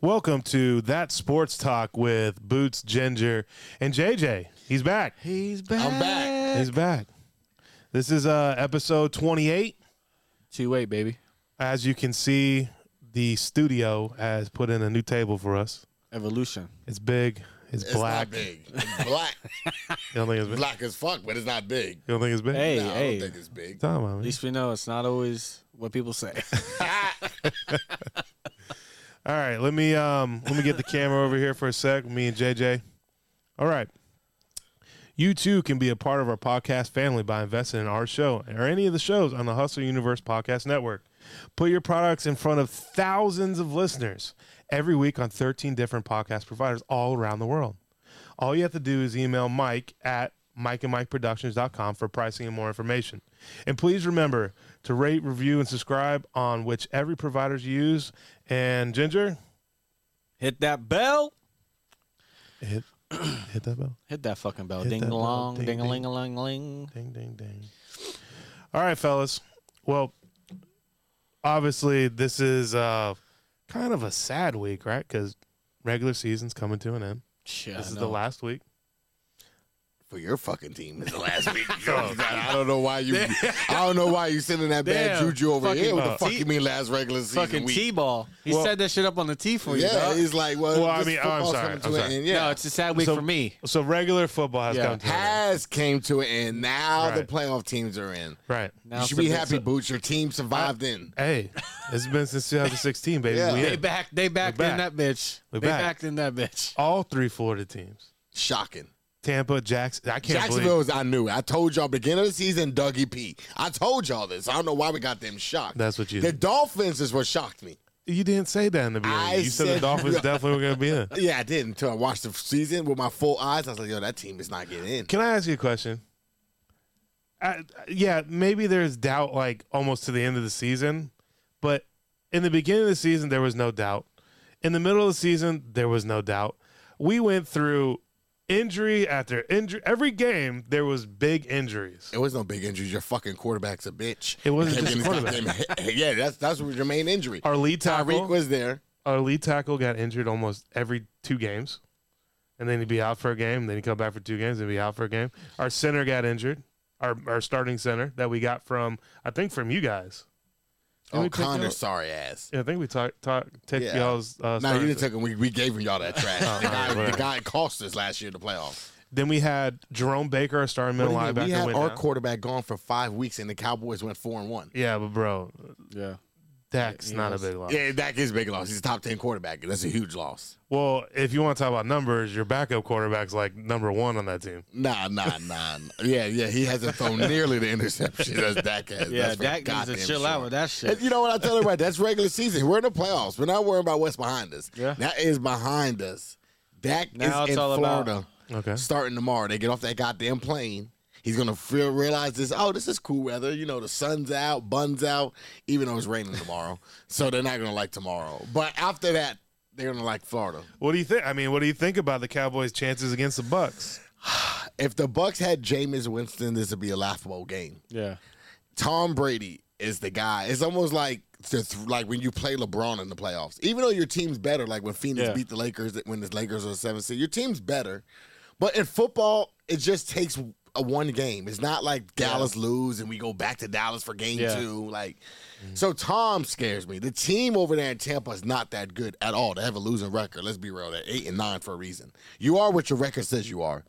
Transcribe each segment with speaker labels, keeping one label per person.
Speaker 1: Welcome to That Sports Talk with Boots, Ginger, and JJ. He's back.
Speaker 2: He's back.
Speaker 3: I'm back.
Speaker 1: He's back. This is uh, episode 28.
Speaker 2: Two eight, baby.
Speaker 1: As you can see, the studio has put in a new table for us.
Speaker 2: Evolution.
Speaker 1: It's big. It's,
Speaker 3: It's
Speaker 1: black.
Speaker 3: not big. It's black.
Speaker 1: You don't think it's big?
Speaker 3: black as fuck, but it's not big.
Speaker 1: You don't think it's big?
Speaker 2: Hey,
Speaker 3: no, I
Speaker 2: hey.
Speaker 3: don't think
Speaker 2: At
Speaker 3: it's big.
Speaker 1: Time out, man.
Speaker 2: least we know it's not always what people say.
Speaker 1: All right, let me um let me get the camera over here for a sec. Me and JJ. All right. You too can be a part of our podcast family by investing in our show or any of the shows on the Hustle Universe Podcast Network. Put your products in front of thousands of listeners every week on 13 different podcast providers all around the world. All you have to do is email Mike at mikeandmikeproductions.com for pricing and more information. And please remember to rate, review, and subscribe on whichever providers you use. And Ginger,
Speaker 2: Hit that bell.
Speaker 1: hit, hit that bell.
Speaker 2: Hit that fucking bell.
Speaker 1: Hit that
Speaker 2: Ding
Speaker 1: bell.
Speaker 2: along,
Speaker 1: Ding,
Speaker 2: ding a ling a ling ling.
Speaker 1: Ding, ding, ding. All right, fellas. Well, obviously, this is uh, kind of a sad week, right? Because regular season's coming to an end.
Speaker 2: Yeah,
Speaker 1: this
Speaker 2: I
Speaker 1: is
Speaker 2: know.
Speaker 1: the last week.
Speaker 3: For your fucking team this last week. I don't know why you I don't know why you sending that bad
Speaker 2: Damn.
Speaker 3: juju over
Speaker 2: Fucking
Speaker 3: here. What the
Speaker 1: up.
Speaker 3: fuck you mean last regular season
Speaker 2: fucking
Speaker 3: week?
Speaker 2: T-ball. He
Speaker 1: Well-
Speaker 2: said that shit up on the T for you.
Speaker 3: Yeah,
Speaker 2: dog.
Speaker 3: he's like, well,
Speaker 1: Well, I
Speaker 3: this
Speaker 1: mean, I'm
Speaker 3: football's
Speaker 1: sorry,
Speaker 3: coming to
Speaker 1: I'm
Speaker 3: an
Speaker 1: sorry.
Speaker 3: end. Yeah.
Speaker 2: No, it's a sad week
Speaker 1: So-
Speaker 2: for me.
Speaker 1: So regular football has
Speaker 2: Yeah.
Speaker 1: come to an end.
Speaker 3: has came to an end. Now the
Speaker 1: Right.
Speaker 3: playoff teams are in.
Speaker 1: Right.
Speaker 2: Now
Speaker 3: you
Speaker 2: it's
Speaker 3: should
Speaker 2: the
Speaker 3: be
Speaker 2: big-
Speaker 3: happy, Boots. Your team survived in.
Speaker 1: Hey, it's been since 2016, baby.
Speaker 3: Yeah.
Speaker 1: We
Speaker 2: They
Speaker 1: in.
Speaker 2: back. They backed
Speaker 1: back.
Speaker 2: in that bitch.
Speaker 1: We're
Speaker 2: they
Speaker 1: back.
Speaker 2: backed in that bitch.
Speaker 1: All three Florida teams.
Speaker 3: Shocking.
Speaker 1: Tampa, Jackson. I can't
Speaker 3: Jacksonville
Speaker 1: believe
Speaker 3: was I knew. it. I told y'all beginning of the season, Dougie P. I told y'all this. I don't know why we got them shocked.
Speaker 1: that's what you
Speaker 3: the Dolphins is what shocked me.
Speaker 1: You didn't say that in the beginning.
Speaker 3: I
Speaker 1: you said, the
Speaker 3: said-
Speaker 1: Dolphins definitely were going to be in.
Speaker 3: Yeah, I did until I watched the season with my full eyes. I was like, yo, that team is not getting in.
Speaker 1: Can I ask you a question? I, yeah, maybe there's doubt like almost to the end of the season, but in the beginning of the season there was no doubt. In the middle of the season there was no doubt. We went through injury after injury. Every game there was big injuries.
Speaker 3: It was no big injuries. Your fucking quarterback's a bitch.
Speaker 1: It wasn't
Speaker 3: Can't
Speaker 1: just
Speaker 3: get
Speaker 1: quarterback.
Speaker 3: his goddamn- yeah, that's that's what your main injury.
Speaker 1: Our lead tackle,
Speaker 3: Tyreek was there.
Speaker 1: our lead tackle got injured almost every two games, and then he'd be out for a game. Then he'd come back for two games and be out for a game. Our center got injured. Our our starting center that we got from I think from you guys. Didn't
Speaker 3: Oh,
Speaker 1: we pick
Speaker 3: Connor,
Speaker 1: up-
Speaker 3: sorry ass.
Speaker 1: Yeah, I think we talked talk, take
Speaker 3: Yeah.
Speaker 1: y'all's. Uh,
Speaker 3: No,
Speaker 1: starters.
Speaker 3: you didn't take him. We, we gave him y'all that trash. the, guy,
Speaker 1: whatever.
Speaker 3: the guy cost us last year to playoff.
Speaker 1: then we had Jerome Baker, our starting middle linebacker.
Speaker 3: We had
Speaker 1: went
Speaker 3: our
Speaker 1: down.
Speaker 3: quarterback gone for five weeks, and the Cowboys went four and one.
Speaker 1: yeah, but bro,
Speaker 2: Yeah.
Speaker 1: Dak's
Speaker 2: Yeah,
Speaker 1: not
Speaker 2: yes.
Speaker 1: a big loss.
Speaker 3: Yeah, that is a big loss. He's a top ten quarterback. That's a huge loss.
Speaker 1: Well, if you want to talk about numbers, your backup quarterback's like number one on that team.
Speaker 3: Nah, nah, nah. yeah, yeah. He hasn't thrown nearly the interception as Dak has.
Speaker 2: Yeah,
Speaker 3: That's for
Speaker 2: Dak needs to
Speaker 3: goddamn
Speaker 2: chill out
Speaker 3: sure.
Speaker 2: with that shit.
Speaker 3: And you know what I tell everybody? That's regular season. We're in the playoffs. We're not worrying about what's behind us.
Speaker 2: Yeah.
Speaker 3: That is behind us. Dak
Speaker 2: Now
Speaker 3: is
Speaker 2: it's
Speaker 3: in
Speaker 2: all about-
Speaker 3: Florida
Speaker 1: Okay,
Speaker 3: starting tomorrow. They get off that goddamn plane. He's gonna feel realize this. Oh, this is cool weather. You know, the sun's out, buns out, even though it's raining tomorrow. so they're not gonna like tomorrow. But after that, they're gonna like Florida.
Speaker 1: what do you think? I mean, what do you think about the Cowboys' chances against the Bucks?
Speaker 3: If the Bucks had Jameis Winston, this would be a laughable game.
Speaker 2: Yeah.
Speaker 3: Tom Brady is the guy. It's almost like the th- like when you play LeBron in the playoffs. Even though your team's better, like when Phoenix
Speaker 2: Yeah.
Speaker 3: beat the Lakers, when the Lakers are seven seed, your team's better. But in football, it just takes a one game. It's not like Dallas lose and we go back to Dallas for game
Speaker 2: Yeah. Mm-hmm.
Speaker 3: two. Like, so Tom scares me. The team over there in Tampa is not that good at all. They have a losing record. Let's be real. They're eight and nine for a reason. You are what your record says you are.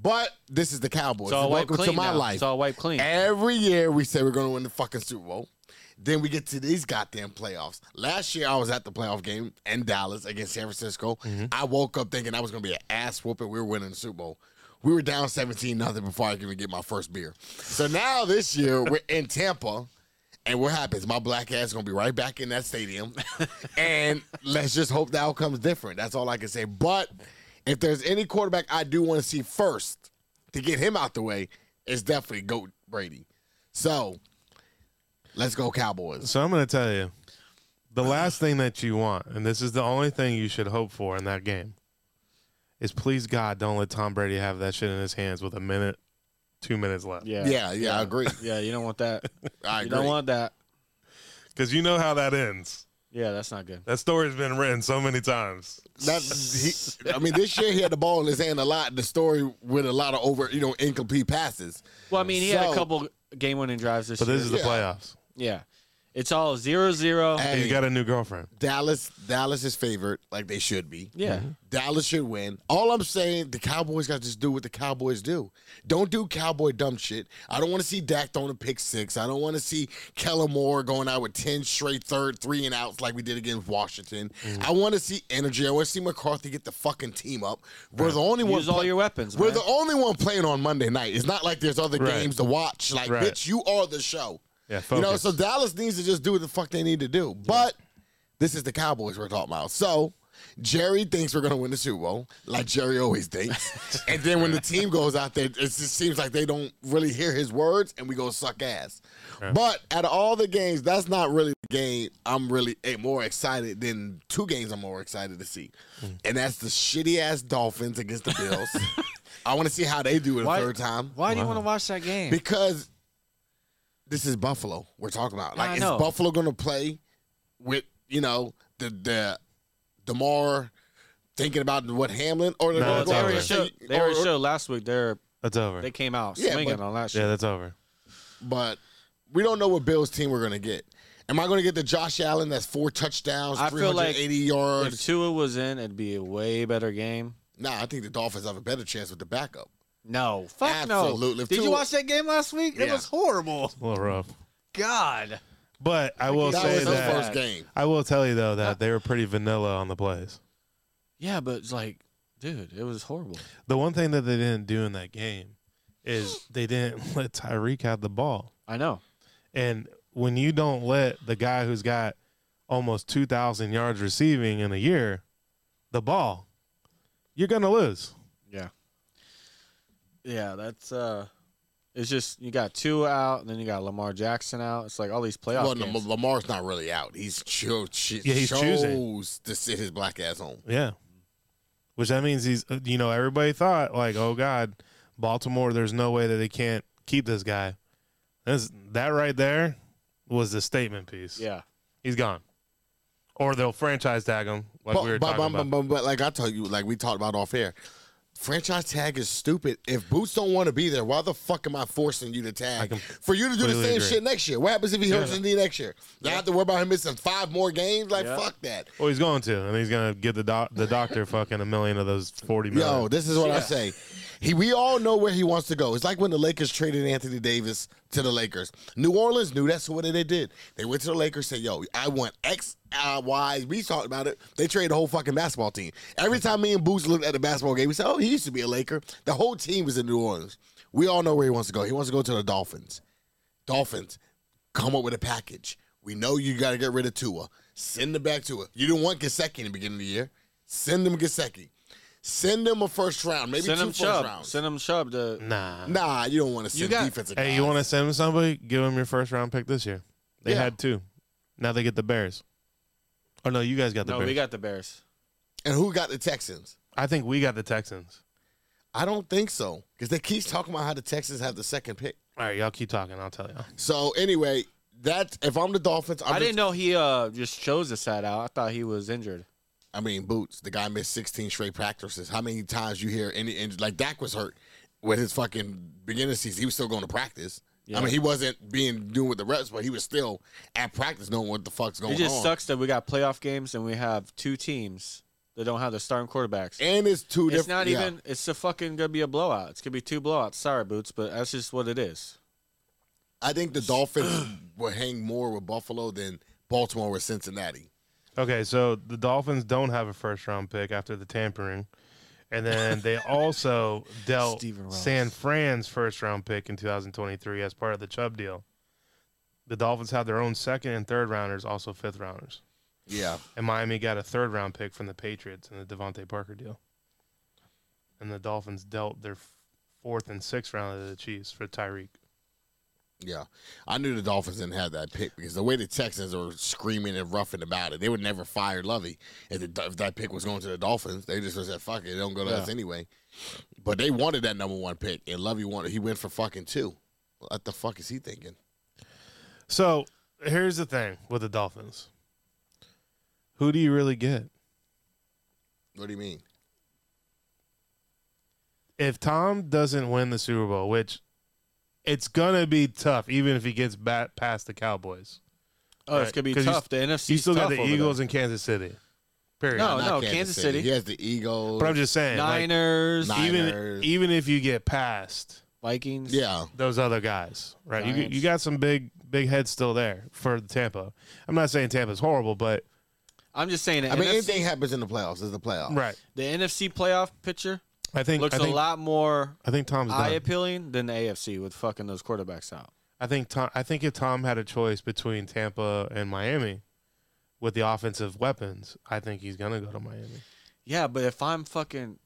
Speaker 3: But this is the Cowboys.
Speaker 2: It's all wiped
Speaker 3: Welcome
Speaker 2: clean.
Speaker 3: to my
Speaker 2: now.
Speaker 3: life.
Speaker 2: It's all wiped clean.
Speaker 3: Every year we say we're going to win the fucking Super Bowl. Then we get to these goddamn playoffs. Last year I was at the playoff game in Dallas against San Francisco. I woke up thinking I was going to be an ass whooping. We were winning the Super Bowl. We were down 17 nothing before I could even get my first beer. So now this year we're in Tampa. And what happens? My black ass gonna be right back in that stadium, and let's just hope the outcome's different. That's all I can say. But if there's any quarterback I do want to see first to get him out the way, it's definitely Goat Brady. So let's go Cowboys.
Speaker 1: So I'm going to tell you, the last thing that you want, and this is the only thing you should hope for in that game, is please God don't let Tom Brady have that shit in his hands with a minute, two minutes left.
Speaker 2: Yeah.
Speaker 3: Yeah, yeah, I agree.
Speaker 2: Yeah, you don't want that.
Speaker 3: I
Speaker 2: you
Speaker 3: agree.
Speaker 2: don't want that.
Speaker 1: Because you know how that ends.
Speaker 2: Yeah, that's not good.
Speaker 1: That story's been written so many times.
Speaker 3: That, he, I mean, this year he had the ball in his hand a lot. The story with a lot of over, you know, incomplete passes.
Speaker 2: Well, I mean, he had a
Speaker 3: So-
Speaker 2: couple game-winning drives this
Speaker 1: But
Speaker 2: year.
Speaker 1: this is the
Speaker 3: Yeah.
Speaker 1: playoffs.
Speaker 2: yeah, it's all zero-zero.
Speaker 3: And
Speaker 1: He's got a new girlfriend.
Speaker 3: Dallas, Dallas is favored, like they should be.
Speaker 2: yeah,
Speaker 3: Dallas should win. All I'm saying, the Cowboys got to just do what the Cowboys do. Don't do cowboy dumb shit. I don't want to see Dak throwing a pick six. I don't want to see Kellen Moore going out with 10 straight third, three and outs like we did against Washington.
Speaker 2: Mm-hmm.
Speaker 3: I want to see energy. I want to see McCarthy get the fucking team up. We're the only one.
Speaker 2: use all
Speaker 3: pla-
Speaker 2: your weapons.
Speaker 3: we're
Speaker 2: man.
Speaker 3: the only one playing on Monday night. It's not like there's other
Speaker 1: Right.
Speaker 3: games to watch. Like,
Speaker 1: Right.
Speaker 3: bitch, you are the show.
Speaker 1: Yeah,
Speaker 3: You know,
Speaker 1: focus.
Speaker 3: so Dallas needs to just do what the fuck they need to do. But this is the Cowboys we're talking about. So Jerry thinks we're gonna win the Super Bowl, like Jerry always thinks. and then when the team goes out there, it just seems like they don't really hear his words, and we go suck ass. But out of all the games, that's not really the game I'm really eh, more excited than two games I'm more excited to see,
Speaker 1: Mm.
Speaker 3: and that's the shitty ass Dolphins against the Bills. I want to see how they do it a
Speaker 2: Why-
Speaker 3: third time
Speaker 2: Why do you want to watch that game?
Speaker 3: because this is Buffalo we're talking about.
Speaker 2: I
Speaker 3: Like, is
Speaker 2: know.
Speaker 3: Buffalo going to play with you know the the Demar thinking about what Hamlin or
Speaker 1: No,
Speaker 3: they're
Speaker 1: that's
Speaker 2: they
Speaker 1: all
Speaker 3: gonna
Speaker 2: already
Speaker 1: right.
Speaker 2: showed.
Speaker 3: go-
Speaker 2: They already
Speaker 3: or- or-
Speaker 2: showed last week. They
Speaker 1: That's over.
Speaker 2: they came out
Speaker 3: Yeah,
Speaker 2: swinging
Speaker 3: but-
Speaker 2: on that shit.
Speaker 1: yeah, that's over.
Speaker 3: But we don't know what Bills team we're going to get. Am I going to get the Josh Allen that's four touchdowns,
Speaker 2: I feel like
Speaker 3: 380
Speaker 2: If
Speaker 3: yards?
Speaker 2: Tua was in, it'd be a way better game.
Speaker 3: nah, I think the Dolphins have a better chance with the backup.
Speaker 2: No, fuck
Speaker 3: Absolutely.
Speaker 2: no.
Speaker 3: If
Speaker 2: Did you
Speaker 3: Tua-
Speaker 2: watch that game last week? It
Speaker 3: Yeah.
Speaker 2: was horrible.
Speaker 1: A little rough.
Speaker 2: God.
Speaker 1: But I will
Speaker 3: That
Speaker 2: say
Speaker 3: was
Speaker 1: say
Speaker 3: the
Speaker 1: that
Speaker 3: first game.
Speaker 1: I will tell you though that they were pretty vanilla on the plays.
Speaker 2: Yeah, but it's like, dude, it was horrible.
Speaker 1: The one thing that they didn't do in that game is they didn't let Tyreek have the ball.
Speaker 2: I know.
Speaker 1: And when you don't let the guy who's got almost 2,000 yards receiving in a year the ball, you're going to lose.
Speaker 2: Yeah. Yeah, that's uh it's just you got two out, and then you got Lamar Jackson out. It's like all these playoff
Speaker 3: Well,
Speaker 2: games.
Speaker 3: no, Lamar's not really out. He's cho- cho-
Speaker 1: Yeah, he's
Speaker 3: chose
Speaker 1: choosing.
Speaker 3: to sit his black ass home.
Speaker 1: Yeah. Which that means he's, uh, you know, everybody thought, like, oh, God, Baltimore, there's no way that they can't keep this guy. That's, that right there was the statement piece.
Speaker 2: Yeah.
Speaker 1: He's gone. Or they'll franchise tag him, like
Speaker 3: but,
Speaker 1: we were
Speaker 3: but,
Speaker 1: talking
Speaker 3: but,
Speaker 1: about.
Speaker 3: but- but like I told you, like we talked about off air, franchise tag is stupid. If Boots don't want to be there, why the fuck am I forcing you to tag
Speaker 1: can
Speaker 3: for you to do the
Speaker 1: completely
Speaker 3: same
Speaker 1: agree.
Speaker 3: shit next year? What happens if he hurts his knee next year? Now I have to worry about him missing five more games. Like
Speaker 2: Yeah.
Speaker 3: fuck that.
Speaker 1: Well, he's going to, and he's going to give the doc- the doctor fucking a million of those forty million.
Speaker 3: Yo, this is what I say. He, we all know where he wants to go. It's like when the Lakers traded Anthony Davis to the Lakers. New Orleans knew that's what they did. They went to the Lakers, said, "Yo, I want X, uh, Y." We talked about it. They traded the whole fucking basketball team. Every time me and Boots looked at the basketball game, we said, "Oh, he used to be a Laker." The whole team was in New Orleans. We all know where he wants to go. He wants to go to the Dolphins. Dolphins, come up with a package. We know you got to get rid of Tua. Send him back to it. You didn't want Gasecki in the beginning of the year. Send him Gasecki. Send him a first round, maybe
Speaker 2: Send
Speaker 3: two
Speaker 2: him
Speaker 3: first
Speaker 2: Chubb.
Speaker 3: rounds.
Speaker 2: Send him Chubb to
Speaker 1: Nah.
Speaker 3: nah, you don't want to send
Speaker 2: got-
Speaker 3: defensive.
Speaker 1: Hey, you want to send him somebody? Give him your first round pick this year. They
Speaker 3: Yeah.
Speaker 1: had two. Now they get the Bears. Oh no, you guys got the
Speaker 2: No,
Speaker 1: Bears.
Speaker 2: we got the Bears.
Speaker 3: And who got the Texans?
Speaker 1: I think we got the Texans.
Speaker 3: I don't think so because they keep talking about how the Texans have the second pick.
Speaker 1: All right, y'all keep talking. I'll tell y'all.
Speaker 3: So anyway, that's if I'm the Dolphins, I'm
Speaker 2: I
Speaker 3: just-
Speaker 2: didn't know he uh just chose the side out. I thought he was injured.
Speaker 3: I mean, Boots, the guy missed 16 straight practices. How many times you hear any, and like Dak was hurt with his fucking beginning of the season. He was still going to practice.
Speaker 2: Yeah.
Speaker 3: I mean, he wasn't being doing with the reps, but he was still at practice knowing what the fuck's going
Speaker 2: It just
Speaker 3: on.
Speaker 2: sucks that we got playoff games and we have two teams that don't have their starting quarterbacks.
Speaker 3: And it's two
Speaker 2: it's
Speaker 3: different.
Speaker 2: not
Speaker 3: yeah.
Speaker 2: even. It's a fucking gonna be a blowout. It's gonna be two blowouts. Sorry, boots, but that's just what it is.
Speaker 3: I think the Dolphins will hang more with Buffalo than Baltimore with Cincinnati.
Speaker 1: Okay, so the Dolphins don't have a first round pick after the tampering, and then they also dealt
Speaker 2: Steven Ross.
Speaker 1: San Fran's first round pick in 2023 as part of the Chubb deal. The Dolphins have their own second and third rounders, also fifth rounders.
Speaker 3: Yeah.
Speaker 1: And Miami got a third round pick from the Patriots in the Devontae Parker deal. And the Dolphins dealt their f- fourth and sixth round to the Chiefs for Tyreek.
Speaker 3: Yeah, I knew the Dolphins didn't have that pick because the way the Texans are screaming and roughing about it, they would never fire Lovey if, the, if that pick was going to the Dolphins. They just said, "Fuck it, it don't go to
Speaker 2: Yeah.
Speaker 3: us anyway." But they wanted that number one pick, and Lovey wanted. He went for fucking two. What the fuck is he thinking?
Speaker 1: So here's the thing with the Dolphins Who do you really get?
Speaker 3: What do you mean?
Speaker 1: If Tom doesn't win the Super Bowl, which it's gonna be tough, even if he gets back past the Cowboys,
Speaker 2: Oh, it's
Speaker 1: Right,
Speaker 2: gonna be
Speaker 1: 'cause you
Speaker 2: tough. The NFC.
Speaker 1: you still got
Speaker 2: tough
Speaker 1: the
Speaker 2: over
Speaker 1: Eagles and Kansas City. Period.
Speaker 2: No,
Speaker 3: Not
Speaker 2: Oh, no, Kansas City.
Speaker 3: He has the Eagles.
Speaker 1: but I'm just
Speaker 2: there.
Speaker 1: saying, like,
Speaker 2: Niners,
Speaker 3: Nine-
Speaker 1: even
Speaker 3: Niners.
Speaker 1: even if you get past
Speaker 2: Vikings.
Speaker 3: yeah.
Speaker 1: those other guys, right? You
Speaker 2: Giants.
Speaker 1: you got some big big heads still there for Tampa. I'm not saying Tampa's horrible, but
Speaker 2: I'm just saying. The
Speaker 3: I mean,
Speaker 2: NFC,
Speaker 3: anything happens in the playoffs. Is the playoffs.
Speaker 1: right.
Speaker 2: The NFC playoff picture
Speaker 1: I think
Speaker 2: looks
Speaker 1: I think,
Speaker 2: a lot more
Speaker 1: I think Tom's
Speaker 2: eye
Speaker 1: done.
Speaker 2: appealing than the AFC with fucking those quarterbacks out.
Speaker 1: I think Tom. I think if Tom had a choice between Tampa and Miami, with the offensive weapons, I think he's gonna go to Miami.
Speaker 2: Yeah, but if I'm fucking,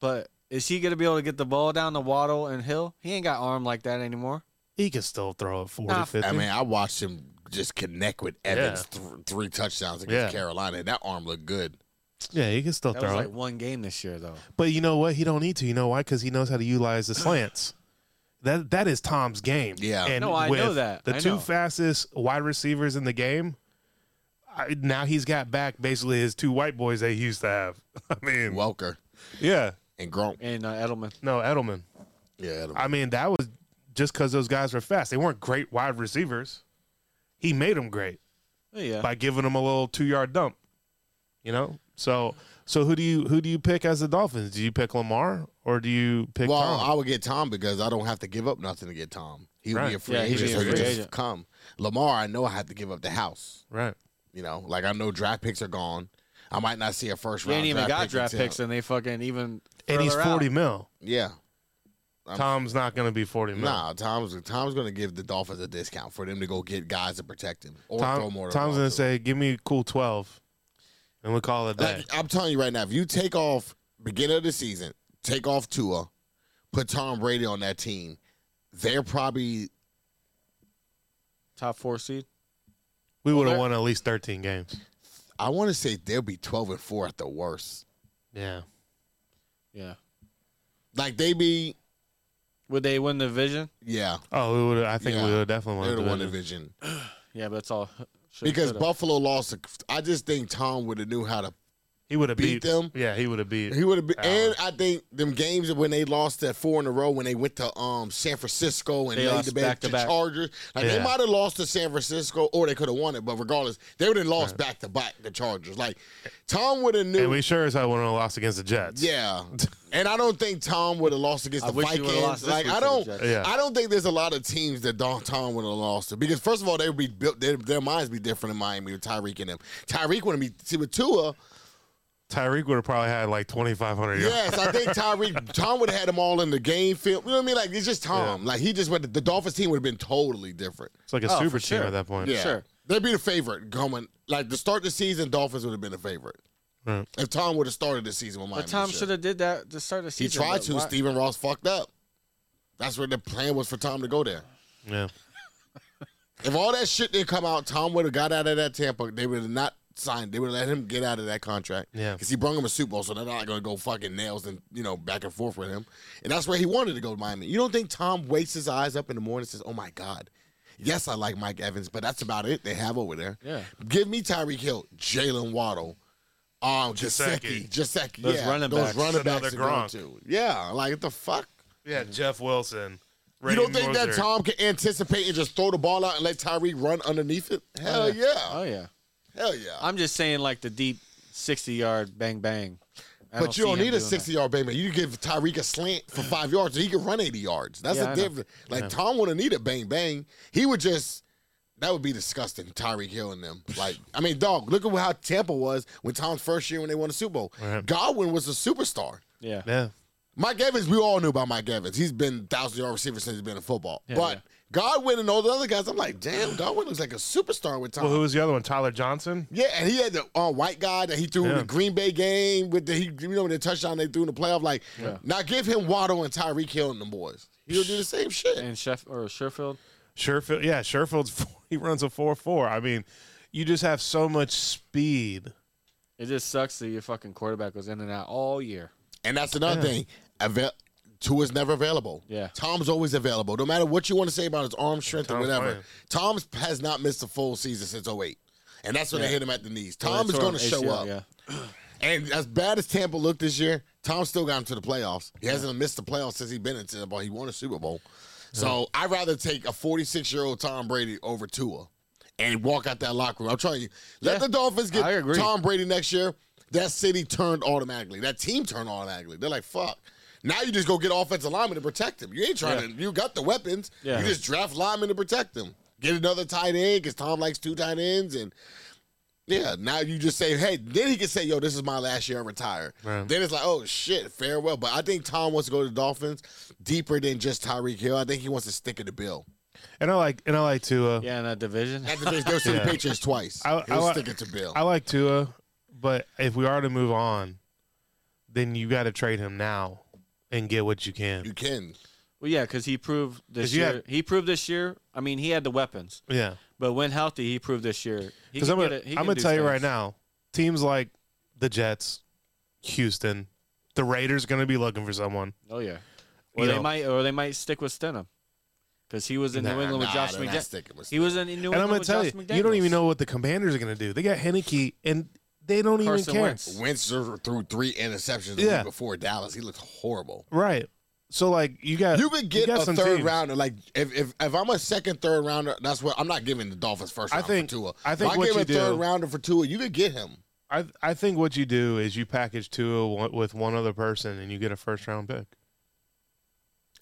Speaker 2: but is he gonna be able to get the ball down to Waddle and Hill? He ain't got arm like that anymore.
Speaker 1: He can still throw it 40,
Speaker 2: Nah,
Speaker 1: 50.
Speaker 3: I mean, I watched him just connect with Evans
Speaker 1: Yeah.
Speaker 3: th- three touchdowns against
Speaker 1: Yeah.
Speaker 3: Carolina, and that arm looked good.
Speaker 1: yeah, he can still
Speaker 2: That was
Speaker 1: throw
Speaker 2: like
Speaker 1: it.
Speaker 2: one game this year though.
Speaker 1: But you know what? He don't need to. You know why? Because he knows how to utilize the slants. That that is Tom's game.
Speaker 3: Yeah.
Speaker 1: And
Speaker 2: No, I
Speaker 1: with
Speaker 2: know that.
Speaker 1: The
Speaker 2: I
Speaker 1: two
Speaker 2: know.
Speaker 1: fastest wide receivers in the game. I, now he's got back basically his two white boys that he used to have. I mean,
Speaker 3: Welker
Speaker 1: yeah.
Speaker 3: and Gronk.
Speaker 2: And uh, Edelman.
Speaker 1: No, Edelman.
Speaker 3: Yeah, them-
Speaker 1: I mean, that was just because those guys were fast. They weren't great wide receivers. He made them great
Speaker 2: Oh, yeah.
Speaker 1: by giving them a little two yard dump. You know, so so who do you who do you pick as the Dolphins? Do you pick Lamar or do you pick
Speaker 3: well,
Speaker 1: Tom?
Speaker 3: I would get Tom because I don't have to give up nothing to get Tom. He would
Speaker 1: Right.
Speaker 3: be a free
Speaker 2: Yeah, he'd
Speaker 3: agent,
Speaker 2: be
Speaker 3: so
Speaker 2: a
Speaker 3: he
Speaker 2: free
Speaker 3: just
Speaker 2: agent.
Speaker 3: come. Lamar, I know I have to give up the house.
Speaker 1: right.
Speaker 3: You know, like I know draft picks are gone. I might not see a first
Speaker 2: We
Speaker 3: round.
Speaker 2: ain't even
Speaker 3: draft
Speaker 2: got
Speaker 3: pick
Speaker 2: draft
Speaker 3: until-
Speaker 2: picks, and they fucking even.
Speaker 1: And he's
Speaker 2: further out.
Speaker 1: forty mil.
Speaker 3: Yeah, I'm-
Speaker 1: Tom's not going to be forty mil.
Speaker 3: nah. Tom's Tom's going to give the Dolphins a discount for them to go get guys to protect him or throw
Speaker 1: Tom,
Speaker 3: more.
Speaker 1: Tom's
Speaker 3: to the ball
Speaker 1: going to
Speaker 3: to.
Speaker 1: say, "Give me a cool twelve, and we call it a day."
Speaker 3: Like, I'm telling you right now, if you take off beginning of the season, take off Tua, put Tom Brady on that team, they're probably
Speaker 2: top four seed.
Speaker 1: we would have
Speaker 2: they're-
Speaker 1: won at least thirteen games.
Speaker 3: I want to say they'll be 12 and 4 at the worst.
Speaker 1: Yeah.
Speaker 2: Yeah.
Speaker 3: Like they be
Speaker 2: Would they win the division?
Speaker 3: yeah,
Speaker 1: Oh, we would. I think
Speaker 3: Yeah.
Speaker 1: we would have definitely won.
Speaker 3: they're
Speaker 1: the
Speaker 3: the one
Speaker 1: division.
Speaker 3: division.
Speaker 2: Yeah, but that's all. shoulda,
Speaker 3: Because
Speaker 2: coulda.
Speaker 3: Buffalo lost to, I just think Tom would have knew how to
Speaker 1: He would have beat,
Speaker 3: beat them.
Speaker 1: Yeah, he would have beat.
Speaker 3: he would have been
Speaker 1: Wow.
Speaker 3: and I think them games when they lost that four in a row when they went to um San Francisco and
Speaker 2: They
Speaker 3: laid
Speaker 2: lost
Speaker 3: the bed to
Speaker 2: back-to-back.
Speaker 3: Chargers. Like they
Speaker 1: Yeah.
Speaker 3: might have lost to San Francisco or they could have won it, but regardless, they would have lost back to back the Chargers. Like Tom would have knew
Speaker 1: And we sure as hell wouldn't have lost against the Jets.
Speaker 3: Yeah. And I don't think Tom would have lost against
Speaker 2: I
Speaker 3: the
Speaker 2: wish you
Speaker 3: Vikings.
Speaker 2: would have lost this
Speaker 3: like
Speaker 2: week
Speaker 3: I
Speaker 2: to the
Speaker 3: don't
Speaker 2: Jets.
Speaker 1: Yeah.
Speaker 3: I don't think there's a lot of teams that Don Tom would have lost to because first of all they would be built their, their minds be different in Miami with Tyreek and them. Tyreek wouldn't be see with Tua.
Speaker 1: Tyreek would have probably had like 2,500 yards.
Speaker 3: Yes, I think Tyreek Tom would have had them all in the game film. You know what I mean? Like it's just Tom. Like he just went the Dolphins team would have been totally different.
Speaker 1: It's like a
Speaker 2: Oh,
Speaker 1: super
Speaker 2: for
Speaker 1: team
Speaker 2: sure.
Speaker 1: at that point.
Speaker 3: Yeah.
Speaker 2: Sure.
Speaker 3: They'd be the favorite going like to start the season, Dolphins would have been the favorite.
Speaker 1: Right.
Speaker 3: If Tom would have started the season with Miami.
Speaker 2: But Tom
Speaker 3: sure.
Speaker 2: should have did that to start the
Speaker 3: He
Speaker 2: season.
Speaker 3: tried
Speaker 2: but
Speaker 3: to.
Speaker 2: why-
Speaker 3: Stephen Ross fucked up. That's where the plan was for Tom to go there.
Speaker 1: Yeah.
Speaker 3: If all that shit didn't come out, Tom would have got out of that Tampa. They would have not signed. They would have let him get out of that contract.
Speaker 1: Yeah.
Speaker 3: Because he brought him a Super Bowl, so they're not going to go fucking nails and, you know, back and forth with him. And that's where he wanted to go to Miami. You don't think Tom wakes his eyes up in the morning and says, oh my God, yes, I like Mike Evans, but that's about it they have over there.
Speaker 2: Yeah.
Speaker 3: Give me Tyreek Hill, Jalen Waddle. Um,
Speaker 1: Gesicki.
Speaker 3: Gesicki, Gesicki,
Speaker 2: Those
Speaker 3: yeah,
Speaker 2: running
Speaker 3: those
Speaker 2: backs.
Speaker 3: running
Speaker 1: Another
Speaker 3: backs to go
Speaker 1: Gronk.
Speaker 3: to. Yeah, like what the fuck.
Speaker 1: Yeah, Jeff Wilson.
Speaker 3: You don't think that Tom can anticipate and just throw the ball out and let Tyreek run underneath it? Hell
Speaker 2: Oh,
Speaker 3: yeah.
Speaker 2: Oh yeah.
Speaker 3: Hell yeah.
Speaker 2: I'm just saying, like the deep sixty-yard bang bang. I
Speaker 3: But you
Speaker 2: see
Speaker 3: don't
Speaker 2: him
Speaker 3: need a
Speaker 2: doing that. Mm.
Speaker 3: 60 yard bang. You give Tyreek a slant for five yards so he can run 80 yards. That's
Speaker 2: Yeah,
Speaker 3: the
Speaker 2: I know.
Speaker 3: difference. Like, Tom wouldn't need a bang bang. He would just, that would be disgusting, Tyreek Hill and them. Like, I mean, dog, look at how Tampa was when Tom's first year when they won the Super Bowl.
Speaker 1: Right.
Speaker 3: Godwin was a superstar.
Speaker 2: Yeah.
Speaker 1: Yeah.
Speaker 3: Mike Evans, we all knew about Mike Evans. He's been thousand yard receiver since he's been in football.
Speaker 2: Yeah,
Speaker 3: but
Speaker 2: yeah.
Speaker 3: Godwin and all the other guys, I'm like, damn, Godwin looks like a superstar with Tom.
Speaker 1: Well, who was the other one? Tyler Johnson?
Speaker 3: Yeah, and he had the uh, white guy that he threw in
Speaker 1: Yeah.
Speaker 3: the Green Bay game with the he, you know the touchdown they threw in the playoff. Like now, give him Waddle and Tyreek Hill and the boys. He'll do the same shit.
Speaker 2: And Chef or Sherfield.
Speaker 1: Sherfield. Yeah, Sherfield's four, he runs a 4 4. I mean, you just have so much speed.
Speaker 2: It just sucks that your fucking quarterback was in and out all year.
Speaker 3: And that's another thing. Avail- Two is never available.
Speaker 2: Yeah.
Speaker 3: Tom's always available. No matter what you want to say about his arm strength or
Speaker 1: Tom's
Speaker 3: whatever.
Speaker 1: playing.
Speaker 3: Tom's has not missed a full season since 08. and that's when
Speaker 2: Yeah.
Speaker 3: they hit him at the knees.
Speaker 2: Well,
Speaker 3: Tom
Speaker 2: they
Speaker 3: is
Speaker 2: tore
Speaker 3: going to
Speaker 2: him
Speaker 3: show
Speaker 2: ACL,
Speaker 3: up.
Speaker 2: Yeah.
Speaker 3: And as bad as Tampa looked this year, Tom still got him to the playoffs. He hasn't missed the playoffs since he's been in Tampa. He won a Super Bowl.
Speaker 2: Uh-huh.
Speaker 3: So I'd rather take a 46 year old Tom Brady over Tua and walk out that locker room. I'm telling you, let
Speaker 2: Yeah,
Speaker 3: the Dolphins
Speaker 2: I
Speaker 3: get
Speaker 2: agree.
Speaker 3: Tom Brady next year. That city turned automatically. That team turned automatically. They're like, fuck. Now you just go get offensive linemen to protect him. You ain't trying to. You got the weapons.
Speaker 2: Yeah.
Speaker 3: You just draft linemen to protect him. Get another tight end because Tom likes two tight ends and yeah, now you just say, hey, then he can say, yo, this is my last year, I retire.
Speaker 1: Right.
Speaker 3: Then it's like, oh shit, farewell. But I think Tom wants to go to the Dolphins deeper than just Tyreek Hill. I think he wants to stick in the bill.
Speaker 1: And I like and I like Tua.
Speaker 2: Yeah, in that division.
Speaker 3: That's the thing, they'll see
Speaker 1: Yeah.
Speaker 3: the Patriots twice.
Speaker 1: I-
Speaker 3: He'll
Speaker 1: I-
Speaker 3: stick it to Bill.
Speaker 1: I like Tua, but if we are to move on, then you got to trade him now and get what you
Speaker 3: you
Speaker 1: can.
Speaker 3: can.
Speaker 2: Well, yeah, because he proved
Speaker 1: 'Cause
Speaker 2: this
Speaker 1: you
Speaker 2: year.
Speaker 1: had-
Speaker 2: he proved this year. I mean, he had the weapons,
Speaker 1: Yeah,
Speaker 2: but when healthy, he proved this year. He
Speaker 1: because
Speaker 2: can
Speaker 1: I'm
Speaker 2: get
Speaker 1: gonna
Speaker 2: it- he
Speaker 1: I'm
Speaker 2: can
Speaker 1: gonna
Speaker 2: do
Speaker 1: tell you
Speaker 2: things.
Speaker 1: right now, teams like the Jets, Houston, the Raiders gonna be looking for someone.
Speaker 2: Oh yeah, or
Speaker 1: You
Speaker 2: they
Speaker 1: know.
Speaker 2: might, or they might stick with Stenham, because he was in
Speaker 1: Nah,
Speaker 2: New England with
Speaker 3: Nah,
Speaker 2: Josh
Speaker 3: they're not
Speaker 2: McDaniels.
Speaker 3: sticking with
Speaker 2: He was in New England
Speaker 1: and I'm gonna
Speaker 2: with
Speaker 1: tell
Speaker 2: Josh
Speaker 1: you,
Speaker 2: McDaniels.
Speaker 1: you don't even know what the Commanders are gonna do. They got Henneke, and they don't
Speaker 2: Carson
Speaker 1: even care.
Speaker 2: Wentz.
Speaker 3: Wentz threw three interceptions the
Speaker 1: Yeah.
Speaker 3: week before Dallas. He looked horrible.
Speaker 1: Right. So like you got
Speaker 3: You could get
Speaker 1: got
Speaker 3: a
Speaker 1: some
Speaker 3: third
Speaker 1: teams.
Speaker 3: rounder. Like if, if if I'm a second third rounder, that's what I'm not giving the Dolphins first
Speaker 1: I
Speaker 3: round
Speaker 1: think-
Speaker 3: for Tua.
Speaker 1: I think
Speaker 3: if I
Speaker 1: what
Speaker 3: give
Speaker 1: you
Speaker 3: a third
Speaker 1: do-
Speaker 3: rounder for Tua, you could get him.
Speaker 1: I I think what you do is you package Tua wa- with one other person and you get a first round pick.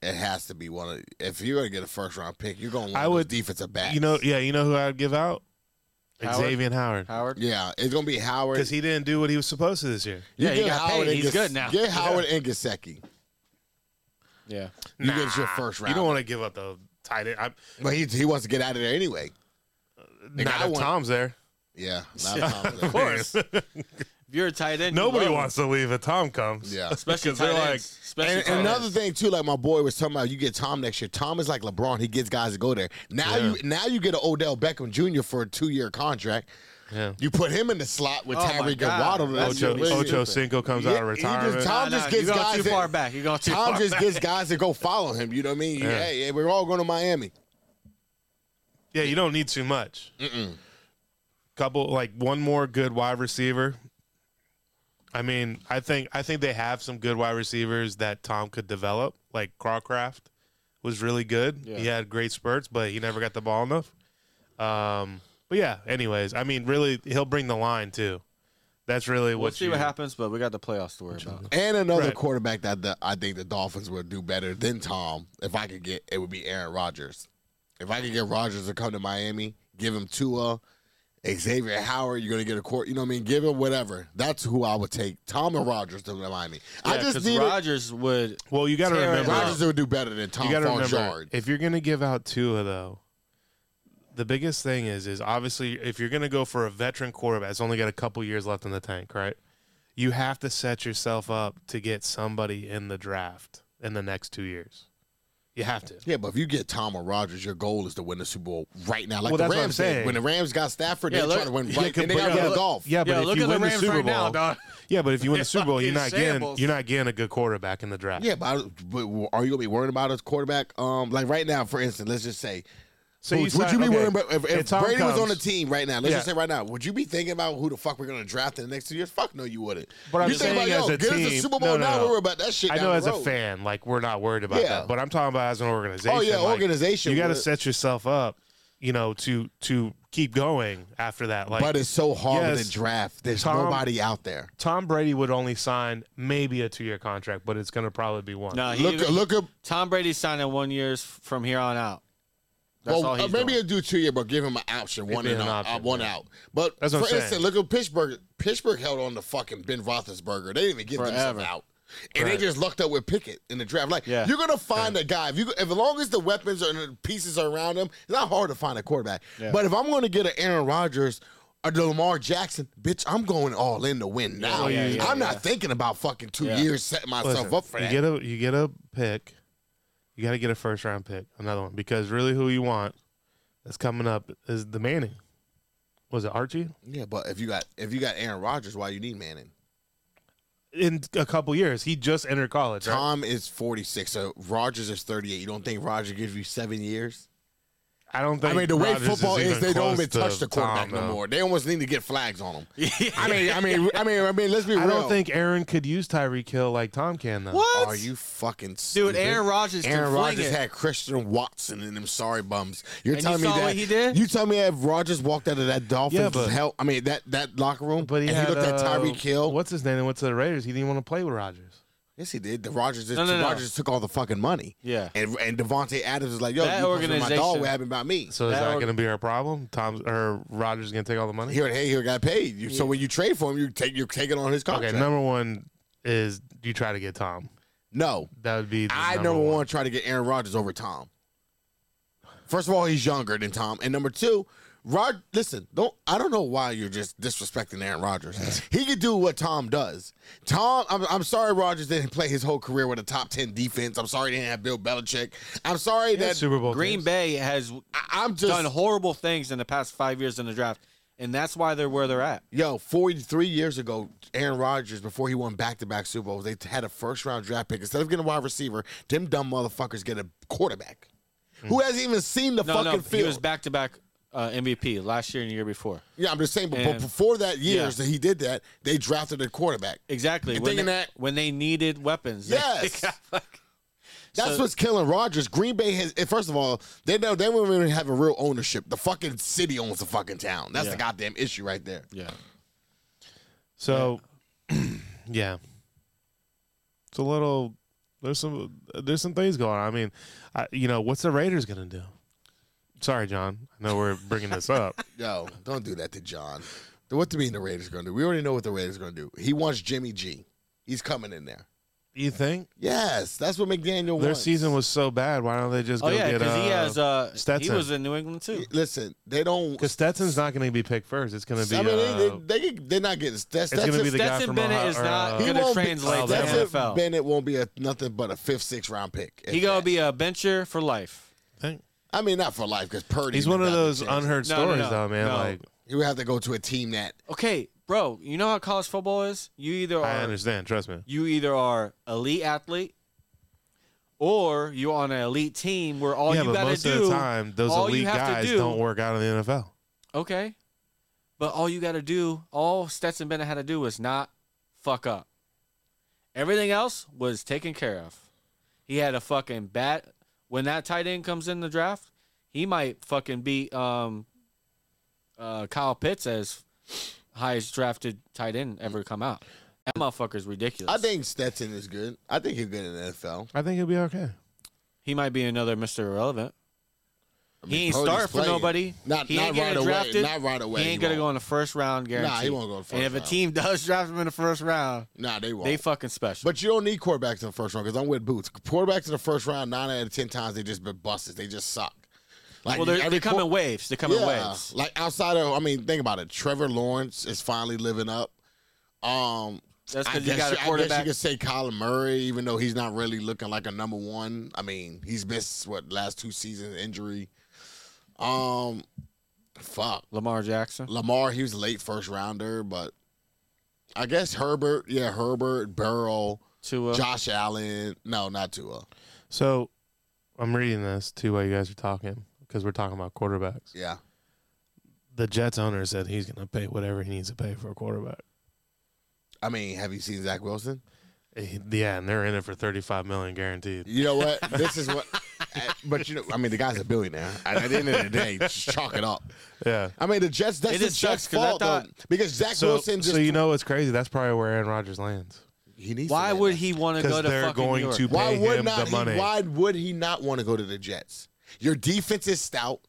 Speaker 3: It has to be one of if you're gonna get a first round pick, you're gonna want
Speaker 1: I
Speaker 3: I
Speaker 1: would-
Speaker 3: would, defensive back.
Speaker 1: You know, yeah, you know who I'd give out?
Speaker 2: Howard?
Speaker 1: Xavier Howard
Speaker 2: Howard.
Speaker 3: yeah, it's gonna be Howard.
Speaker 1: because he didn't do what he was supposed to this year.
Speaker 3: You
Speaker 2: Yeah, he
Speaker 3: get
Speaker 2: got
Speaker 3: Howard
Speaker 2: paid.
Speaker 3: and
Speaker 2: He's
Speaker 3: Gas-
Speaker 2: good now.
Speaker 3: Get Howard and Gasecki.
Speaker 2: Yeah,
Speaker 3: You get your first round.
Speaker 1: You don't want to give up the tight end. I,
Speaker 3: But he he wants to get out of there anyway.
Speaker 1: not
Speaker 3: I
Speaker 1: if
Speaker 3: want-
Speaker 1: Tom's there.
Speaker 3: Yeah, not Tom.
Speaker 2: of course. if you're a tight end, you
Speaker 1: Nobody
Speaker 2: love him.
Speaker 1: wants to leave if Tom comes.
Speaker 3: Yeah.
Speaker 2: especially
Speaker 1: 'cause
Speaker 2: tight
Speaker 1: they're like-
Speaker 2: ends. Especially
Speaker 3: And,
Speaker 2: tight
Speaker 3: and
Speaker 2: ends.
Speaker 3: another thing too, like my boy was talking about, you get Tom next year. Tom is like LeBron; he gets guys to go there. Now
Speaker 1: Yeah.
Speaker 3: you now you get an Odell Beckham Jr. for a two year contract.
Speaker 1: Yeah.
Speaker 3: You put him in the slot with
Speaker 2: Oh, my
Speaker 3: Tyreek and
Speaker 2: God.
Speaker 3: Waddle. That's
Speaker 1: Ocho,
Speaker 2: really
Speaker 1: Ocho
Speaker 2: stupid.
Speaker 1: Cinco comes
Speaker 3: Yeah,
Speaker 1: out of
Speaker 3: he just
Speaker 1: retirement.
Speaker 3: Tom
Speaker 2: Nah, nah,
Speaker 3: just gets
Speaker 2: you go
Speaker 3: guys
Speaker 2: too
Speaker 3: that-
Speaker 2: far back. You go too
Speaker 3: Tom
Speaker 2: far
Speaker 3: just
Speaker 2: back.
Speaker 3: gets guys to go follow him. You know what I mean?
Speaker 1: Yeah.
Speaker 3: Hey, hey, we're all going to Miami.
Speaker 1: yeah, you don't need too much. Couple like one more good wide receiver. I mean, I think I think they have some good wide receivers that Tom could develop. Like Crawcraft was really good.
Speaker 2: Yeah.
Speaker 1: He had great spurts, but he never got the ball enough. Um, but yeah, anyways, I mean, really, he'll bring the line too. That's really what.
Speaker 2: We'll see
Speaker 1: you-
Speaker 2: what happens, but we got the playoffs to worry about.
Speaker 3: And another
Speaker 1: Right.
Speaker 3: quarterback that the, I think the Dolphins would do better than Tom, if I could get, it would be Aaron Rodgers. If I could get Rodgers to come to Miami, give him Tua, Xavier Howard, you're going to get a court. You know what I mean? Give him whatever. That's who I would take. Tom and Rodgers to Miami. I
Speaker 2: Yeah,
Speaker 3: just
Speaker 2: 'cause
Speaker 3: need a-
Speaker 2: Rodgers would.
Speaker 1: Well, you got to
Speaker 2: Terry
Speaker 1: remember.
Speaker 3: Rodgers would do better than Tom
Speaker 1: you got to remember
Speaker 3: Fonjard.
Speaker 1: if you're going to give out Tua though. The biggest thing is is obviously if you're going to go for a veteran quarterback that's only got a couple years left in the tank, right? You have to set yourself up to get somebody in the draft in the next 2 years. You have to.
Speaker 3: Yeah, but if you get Tom or Rodgers, your goal is to win the Super Bowl right now. Like
Speaker 1: Well,
Speaker 3: the
Speaker 1: that's what I'm
Speaker 3: Rams did.
Speaker 1: saying.
Speaker 3: When the Rams got Stafford,
Speaker 2: Yeah,
Speaker 3: they
Speaker 2: look-
Speaker 3: tried to win
Speaker 1: Yeah,
Speaker 3: right. Then they
Speaker 1: but-
Speaker 3: got
Speaker 1: yeah,
Speaker 3: rid of
Speaker 1: look-
Speaker 3: Dolph.
Speaker 1: Yeah, but
Speaker 2: Yeah,
Speaker 1: if
Speaker 2: look
Speaker 1: you
Speaker 2: at the
Speaker 1: win the,
Speaker 2: Rams
Speaker 1: Super
Speaker 2: right
Speaker 1: Bowl,
Speaker 2: now, dog.
Speaker 1: yeah, but if you win the Super Bowl, you're
Speaker 2: fucking
Speaker 1: not getting
Speaker 2: shambles.
Speaker 1: you're not getting a good quarterback in the draft.
Speaker 3: Yeah, but, I, but are you gonna be worried about his quarterback? Um, like right now, for instance, let's just say,
Speaker 1: So
Speaker 3: would, would
Speaker 1: sign-
Speaker 3: you be
Speaker 1: okay,
Speaker 3: worried about if, if
Speaker 1: Tom
Speaker 3: Brady was on
Speaker 1: comes-
Speaker 3: the team right now? Let's
Speaker 1: Yeah.
Speaker 3: just say right now, would you be thinking about who the fuck we're gonna draft in the next two years? Fuck no, you wouldn't.
Speaker 1: But I'm
Speaker 3: you think
Speaker 1: saying as
Speaker 3: about,
Speaker 1: a
Speaker 3: get us
Speaker 1: team-
Speaker 3: the Super
Speaker 1: no,
Speaker 3: Bowl
Speaker 1: no,
Speaker 3: now.
Speaker 1: no.
Speaker 3: We're worried about that shit.
Speaker 1: I
Speaker 3: down
Speaker 1: know
Speaker 3: the
Speaker 1: as a
Speaker 3: road.
Speaker 1: fan, like we're not worried about
Speaker 3: Yeah.
Speaker 1: that, but I'm talking about as an organization.
Speaker 3: Oh, yeah,
Speaker 1: like,
Speaker 3: organization,
Speaker 1: You got to
Speaker 3: but-
Speaker 1: set yourself up, you know, to to keep going after that. Like
Speaker 3: but it's so hard
Speaker 1: Yes,
Speaker 3: with the draft. There's
Speaker 1: Tom-
Speaker 3: nobody out there.
Speaker 1: Tom Brady would only sign maybe a two year contract, but it's going to probably be one.
Speaker 2: No, he,
Speaker 3: Look, look up.
Speaker 2: Tom Brady's signing one years from here on out. That's
Speaker 3: Well,
Speaker 2: all
Speaker 3: uh,
Speaker 2: he's
Speaker 3: maybe
Speaker 2: doing.
Speaker 3: he'll do two year, but give him an option, one
Speaker 1: be
Speaker 3: in
Speaker 1: an
Speaker 3: out,
Speaker 1: option,
Speaker 3: uh, one out. But
Speaker 1: That's
Speaker 3: for
Speaker 1: what I'm saying.
Speaker 3: instance, look at Pittsburgh. Pittsburgh held on to fucking Ben Roethlisberger. They didn't even give themselves
Speaker 2: Forever.
Speaker 3: out, and
Speaker 1: Right.
Speaker 3: they just lucked up with Pickett in the draft. Like
Speaker 2: Yeah.
Speaker 3: you're gonna find a guy if you if as long as the weapons and the pieces are around him, it's not hard to find a quarterback.
Speaker 2: Yeah.
Speaker 3: But if I'm gonna get an Aaron Rodgers. Or the Lamar Jackson, bitch, I'm going all in to win now.
Speaker 1: Oh, yeah,
Speaker 2: yeah,
Speaker 3: I'm
Speaker 2: yeah.
Speaker 3: not thinking about fucking two
Speaker 2: Yeah.
Speaker 3: years setting myself
Speaker 1: Listen,
Speaker 3: up for
Speaker 1: you
Speaker 3: that.
Speaker 1: get a you get a pick. You got to get a first round pick, another one, because really, who you want that's coming up is the Manning. Was it Archie?
Speaker 3: yeah, but if you got if you got Aaron Rodgers, why you need Manning?
Speaker 1: In a couple years, he just entered college. right?
Speaker 3: Tom is 46, so Rogers is 38. You don't think Roger gives you seven years?
Speaker 1: I don't
Speaker 3: I
Speaker 1: think.
Speaker 3: mean, the way
Speaker 1: Rodgers
Speaker 3: football is,
Speaker 1: even
Speaker 3: they don't
Speaker 1: close
Speaker 3: even touch the quarterback
Speaker 1: Tom,
Speaker 3: no
Speaker 1: though.
Speaker 3: more. They almost need to get flags on them. I mean, I mean, I mean, I mean. Let's be
Speaker 1: I
Speaker 3: real.
Speaker 1: don't think Aaron could use Tyreek Hill like Tom can though.
Speaker 2: What?
Speaker 3: Are you fucking stupid?
Speaker 2: Dude, Aaron Rodgers can
Speaker 3: Aaron
Speaker 2: fling
Speaker 3: Rodgers
Speaker 2: it.
Speaker 3: had Christian Watson in them sorry bums. You're
Speaker 2: And you
Speaker 3: telling me
Speaker 2: saw
Speaker 3: that
Speaker 2: what he did?
Speaker 3: You tell me if Rodgers walked out of that Dolphins
Speaker 1: Yeah, but-
Speaker 3: hell I mean that that locker room
Speaker 1: But he,
Speaker 3: and
Speaker 1: had,
Speaker 3: he looked at
Speaker 1: uh,
Speaker 3: Tyreek Hill.
Speaker 1: What's his name? That went to the Raiders. He didn't want to play with Rodgers.
Speaker 3: Yes he did. The Rodgers
Speaker 2: No, no, no.
Speaker 3: Rodgers took all the fucking money.
Speaker 2: Yeah.
Speaker 3: And and Devontae Adams was like, yo,
Speaker 2: That
Speaker 3: you fucking with my dog
Speaker 2: organization-
Speaker 3: what happened about me.
Speaker 1: So is
Speaker 2: That
Speaker 1: that
Speaker 2: or-
Speaker 1: going to be our problem? Tom's or Rodgers going to take all the money?
Speaker 3: He already, hey, he got paid. You, So when you trade for him, you take you're taking on his
Speaker 1: okay,
Speaker 3: contract.
Speaker 1: number one is you try to get Tom.
Speaker 3: no.
Speaker 1: That would be. The
Speaker 3: I number,
Speaker 1: number
Speaker 3: one, try to get Aaron Rodgers over Tom. First of all, he's younger than Tom, and number two, Rod. Listen, don't I don't know why you're just disrespecting Aaron Rodgers. he could do what Tom does. Tom, I'm, I'm sorry Rodgers didn't play his whole career with a top ten defense. I'm sorry he didn't have Bill Belichick. I'm sorry
Speaker 1: Yeah,
Speaker 3: that
Speaker 1: Super Bowl.
Speaker 2: Green
Speaker 1: teams.
Speaker 2: Bay has
Speaker 3: I, am just
Speaker 2: done horrible things in the past five years in the draft, and that's why they're where they're at.
Speaker 3: Yo, 43 years ago, Aaron Rodgers, before he won back to back Super Bowls, they had a first round draft pick. Instead of getting a wide receiver, them dumb motherfuckers get a quarterback who hasn't even seen the
Speaker 2: Mm. No,
Speaker 3: fucking
Speaker 2: no,
Speaker 3: field.
Speaker 2: he was uh, back to back MVP last year and the year before.
Speaker 3: Yeah, I'm just saying, but, but
Speaker 2: And-
Speaker 3: before that
Speaker 2: Yeah.
Speaker 3: years that he did that, they drafted a quarterback.
Speaker 2: Exactly.
Speaker 3: And
Speaker 2: When they,
Speaker 3: thinking that-
Speaker 2: when they needed weapons. they-
Speaker 3: Yes.
Speaker 2: they got fuck-
Speaker 3: That's
Speaker 2: So-
Speaker 3: what's killing Rodgers. Green Bay has, and first of all, they know they don't even have a real ownership. The fucking city owns the fucking town. That's the
Speaker 2: Yeah.
Speaker 3: goddamn issue right there.
Speaker 2: yeah.
Speaker 1: So, yeah, it's a little. There's some there's some things going on. I mean, I, you know, what's the Raiders gonna do? Sorry, John. I know we're bringing this up.
Speaker 3: Yo, don't do that to John. What do you mean the Raiders going to do? We already know what the Raiders going to do. He wants Jimmy G. He's coming in there.
Speaker 1: You think
Speaker 3: Yes, that's what McDaniel
Speaker 1: their
Speaker 3: wants.
Speaker 1: season was so bad? Why don't they just
Speaker 2: Oh
Speaker 1: go
Speaker 2: yeah,
Speaker 1: get?
Speaker 2: because
Speaker 1: Uh,
Speaker 2: he has uh,
Speaker 1: Stetson.
Speaker 2: he was in New England too.
Speaker 3: Listen, they don't.
Speaker 1: Because Stetson's not going to be picked first. It's going to be.
Speaker 3: I mean, they,
Speaker 1: uh,
Speaker 3: they, they, are not getting. That's,
Speaker 1: it's
Speaker 3: that's
Speaker 1: going to
Speaker 3: a-
Speaker 1: be the guy
Speaker 2: Stetson
Speaker 1: from
Speaker 2: Bennett
Speaker 1: Ohio-
Speaker 2: is
Speaker 1: or,
Speaker 2: not
Speaker 1: uh,
Speaker 2: gonna-
Speaker 3: won't
Speaker 2: translate
Speaker 1: to
Speaker 3: Stetson
Speaker 2: NFL.
Speaker 3: Bennett won't be a nothing but a fifth, sixth round pick. if
Speaker 2: He gonna
Speaker 3: that.
Speaker 2: be a bencher for life.
Speaker 1: think.
Speaker 3: I mean, not for life because Purdy.
Speaker 1: He's one of
Speaker 3: got the
Speaker 1: those
Speaker 3: chance.
Speaker 1: unheard
Speaker 2: No, no,
Speaker 1: stories,
Speaker 2: no.
Speaker 1: though, man.
Speaker 2: No.
Speaker 1: Like
Speaker 3: He would have to go to a team that.
Speaker 2: Okay, bro, you know how college football is. You either
Speaker 1: I
Speaker 2: are
Speaker 1: understand. Trust me.
Speaker 2: you either are elite athlete, or you're on an elite team where all
Speaker 1: yeah,
Speaker 2: you
Speaker 1: but
Speaker 2: gotta
Speaker 1: most
Speaker 2: do.
Speaker 1: of the time, those
Speaker 2: all you
Speaker 1: elite
Speaker 2: have to
Speaker 1: guys
Speaker 2: do-
Speaker 1: not work out in the NFL.
Speaker 2: Okay, but all you gotta do, all Stetson Bennett had to do was not fuck up. Everything else was taken care of. He had a fucking bat. When that tight end comes in the draft, he might fucking beat um, uh, Kyle Pitts as highest drafted tight end ever come out. That motherfucker's ridiculous.
Speaker 3: I think Stetson is good. I think he's good in the NFL.
Speaker 1: I think he'll be okay.
Speaker 2: He might be another Mr. Irrelevant.
Speaker 3: I
Speaker 2: he ain't
Speaker 3: Purdy's
Speaker 2: start for
Speaker 3: playing.
Speaker 2: nobody.
Speaker 3: Not,
Speaker 2: he
Speaker 3: not
Speaker 2: ain't
Speaker 3: right
Speaker 2: getting
Speaker 3: away.
Speaker 2: drafted.
Speaker 3: Not right away.
Speaker 2: he ain't gonna go
Speaker 3: won't.
Speaker 2: in the first round guarantee.
Speaker 3: Nah, he won't go in the
Speaker 2: And
Speaker 3: first
Speaker 2: if a
Speaker 3: round.
Speaker 2: team does draft him in the first round,
Speaker 3: Nah, they won't.
Speaker 2: they fucking special.
Speaker 3: but you don't need quarterbacks in the first round because I'm with Boots. Quarterbacks in the first round, nine out of ten times they just been busted. They just suck. Like
Speaker 2: well, they're,
Speaker 3: every
Speaker 2: they come
Speaker 3: quar-
Speaker 2: in waves. They come in
Speaker 3: Yeah,
Speaker 2: waves.
Speaker 3: Like outside of, I mean, think about it. Trevor Lawrence is finally living up. Um,
Speaker 2: That's
Speaker 3: I
Speaker 2: because you
Speaker 3: guess,
Speaker 2: got
Speaker 3: you- I
Speaker 2: a
Speaker 3: guess you
Speaker 2: quarterback.
Speaker 3: could say Kyler Murray, even though he's not really looking like a number one. I mean, he's missed what last two seasons injury. Um, fuck
Speaker 2: Lamar Jackson.
Speaker 3: Lamar, he was a late first rounder, but I guess Herbert, yeah, Herbert, Burrow,
Speaker 2: Tua.
Speaker 3: Josh Allen. No, not Tua.
Speaker 1: So I'm reading this too while you guys are talking because we're talking about quarterbacks.
Speaker 3: Yeah,
Speaker 1: The Jets owner said he's going to pay whatever he needs to pay for a quarterback.
Speaker 3: I mean, have you seen Zach Wilson?
Speaker 1: Eh, Yeah, and they're in it for 35 million guaranteed.
Speaker 3: You know what? This is what. Eh, But you know, I mean, the guy's a billionaire. And at the end of the day, just chalk it up.
Speaker 1: Yeah.
Speaker 3: I mean, the Jets. That's
Speaker 2: It
Speaker 3: the
Speaker 2: just sucks
Speaker 3: Jets'
Speaker 2: 'cause I
Speaker 3: fault though,
Speaker 2: thought-
Speaker 3: because Zach
Speaker 1: So,
Speaker 3: Wilson just
Speaker 1: so you know what's crazy? That's probably where Aaron Rodgers lands
Speaker 3: he needs. to
Speaker 2: Why
Speaker 3: land
Speaker 2: would
Speaker 3: that.
Speaker 2: he want to go
Speaker 1: because
Speaker 2: to
Speaker 1: they're
Speaker 2: fucking
Speaker 1: going
Speaker 2: New York?
Speaker 1: to pay
Speaker 3: Why would
Speaker 1: him
Speaker 3: not?
Speaker 1: the money.
Speaker 3: He, why would he not want to go to the Jets? Your defense is stout.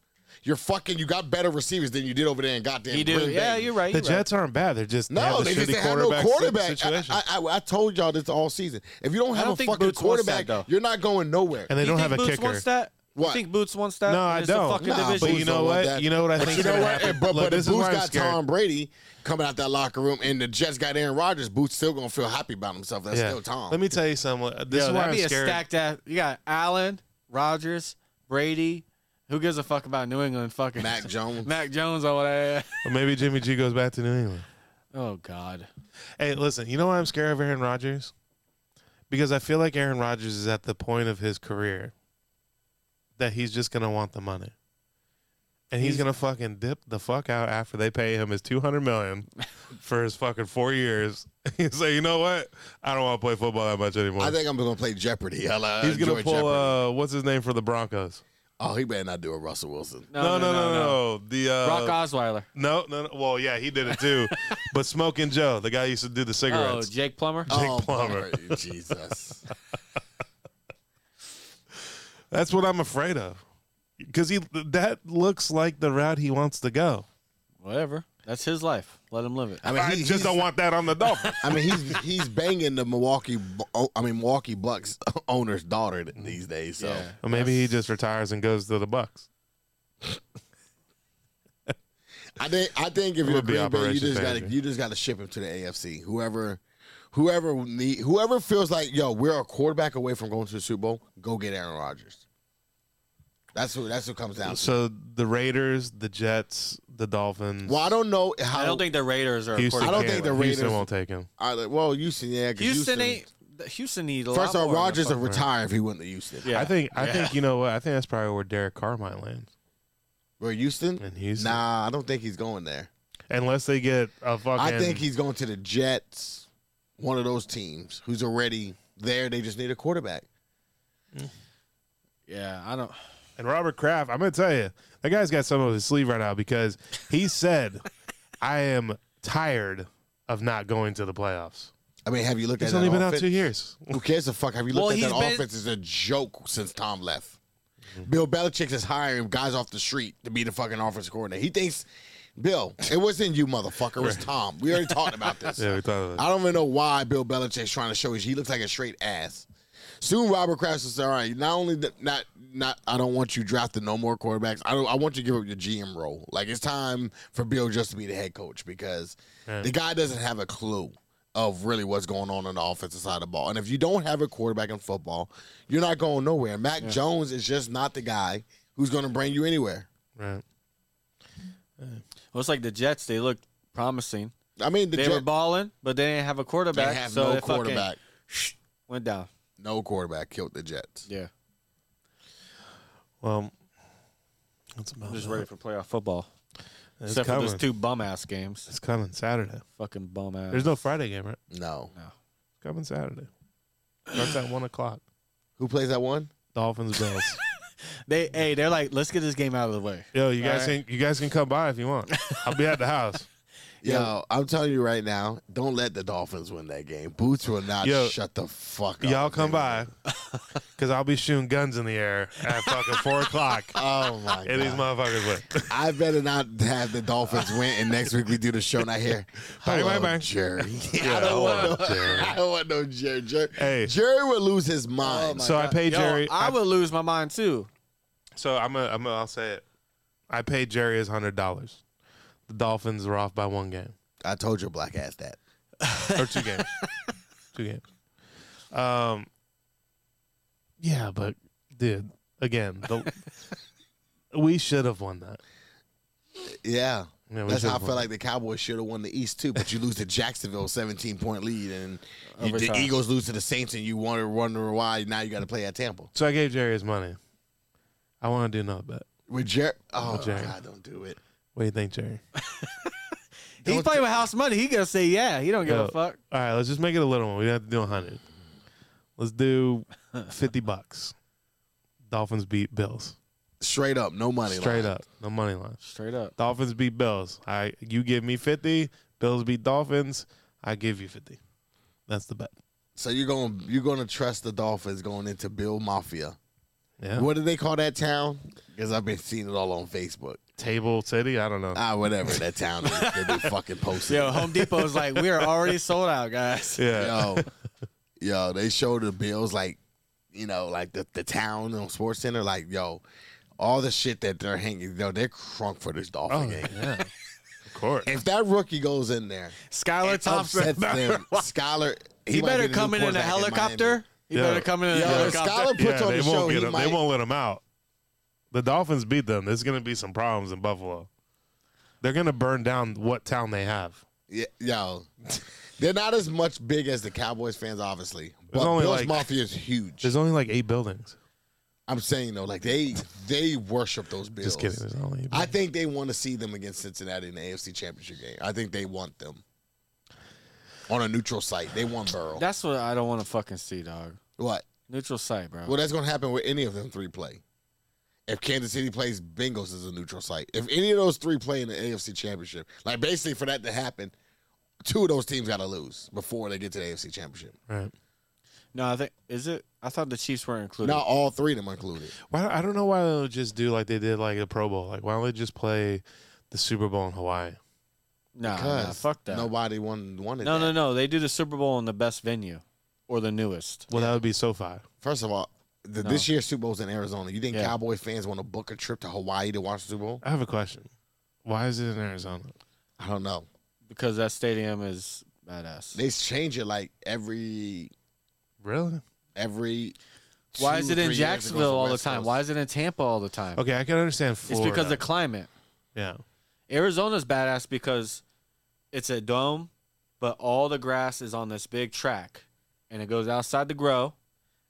Speaker 3: You're fucking. You got better receivers than you did over there in goddamn.
Speaker 2: He do.
Speaker 3: Green
Speaker 2: Yeah,
Speaker 3: Bay.
Speaker 2: you're right.
Speaker 1: the
Speaker 2: you're right.
Speaker 1: Jets aren't bad. They're just they
Speaker 3: No,
Speaker 1: have a
Speaker 3: they
Speaker 1: shitty
Speaker 3: just didn't have no
Speaker 1: quarterback, si-
Speaker 3: quarterback. I,
Speaker 1: situation,
Speaker 3: I, I, I told y'all this all season. If you don't have
Speaker 2: don't
Speaker 3: a
Speaker 2: think
Speaker 3: fucking
Speaker 2: Boots wants that,
Speaker 3: quarterback,
Speaker 2: though.
Speaker 3: you're not going nowhere.
Speaker 1: and they
Speaker 2: You
Speaker 1: don't
Speaker 2: think
Speaker 1: have a
Speaker 2: Boots
Speaker 1: kicker.
Speaker 2: Wants that?
Speaker 3: What?
Speaker 2: You think Boots wants that?
Speaker 1: No, I
Speaker 2: It's the
Speaker 1: don't.
Speaker 2: fucking
Speaker 1: Nah,
Speaker 3: Nah,
Speaker 2: division.
Speaker 1: but you
Speaker 3: Boots
Speaker 1: know
Speaker 3: don't want
Speaker 1: what?
Speaker 3: that.
Speaker 1: You know what I
Speaker 3: But
Speaker 1: think's
Speaker 3: you know
Speaker 1: gonna
Speaker 3: what?
Speaker 1: happen?
Speaker 3: But, but
Speaker 1: Look,
Speaker 3: if
Speaker 1: this is
Speaker 3: Boots
Speaker 1: why I'm
Speaker 3: got
Speaker 1: scared.
Speaker 3: Tom Brady coming out that locker room, and the Jets got Aaron Rodgers. Boots still gonna feel happy about himself. That's
Speaker 1: Yeah.
Speaker 3: still Tom.
Speaker 1: Let me tell you something. This is
Speaker 2: Yo,
Speaker 1: why
Speaker 2: that'd
Speaker 1: I'm
Speaker 2: be a
Speaker 1: scared.
Speaker 2: stacked ass. You got Allen, Rogers, Brady. Who gives a fuck about New England? Fucking
Speaker 3: Mac Jones.
Speaker 2: Mac Jones or whatever.
Speaker 1: Or maybe Jimmy G goes back to New England.
Speaker 2: Oh God.
Speaker 1: Hey, listen, you know why I'm scared of Aaron Rodgers? Because I feel like Aaron Rodgers is at the point of his career that he's just going to want the money. And he's,
Speaker 2: He's-
Speaker 1: gonna fucking dip the fuck out after they pay him his two hundred million for his fucking four years. He's like, you know what? I don't want to play football that much anymore.
Speaker 3: I think I'm gonna play Jeopardy. I'll, uh,
Speaker 1: he's gonna
Speaker 3: enjoy
Speaker 1: pull
Speaker 3: Jeopardy.
Speaker 1: uh, what's his name for the Broncos?
Speaker 3: Oh, he better not do a Russell Wilson.
Speaker 1: No, no, no, no. The uh,
Speaker 2: Brock Osweiler.
Speaker 1: no, no, no. Well, yeah, he did it too. but Smoking Joe, the guy who used to do the
Speaker 2: Oh,
Speaker 1: cigarettes.
Speaker 2: Jake Plummer.
Speaker 1: Jake
Speaker 3: oh,
Speaker 1: Plummer.
Speaker 3: Lord, Jesus.
Speaker 1: That's what I'm afraid of. Because he that looks like the route he wants to go.
Speaker 2: Whatever. That's his life. Let him live it.
Speaker 3: I mean,
Speaker 1: I
Speaker 3: he-
Speaker 1: just
Speaker 3: he's-
Speaker 1: don't want that on the Dolphins.
Speaker 3: I mean, he's he's banging the Milwaukee. Bu- oh, I mean, Milwaukee Bucks owner's daughter th- these days. So
Speaker 2: Yeah.
Speaker 1: or maybe he just retires and goes to the Bucks.
Speaker 3: I think I think if
Speaker 1: It
Speaker 3: you're
Speaker 1: would be
Speaker 3: Green Bay, you
Speaker 1: operations
Speaker 3: just got to
Speaker 1: manager.
Speaker 3: you just got to ship him to the AFC. Whoever, whoever need, whoever feels like yo, we're a quarterback away from going to the Super Bowl. Go get Aaron Rodgers. That's who. That's who comes down. to.
Speaker 1: So the Raiders, the Jets, the Dolphins.
Speaker 3: Well, I don't know how.
Speaker 2: I don't think the Raiders are.
Speaker 1: Houston
Speaker 3: I
Speaker 2: important.
Speaker 3: don't
Speaker 1: can't-
Speaker 3: think the
Speaker 1: Houston
Speaker 3: Raiders-
Speaker 1: won't take him.
Speaker 3: I like- well, Houston, yeah, 'cause
Speaker 2: Houston
Speaker 3: Houston.
Speaker 2: ain't. Houston need a lot
Speaker 3: first off,
Speaker 2: more than
Speaker 3: Rodgers
Speaker 2: fuck-
Speaker 3: will retire if he went to Houston.
Speaker 2: Yeah.
Speaker 1: I think. I
Speaker 2: Yeah.
Speaker 1: think you know what. I think that's probably where Derek Carr might land
Speaker 3: Where Houston?
Speaker 1: in Houston,
Speaker 3: Nah, I don't think he's going there.
Speaker 1: unless they get a fucking.
Speaker 3: I think he's going to the Jets, one of those teams who's already there. They just need a quarterback.
Speaker 2: Yeah, I don't.
Speaker 1: And Robert Kraft, I'm gonna tell you, that guy's got some of his sleeve right now because he said, "I am tired of not going to the playoffs."
Speaker 3: I mean, have you looked
Speaker 1: He's
Speaker 3: at
Speaker 1: only
Speaker 3: that
Speaker 1: been out
Speaker 3: offense?
Speaker 1: two years.
Speaker 3: Who cares the fuck? Have you
Speaker 2: Well,
Speaker 3: looked
Speaker 2: he's
Speaker 3: at that
Speaker 2: been-
Speaker 3: offense? It's a joke since Tom left. Bill Belichick is hiring guys off the street to be the fucking offensive coordinator. He thinks, Bill, it wasn't you, motherfucker. It was Tom. We already talked about this.
Speaker 1: Yeah, we thought of
Speaker 3: I don't even know why Bill Belichick's trying to show his. He looks like a straight ass. Soon, Robert Kraft will say, "All right, not only th- not not I don't want you drafting no more quarterbacks. I don't. I want you to give up your GM role. Like it's time for Bill just to be the head coach because
Speaker 1: Yeah.
Speaker 3: the guy doesn't have a clue of really what's going on on the offensive side of the ball. And if you don't have a quarterback in football, you're not going nowhere. Mac Jones is just not the guy who's going to bring you anywhere.
Speaker 1: Right.
Speaker 2: Well, it's like the Jets. They looked promising.
Speaker 3: I mean, the
Speaker 2: they were
Speaker 3: Jets,
Speaker 2: balling, but they didn't have a
Speaker 3: they
Speaker 2: quarterback.
Speaker 3: have
Speaker 2: so they
Speaker 3: no
Speaker 2: fucking
Speaker 3: quarterback.
Speaker 2: went down.
Speaker 3: No quarterback killed the Jets.
Speaker 2: Yeah,
Speaker 1: Well, that's about
Speaker 2: I'm just
Speaker 1: that.
Speaker 2: ready for playoff football.
Speaker 1: It's
Speaker 2: Except
Speaker 1: coming.
Speaker 2: for those two bum ass games.
Speaker 1: It's coming Saturday.
Speaker 2: Fucking bum ass.
Speaker 1: There's no Friday game, right?
Speaker 3: No.
Speaker 1: It's coming Saturday. Starts at one o'clock.
Speaker 3: Who plays that one?
Speaker 1: Dolphins Bills.
Speaker 2: They hey, they're like, let's get this game out of the way.
Speaker 1: Yo, you
Speaker 2: All
Speaker 1: guys
Speaker 2: right.
Speaker 1: can you guys can come by if you want. I'll be at the house.
Speaker 3: Yo, I'm telling you right now, don't let the Dolphins win that game. Boots will not
Speaker 1: Yo,
Speaker 3: shut the fuck up.
Speaker 1: Y'all come
Speaker 3: dude.
Speaker 1: by, cause I'll be shooting guns in the air at fucking four o'clock.
Speaker 3: Oh my
Speaker 1: And these
Speaker 3: god!
Speaker 1: motherfuckers win.
Speaker 3: I better not have the Dolphins win, and next week we do the show not here.
Speaker 1: Bye,
Speaker 3: Hello,
Speaker 1: bye, bye.
Speaker 3: Jerry. I,
Speaker 1: Yeah,
Speaker 3: don't want no,
Speaker 1: Jerry.
Speaker 3: I don't want no Jerry. Jerry,
Speaker 1: Hey.
Speaker 3: Jerry would lose his mind.
Speaker 1: So I paid
Speaker 2: Yo,
Speaker 1: Jerry.
Speaker 2: I
Speaker 1: I-
Speaker 2: would lose my mind too.
Speaker 1: So I'm a, I'm a, I'll say it. I paid Jerry his hundred dollars. The Dolphins were off by one game
Speaker 3: I told your black ass that.
Speaker 1: or two games, two games. Um. Yeah, but dude, again, the, we should have won that.
Speaker 3: Yeah,
Speaker 1: Yeah, we
Speaker 3: that's
Speaker 1: should've
Speaker 3: how I feel
Speaker 1: won.
Speaker 3: like the Cowboys should have won the East too, but you lose to Jacksonville 17 point lead, and you, the
Speaker 2: Overtime.
Speaker 3: Eagles lose to the Saints, and you wonder wonder why now you got to play at Tampa.
Speaker 1: So I gave Jerry his money. I want to do another bet.
Speaker 3: With Jer- oh
Speaker 1: Jerry.
Speaker 3: God, don't do it.
Speaker 1: What do you think, Jerry?
Speaker 2: He's
Speaker 3: Don't
Speaker 2: playing with house money. He gonna say yeah. He don't give
Speaker 1: Yo.
Speaker 2: a fuck.
Speaker 1: All right, let's just make it a little one. We don't have to do a hundred. Let's do fifty bucks. Dolphins beat Bills.
Speaker 3: Straight up, no money.
Speaker 1: Straight
Speaker 3: line.
Speaker 1: up, no money line.
Speaker 2: Straight up.
Speaker 1: Dolphins beat Bills. I you give me fifty. Bills beat Dolphins. I give you fifty. That's the bet.
Speaker 3: So you're going you're going to trust the Dolphins going into Bill Mafia.
Speaker 1: Yeah.
Speaker 3: What do they call that town? Because I've been seeing it all on Facebook.
Speaker 1: Table City. I don't know.
Speaker 3: Ah, whatever that town is. They be fucking posting.
Speaker 2: Yo,
Speaker 3: it.
Speaker 2: Home Depot's like, we are already sold out, guys.
Speaker 1: yeah.
Speaker 3: yo, yo, they show the Bills like, you know, like the the town on Sports Center. Like, yo, all the shit that they're hanging. Yo, they're crunk for this Dolphin
Speaker 1: Oh
Speaker 3: game.
Speaker 1: yeah. Of course.
Speaker 3: If that rookie goes in there,
Speaker 2: Skylar
Speaker 3: it
Speaker 2: Thompson.
Speaker 3: upsets them. Skyler,
Speaker 2: He,
Speaker 3: might
Speaker 2: better
Speaker 3: be the new
Speaker 2: come in in a
Speaker 3: quarterback Miami.
Speaker 2: helicopter. He
Speaker 1: Yo.
Speaker 2: better come in in a
Speaker 3: Yo,
Speaker 2: helicopter.
Speaker 3: Skylar puts
Speaker 1: yeah,
Speaker 3: on
Speaker 1: they
Speaker 3: the
Speaker 1: won't
Speaker 3: show.
Speaker 1: get
Speaker 3: He
Speaker 1: him.
Speaker 3: might,
Speaker 1: They won't let him out. The Dolphins beat them. There's going to be some problems in Buffalo. They're going to burn down what town they have.
Speaker 3: Yeah, yo, they're not as much big as the Cowboys fans, obviously. But
Speaker 1: only
Speaker 3: Bills
Speaker 1: like-
Speaker 3: Mafia is huge.
Speaker 1: There's only like eight buildings.
Speaker 3: I'm saying though, like they they worship those Bills.
Speaker 1: Just kidding. It's not only-
Speaker 3: I think they want to see them against Cincinnati in the AFC Championship game. I think they want them on a neutral site. They want Burrow.
Speaker 2: That's what I don't want to fucking see, dog.
Speaker 3: what?
Speaker 2: Neutral site, bro.
Speaker 3: Well, that's going to happen with any of them three play. If Kansas City plays Bengals as a neutral site, if any of those three play in the AFC Championship, like basically for that to happen, two of those teams got to lose before they get to the AFC Championship.
Speaker 1: right.
Speaker 2: No, I think is it. I thought the Chiefs weren't included.
Speaker 3: Not all three of them included.
Speaker 1: Why I don't know why they don't just do like they did like the Pro Bowl. Like why don't they just play the Super Bowl in Hawaii?
Speaker 2: nah, nah,
Speaker 3: Because
Speaker 2: fuck that.
Speaker 3: Nobody won, wanted that.
Speaker 2: no, no, no. They do the Super Bowl in the best venue or the newest.
Speaker 1: Well, that would be SoFi.
Speaker 3: First of all, the,
Speaker 2: No.
Speaker 3: this year's Super Bowl's in Arizona. You think
Speaker 2: Yeah.
Speaker 3: Cowboy fans want to book a trip to Hawaii to watch the Super Bowl?
Speaker 1: I have a question. Why is it in Arizona?
Speaker 3: I don't know.
Speaker 2: because that stadium is badass.
Speaker 3: They change it like every
Speaker 1: Really?
Speaker 3: every.
Speaker 2: Why
Speaker 3: two,
Speaker 2: is it
Speaker 3: three years it
Speaker 2: in
Speaker 3: goes to
Speaker 2: Jacksonville all the
Speaker 3: West
Speaker 2: time?
Speaker 3: Coast.
Speaker 2: Why is it in Tampa all the time?
Speaker 1: Okay, I can understand
Speaker 2: It's
Speaker 1: Florida.
Speaker 2: because the climate.
Speaker 1: yeah.
Speaker 2: Arizona's badass because it's a dome, but all the grass is on this big track, and it goes outside to grow.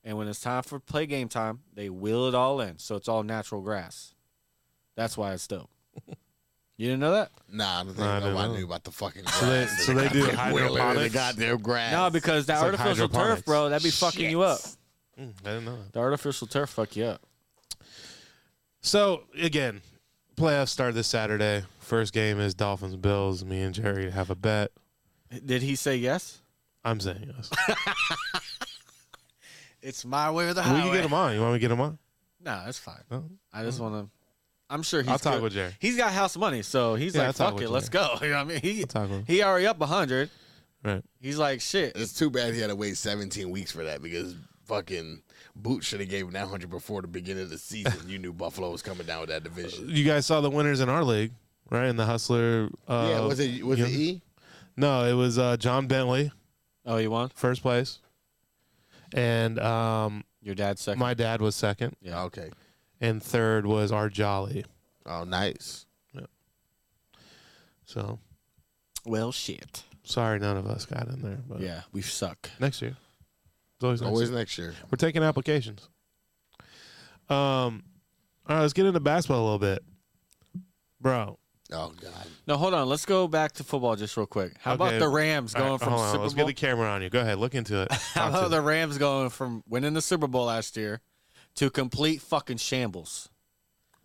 Speaker 2: And when it's time for play game time, they wheel it all in, so it's all natural grass. That's why it's dope. you didn't know that?
Speaker 3: Nah, I don't think
Speaker 1: Nah, I don't
Speaker 3: nobody
Speaker 1: know.
Speaker 3: knew about the fucking.
Speaker 1: So they-
Speaker 3: grass.
Speaker 1: so they do
Speaker 3: Goddamn wheeler,
Speaker 1: hydroponics?
Speaker 3: The goddamn grass.
Speaker 2: No, because that
Speaker 1: It's like
Speaker 2: artificial turf,
Speaker 1: hydroponics.
Speaker 2: bro, that'd be fucking you up.
Speaker 1: Mm, I didn't know that.
Speaker 2: The artificial turf fuck you up.
Speaker 1: So again, playoffs start this Saturday. First game is Dolphins Bills. Me and Jerry have a bet.
Speaker 2: Did he say yes?
Speaker 1: I'm saying yes.
Speaker 2: It's my way or the
Speaker 1: we can get him on. You want me to get him on?
Speaker 2: No, that's fine.
Speaker 1: No?
Speaker 2: I just want to. I'm sure he's.
Speaker 1: I'll talk
Speaker 2: good.
Speaker 1: with Jerry.
Speaker 2: He's got house money, so he's
Speaker 1: Yeah, I'll
Speaker 2: like,
Speaker 1: talk
Speaker 2: "Fuck
Speaker 1: with
Speaker 2: it,
Speaker 1: you.
Speaker 2: let's go." You know what I mean? He
Speaker 1: I'll talk with him.
Speaker 2: he already up hundred.
Speaker 1: Right.
Speaker 2: He's like, "Shit."
Speaker 3: It's too bad he had to wait 17 weeks for that because fucking Boot should have gave him that hundred before the beginning of the season. you knew Buffalo was coming down with that division.
Speaker 1: You guys saw the winners in our league, right? In the Hustler. Uh,
Speaker 3: yeah, was it was it
Speaker 1: you-
Speaker 3: E?
Speaker 1: No, it was uh, John Bentley,
Speaker 2: Oh, you won.
Speaker 1: first place, and um,
Speaker 2: Your dad second.
Speaker 1: my dad was second,
Speaker 2: yeah.
Speaker 3: Oh, Okay.
Speaker 1: and third was our Jolly.
Speaker 3: Oh, nice.
Speaker 1: So
Speaker 2: Well, shit.
Speaker 1: sorry, none of us got in there. But
Speaker 2: Yeah, we suck.
Speaker 1: next year, it's always, next
Speaker 3: Always
Speaker 1: year.
Speaker 3: next year.
Speaker 1: We're taking applications. Um, all right, let's get into basketball a little bit, bro.
Speaker 3: Oh God.
Speaker 2: No, hold on. Let's go back to football just real quick. How
Speaker 1: Okay.
Speaker 2: about the Rams going
Speaker 1: All right,
Speaker 2: from
Speaker 1: hold on,
Speaker 2: Super
Speaker 1: let's
Speaker 2: Bowl?
Speaker 1: get the camera on you. Go ahead, look into it.
Speaker 2: How
Speaker 1: Talk to
Speaker 2: about
Speaker 1: it.
Speaker 2: the Rams going from winning the Super Bowl last year to complete fucking shambles?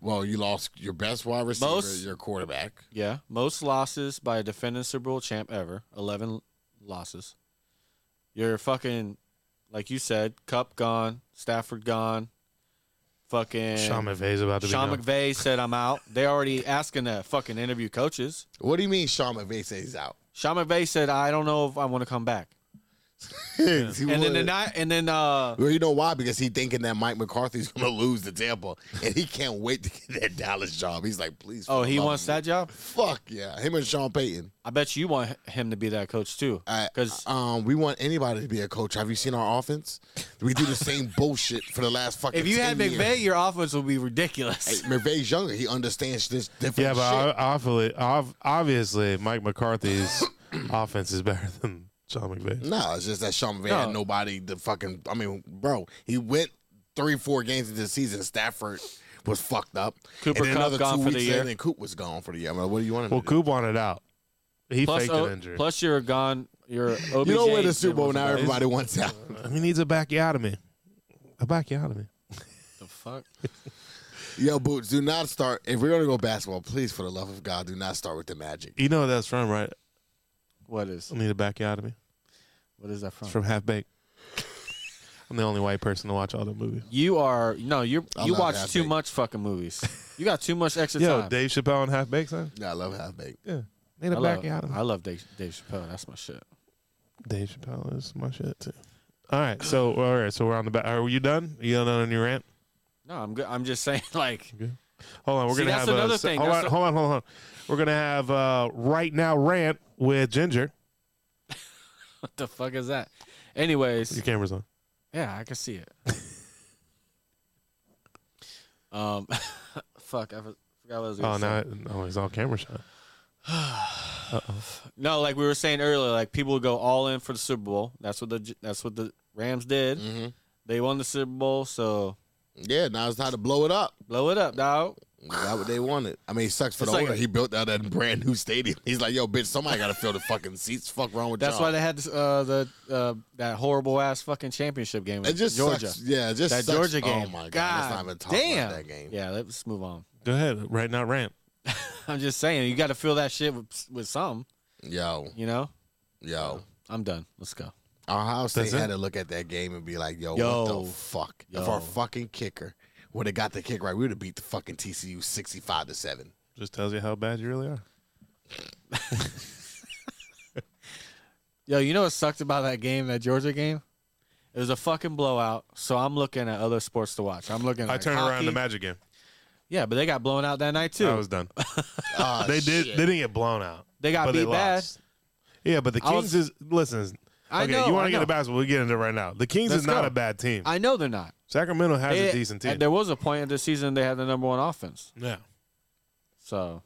Speaker 3: Well, you lost your best wide receiver,
Speaker 2: Most-
Speaker 3: your quarterback.
Speaker 2: Yeah, most losses by a defending Super Bowl champ ever. Eleven losses. You're fucking, like you said, Cup gone, Stafford gone, fucking.
Speaker 1: Sean McVay's about to
Speaker 2: Sean
Speaker 1: be. known.
Speaker 2: McVay said I'm out. They already asking to fucking interview coaches.
Speaker 3: What do you mean Sean McVay says he's out?
Speaker 2: Sean McVay said I don't know if I want to come back.
Speaker 3: He
Speaker 2: And then
Speaker 3: wanted-
Speaker 2: the night, and then uh,
Speaker 3: well, you know why? Because he thinking that Mike McCarthy's gonna lose the Tampa, and he can't wait to get that Dallas job. He's like, please. for
Speaker 2: oh,
Speaker 3: the
Speaker 2: he
Speaker 3: love
Speaker 2: wants
Speaker 3: of me.
Speaker 2: that job.
Speaker 3: Fuck yeah, him and Sean Payton.
Speaker 2: I bet you want him to be that coach too,
Speaker 3: I-
Speaker 2: because
Speaker 3: Um, we want anybody to be a coach. Have you seen our offense? We do the same bullshit for the last fucking.
Speaker 2: if you had
Speaker 3: 10
Speaker 2: McVay,
Speaker 3: years.
Speaker 2: your offense would be ridiculous.
Speaker 3: Hey, McVay's younger. He understands this different.
Speaker 1: Yeah, but ob-
Speaker 3: shit.
Speaker 1: obviously, ob- obviously, Mike McCarthy's offense is better than Sean McVay.
Speaker 3: No, it's just that Sean McVay had
Speaker 2: No.
Speaker 3: nobody to fucking. I mean, bro, he went three, four games into the season. Stafford was fucked up.
Speaker 2: Cooper
Speaker 3: and then
Speaker 2: Kupp
Speaker 3: another
Speaker 2: gone
Speaker 3: two
Speaker 2: for the
Speaker 3: weeks in,
Speaker 2: year.
Speaker 3: And then Coop was gone for the year. I mean, what do you want?
Speaker 1: Well,
Speaker 3: Him to
Speaker 1: Coop wanted out. He
Speaker 2: plus,
Speaker 1: faked
Speaker 2: oh,
Speaker 1: an injury.
Speaker 2: plus you're gone. You're OBJ.
Speaker 3: do? You don't win the Super Bowl now.
Speaker 2: What
Speaker 3: Everybody wants out.
Speaker 1: he needs a bacchiotomy. A bacchiotomy.
Speaker 2: The fuck?
Speaker 3: Yo, boots. Do not start. If we're gonna go basketball, please, for the love of God, do not start with the Magic.
Speaker 1: You know what that's from, right?
Speaker 2: What is?
Speaker 1: I need a bacchiotomy.
Speaker 2: What is that from?
Speaker 1: It's from Half Baked. I'm the only white person to watch all the movies.
Speaker 2: You are no. You
Speaker 3: I'm
Speaker 2: you
Speaker 3: not
Speaker 2: watch
Speaker 3: that
Speaker 2: too
Speaker 3: big.
Speaker 2: much fucking movies. You got too much extra
Speaker 1: Yo,
Speaker 2: time.
Speaker 1: Dave Chappelle and Half Baked, son.
Speaker 3: Yeah, I love half baked.
Speaker 1: Yeah, need a
Speaker 2: I love,
Speaker 1: bacchiotomy.
Speaker 2: I love Dave, Dave Chappelle. That's my shit.
Speaker 1: Dave Chappelle is my shit too. All right, so all right, so we're on the back. Are you done? You done on your rant?
Speaker 2: No, I'm good. I'm just saying, like,
Speaker 1: Hold on, we're
Speaker 2: See,
Speaker 1: gonna
Speaker 2: that's
Speaker 1: have a
Speaker 2: another
Speaker 1: se-
Speaker 2: thing.
Speaker 1: Hold on,
Speaker 2: That's a-
Speaker 1: hold on, hold on. We're gonna have uh, right now rant with Ginger.
Speaker 2: what the fuck is that?
Speaker 1: Your
Speaker 2: Anyways,
Speaker 1: camera's on.
Speaker 2: yeah, I can see it. um, fuck, I for- forgot what I was
Speaker 1: Oh
Speaker 2: gonna
Speaker 1: now,
Speaker 2: say.
Speaker 1: it, oh, it's all camera shot.
Speaker 2: No, like we were saying earlier, like people go all in for the Super Bowl. That's what the that's what the Rams did.
Speaker 3: Mm-hmm.
Speaker 2: They won the Super Bowl, so
Speaker 3: Yeah, now it's time to blow it up.
Speaker 2: Blow it up, dog.
Speaker 3: That's what they wanted. I mean, it sucks for
Speaker 2: It's
Speaker 3: the
Speaker 2: like-
Speaker 3: owner. He built out that brand new stadium. He's like, yo, bitch, somebody got to fill the fucking seats. Fuck wrong with
Speaker 2: That's
Speaker 3: y'all.
Speaker 2: why they had this, uh, the uh, that horrible ass fucking championship game.
Speaker 3: It
Speaker 2: with
Speaker 3: just
Speaker 2: Georgia.
Speaker 3: sucks. Yeah, it just
Speaker 2: That
Speaker 3: sucks.
Speaker 2: Georgia game.
Speaker 3: Oh my god,
Speaker 2: God
Speaker 3: let's not even talk
Speaker 2: damn.
Speaker 3: about that game.
Speaker 2: Yeah, let's move on.
Speaker 1: Go ahead, right now rant.
Speaker 2: I'm just saying, you got to fill that shit with, with some.
Speaker 3: Yo,
Speaker 2: You know,
Speaker 3: yo,
Speaker 2: I'm done. Let's go.
Speaker 3: Ohio
Speaker 1: it?
Speaker 3: State had to look at that game and be like, yo,
Speaker 2: Yo.
Speaker 3: what the fuck? If
Speaker 2: Yo.
Speaker 3: our fucking kicker would have got the kick right, we would have beat the fucking TCU sixty-five to seven.
Speaker 1: Just tells you how bad you really are.
Speaker 2: Yo, you know what sucked about that game, that Georgia game? It was a fucking blowout. So I'm looking at other sports to watch. I'm looking.
Speaker 1: I
Speaker 2: like
Speaker 1: turned around
Speaker 2: hockey.
Speaker 1: the Magic game.
Speaker 2: Yeah, but they got blown out that night too.
Speaker 1: I was done.
Speaker 3: Ah,
Speaker 1: they did.
Speaker 3: shit.
Speaker 1: They didn't get blown out,
Speaker 2: they got
Speaker 1: but they
Speaker 2: Oh, beat bad.
Speaker 1: lost. Yeah, but the
Speaker 2: I
Speaker 1: Kings
Speaker 2: was-
Speaker 1: is listen.
Speaker 2: I
Speaker 1: okay,
Speaker 2: know.
Speaker 1: you
Speaker 2: I
Speaker 1: want to get
Speaker 2: know.
Speaker 1: a basketball? We get into it right now. The Kings
Speaker 2: Let's
Speaker 1: is not
Speaker 2: go.
Speaker 1: a bad team.
Speaker 2: I know they're not.
Speaker 1: Sacramento has
Speaker 2: They-
Speaker 1: a decent team.
Speaker 2: There was a point in the season they had the number one offense.
Speaker 1: Yeah,
Speaker 2: So,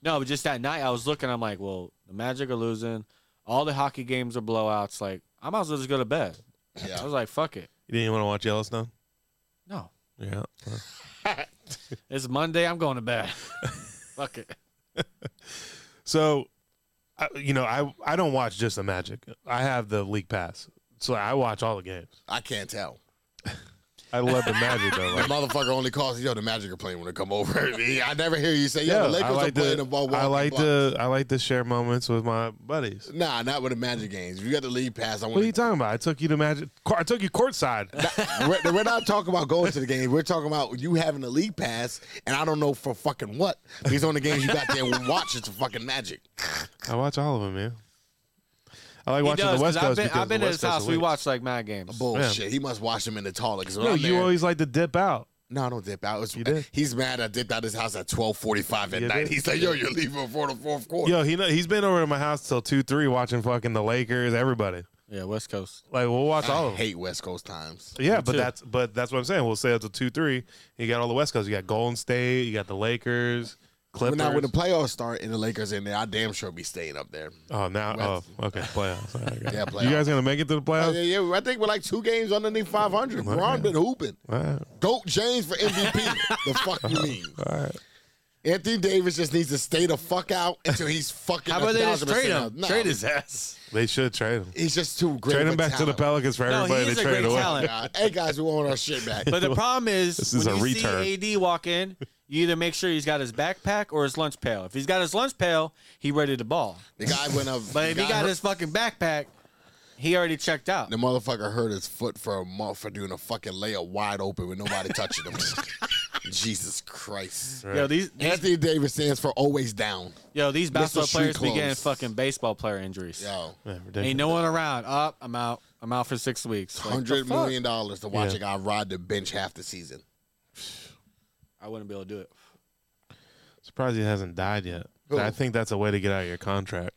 Speaker 2: no, but just that night I was looking. I'm like, well, the Magic are losing. All the hockey games are blowouts. Like, I might as well just go to bed. I
Speaker 3: Yeah.
Speaker 2: was like, fuck it.
Speaker 1: you didn't want to watch Yellowstone.
Speaker 2: No,
Speaker 1: Yeah, Well,
Speaker 2: it's Monday. I'm going to bed. fuck it.
Speaker 1: So, I, you know, I I don't watch just the Magic. I have the league pass, so I watch all the games.
Speaker 3: I can't tell.
Speaker 1: I love the Magic though.
Speaker 3: The
Speaker 1: Like,
Speaker 3: motherfucker only calls yo the Magic are playing when they come over. I never hear you say yo
Speaker 1: yeah,
Speaker 3: the Lakers
Speaker 1: I like
Speaker 3: are playing
Speaker 1: to
Speaker 3: the ball.
Speaker 1: I like to I like to share moments with my buddies.
Speaker 3: Nah, not with the Magic games. If you got the league pass, I
Speaker 1: What are you
Speaker 3: want.
Speaker 1: talking about? I took you to Magic. cour- I took you courtside.
Speaker 3: we're, we're not talking about going to the game. We're talking about you having the league pass, and I don't know for fucking what. Because on the games you got there and watch, it's fucking Magic.
Speaker 1: I watch all of them, man. I like
Speaker 2: He
Speaker 1: watching
Speaker 2: does,
Speaker 1: the West
Speaker 2: 'cause I've
Speaker 1: Coast
Speaker 2: been,
Speaker 1: because
Speaker 2: I've been
Speaker 1: the
Speaker 2: at
Speaker 1: West
Speaker 2: his
Speaker 1: Coast
Speaker 2: house. We
Speaker 1: elite.
Speaker 2: watched like mad games.
Speaker 3: Bullshit. He must watch them in the taller. Cause when
Speaker 1: No,
Speaker 3: I'm
Speaker 1: you
Speaker 3: there-
Speaker 1: always like to dip out.
Speaker 3: no, I don't dip out. It's-
Speaker 1: You did.
Speaker 3: He's mad. I dipped out his house at twelve forty-five at
Speaker 1: You
Speaker 3: night.
Speaker 1: did.
Speaker 3: He's like, yo, you're leaving before the fourth quarter.
Speaker 1: Yo, he know, he's been over to my house till two, three, watching fucking the Lakers. Everybody,
Speaker 2: Yeah, West Coast.
Speaker 1: like we'll watch all
Speaker 3: I
Speaker 1: of them.
Speaker 3: hate West Coast times.
Speaker 1: Yeah,
Speaker 2: Me
Speaker 1: but
Speaker 2: too.
Speaker 1: that's but that's what I'm saying. We'll say up to two three. You got all the West Coast. You got Golden State. You got the Lakers, Clippers.
Speaker 3: But now when the playoffs start and the Lakers in there, I damn sure be staying up there.
Speaker 1: oh, now
Speaker 3: West.
Speaker 1: oh okay playoffs. All right, I got it.
Speaker 3: Yeah,
Speaker 1: You guys gonna make it to the
Speaker 3: Oh,
Speaker 1: playoffs?
Speaker 3: yeah, yeah. I think we're like two games underneath 500. Braun been hooping.
Speaker 1: All right,
Speaker 3: Goat James for MVP. the fuck you mean?
Speaker 1: all right.
Speaker 3: Anthony Davis just needs to stay the fuck out until he's fucking.
Speaker 2: How about they just
Speaker 3: 1,000%
Speaker 2: trade
Speaker 3: out.
Speaker 2: him?
Speaker 3: No,
Speaker 2: Trade his ass.
Speaker 1: They should trade him.
Speaker 3: He's just too great.
Speaker 1: Trade him
Speaker 3: of a
Speaker 1: back to the
Speaker 3: talent.
Speaker 1: Pelicans for
Speaker 2: No,
Speaker 1: everybody
Speaker 2: he is
Speaker 1: to
Speaker 2: a
Speaker 1: trade
Speaker 2: great
Speaker 1: away.
Speaker 2: talent.
Speaker 3: God. Hey guys, we want our shit back.
Speaker 2: But the problem is,
Speaker 1: This is
Speaker 2: when
Speaker 1: a
Speaker 2: you
Speaker 1: return.
Speaker 2: see AD walk in, you either make sure he's got his backpack or his lunch pail. If he's got his lunch pail, he ready to ball.
Speaker 3: the guy went up.
Speaker 2: But if
Speaker 3: the
Speaker 2: he
Speaker 3: guy
Speaker 2: got
Speaker 3: hurt-
Speaker 2: his fucking backpack, he already checked out.
Speaker 3: the motherfucker hurt his foot for a month for doing a fucking layup wide open with nobody touching him. Jesus Christ.
Speaker 2: Yo, these, these
Speaker 3: Anthony Davis stands for always down.
Speaker 2: yo these basketball
Speaker 3: Street
Speaker 2: players be
Speaker 3: Clothes.
Speaker 2: getting fucking baseball player injuries.
Speaker 3: Yo.
Speaker 1: Yeah,
Speaker 2: Ain't
Speaker 1: ridiculous.
Speaker 2: no one around. Up, I'm out. I'm out for six weeks. Like,
Speaker 3: Hundred
Speaker 2: the fuck?
Speaker 3: million dollars to watch
Speaker 1: Yeah.
Speaker 3: a guy ride the bench half the season.
Speaker 2: I wouldn't be able to do it.
Speaker 1: Surprised he hasn't died yet.
Speaker 3: Who?
Speaker 1: I think that's a way to get out of your contract.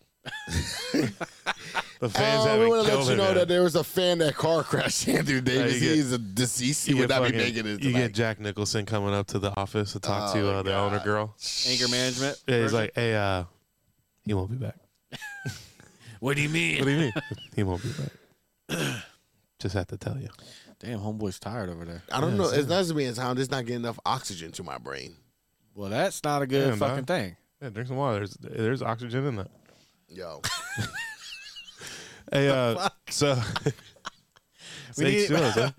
Speaker 1: the fans
Speaker 3: Uh, we
Speaker 1: haven't
Speaker 3: want to
Speaker 1: killed
Speaker 3: let you
Speaker 1: him
Speaker 3: know
Speaker 1: yet.
Speaker 3: that there was a fan that car crashed Anthony Davis.
Speaker 1: get-
Speaker 3: He's a deceased. He
Speaker 1: You
Speaker 3: would
Speaker 1: get
Speaker 3: not be
Speaker 1: fucking-
Speaker 3: making it.
Speaker 1: You
Speaker 3: tonight.
Speaker 1: get Jack Nicholson coming up to the office to talk to
Speaker 3: Oh,
Speaker 1: uh, the
Speaker 3: God.
Speaker 1: owner girl.
Speaker 2: Anger management.
Speaker 1: Yeah, he's
Speaker 2: version?
Speaker 1: like, hey, uh, he won't be back.
Speaker 2: what do you mean?
Speaker 1: What do you mean? he won't be back. Just have to tell you.
Speaker 2: Damn, homeboy's tired over there.
Speaker 3: I don't
Speaker 1: Yeah,
Speaker 3: know.
Speaker 1: it's
Speaker 3: It's not just being time. It's not getting enough oxygen to my brain.
Speaker 2: Well, that's not a good
Speaker 1: Damn,
Speaker 2: fucking
Speaker 1: dog.
Speaker 2: thing.
Speaker 1: Yeah, drink some water. There's there's oxygen in that.
Speaker 3: Yo,
Speaker 1: Hey, uh, so H2O,
Speaker 2: We need-
Speaker 1: huh?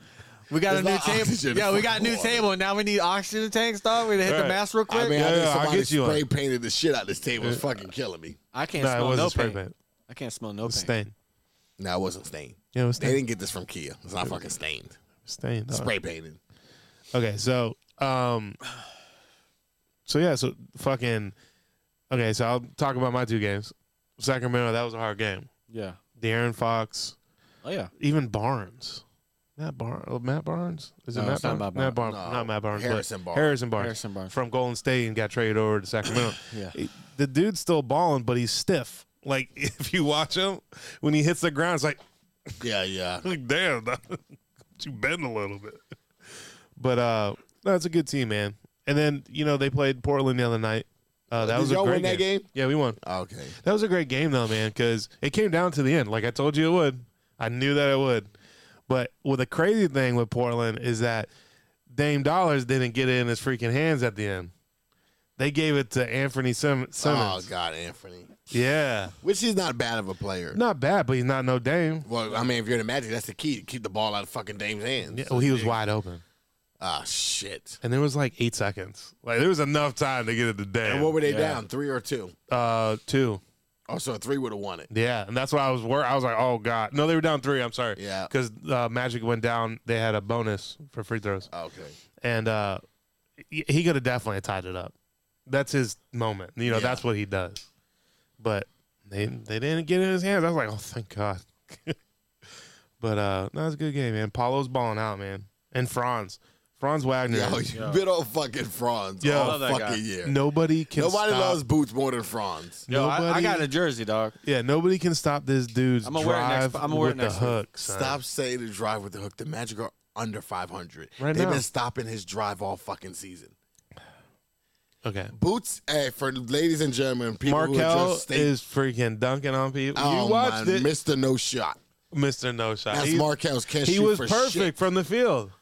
Speaker 2: We got
Speaker 3: There's
Speaker 2: a new
Speaker 3: not oxygen
Speaker 2: table.
Speaker 3: in
Speaker 2: Yeah,
Speaker 3: fucking
Speaker 2: we got a new
Speaker 3: water.
Speaker 2: table. Now we need oxygen tanks, dog. We hit
Speaker 1: Right.
Speaker 2: the mask real quick.
Speaker 3: I
Speaker 2: I,
Speaker 3: mean,
Speaker 1: Yeah,
Speaker 3: I think
Speaker 1: yeah, I'll
Speaker 3: somebody
Speaker 1: get you one.
Speaker 3: spray painted the shit out of this table. It's fucking killing me.
Speaker 2: can't
Speaker 1: no, it
Speaker 2: smell no
Speaker 1: wasn't spray
Speaker 2: paint.
Speaker 1: paint.
Speaker 2: I can't smell no
Speaker 1: It was
Speaker 2: paint.
Speaker 1: stained.
Speaker 3: No, it wasn't stained.
Speaker 1: Yeah, it was
Speaker 3: They
Speaker 1: stained.
Speaker 3: didn't get this from Kia. It's not fucking stained.
Speaker 1: Stained. dog.
Speaker 3: Spray painted.
Speaker 1: Okay, so um, so yeah, so fucking. Okay, so I'll talk about my two games. Sacramento, that was a hard game.
Speaker 2: Yeah.
Speaker 1: De'Aaron Fox,
Speaker 2: Oh yeah.
Speaker 1: even Barnes. Matt Barnes. Matt Barnes? Is it
Speaker 2: No,
Speaker 1: Matt
Speaker 2: it's not
Speaker 1: Barnes?
Speaker 2: Matt
Speaker 1: Matt Barnes.
Speaker 3: No,
Speaker 1: Not Matt Barnes. but
Speaker 3: Harrison Barnes.
Speaker 1: Harrison Barnes.
Speaker 2: Harrison Barnes.
Speaker 1: From Golden State and got traded over to Sacramento.
Speaker 2: Yeah.
Speaker 1: It- The dude's still balling, but he's stiff. Like, if you watch him, when he hits the ground, it's like,
Speaker 3: Yeah, yeah.
Speaker 1: like damn, dog. you bend a little bit. But, uh, no, it's a good team, man. And then, you know, they played Portland the other night. Uh, that
Speaker 3: Did
Speaker 1: was a
Speaker 3: y'all
Speaker 1: great
Speaker 3: win that game?
Speaker 1: Yeah, we won.
Speaker 3: Okay.
Speaker 1: That was a great game though, man, because it came down to the end. Like I told you it would. I knew that it would. But well, the crazy thing with Portland is that Dame Dollars didn't get it in his freaking hands at the end. They gave it to Anthony Sim-
Speaker 3: Oh
Speaker 1: Simmons.
Speaker 3: God, Anthony.
Speaker 1: Yeah,
Speaker 3: Which he's not bad of a player.
Speaker 1: not bad, but he's not no Dame.
Speaker 3: Well, I mean, if you're in the Magic, that's the key to keep the ball out of fucking Dame's hands.
Speaker 1: Yeah, well, he was wide open,
Speaker 3: Ah, shit.
Speaker 1: and there was like eight seconds. Like there was enough time to get it to Dame.
Speaker 3: And what were they
Speaker 1: Yeah.
Speaker 3: down? Three or two?
Speaker 1: Uh, two.
Speaker 3: Also, a three would have won it.
Speaker 1: Yeah, and that's why I was wor- I was like, oh god, no, they were down three. I'm sorry.
Speaker 3: Yeah.
Speaker 1: because uh, Magic went down. They had a bonus for free throws,
Speaker 3: Okay.
Speaker 1: and uh, he- he could have definitely tied it up. That's his moment. You know,
Speaker 3: Yeah.
Speaker 1: that's what he does. But they they didn't get it in his hands. I was like, oh, thank God. but uh, no, it's a good game, man. Paulo's balling out, man, and Franz, Franz Wagner.
Speaker 3: Yo, you
Speaker 2: Yo.
Speaker 3: bit old fucking Franz
Speaker 1: Yo.
Speaker 3: all
Speaker 2: Love that
Speaker 3: fucking
Speaker 2: guy.
Speaker 3: year.
Speaker 1: Nobody can.
Speaker 3: Nobody
Speaker 1: stop-
Speaker 3: loves Boots more than Franz.
Speaker 2: Yo, I, I
Speaker 1: Nobody-
Speaker 2: got a jersey, dog.
Speaker 1: Yeah, nobody can stop this dude's
Speaker 2: I'ma wear it next-
Speaker 1: drive
Speaker 2: I'ma wear it
Speaker 1: with the
Speaker 2: next week.
Speaker 1: hook. son.
Speaker 3: Stop saying the drive with the hook. The Magic are under 500.
Speaker 1: Right
Speaker 3: They've
Speaker 1: now.
Speaker 3: been stopping his drive all fucking season.
Speaker 1: Okay.
Speaker 3: Boots, hey, for ladies and gentlemen, people who are
Speaker 1: Markel
Speaker 3: just stay-
Speaker 1: is freaking dunking on people.
Speaker 3: oh,
Speaker 1: you watched
Speaker 3: my,
Speaker 1: it,
Speaker 3: Mr. No Shot.
Speaker 1: Mister No Shot.
Speaker 3: That's
Speaker 1: He,
Speaker 3: Markel's catch.
Speaker 1: he
Speaker 3: shoot
Speaker 1: was
Speaker 3: for
Speaker 1: perfect
Speaker 3: shit.
Speaker 1: from the field.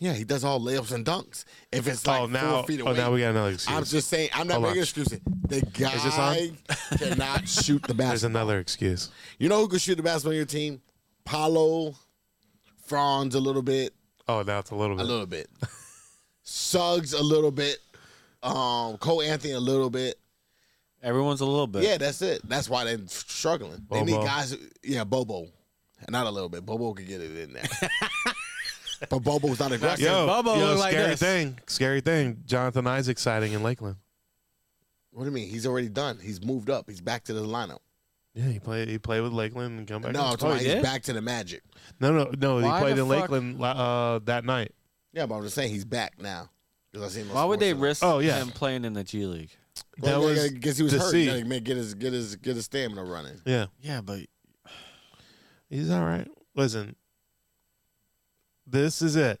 Speaker 3: Yeah, he does all layups and dunks. If it's like
Speaker 1: oh, now,
Speaker 3: four feet away,
Speaker 1: oh, now we got another excuse.
Speaker 3: I'm just saying, I'm not
Speaker 1: Hold on.
Speaker 3: making excuses. The
Speaker 1: Is this
Speaker 3: guy
Speaker 1: on?
Speaker 3: cannot shoot the
Speaker 1: There's
Speaker 3: basketball.
Speaker 1: another excuse.
Speaker 3: You know who can shoot the basketball on your team? Paolo, Franz a little bit,
Speaker 1: Oh, now it's a little
Speaker 3: a
Speaker 1: bit.
Speaker 3: little bit. Suggs a little bit. Um, Cole Anthony a little bit.
Speaker 2: Everyone's a little bit.
Speaker 3: Yeah, that's it. That's why they're struggling. They
Speaker 1: Bobo.
Speaker 3: need guys. Who, yeah, Bobo. Not a little bit. Bobo could get it in there. but Bobo's not aggressive.
Speaker 1: yo,
Speaker 2: Bubba
Speaker 1: yo,
Speaker 2: look like
Speaker 1: scary
Speaker 2: this.
Speaker 1: thing. Scary thing. Jonathan Isaac's sighting in Lakeland.
Speaker 3: What do you mean? He's already done. He's moved up. He's back to the lineup.
Speaker 1: Yeah, he played. He played with Lakeland and come back.
Speaker 3: No, I'm talking
Speaker 1: oh,
Speaker 3: about
Speaker 1: he-
Speaker 3: he's
Speaker 2: did?
Speaker 3: back to the Magic.
Speaker 1: no, no, no.
Speaker 2: Why
Speaker 1: he played
Speaker 2: the
Speaker 1: in
Speaker 2: fuck-
Speaker 1: Lakeland la- uh, that night.
Speaker 3: Yeah, but I'm just saying he's back now. 'Cause I seen him on
Speaker 2: Why would they
Speaker 3: SportsCenter.
Speaker 2: risk
Speaker 1: Oh, yeah.
Speaker 2: him playing in the G League?
Speaker 1: That
Speaker 3: Well,
Speaker 1: was
Speaker 3: yeah, 'cause he was hurt.
Speaker 1: deceit.
Speaker 3: Yeah, he may get his get his get his stamina running.
Speaker 1: Yeah,
Speaker 2: Yeah, but
Speaker 1: he's all right. Listen, this is it.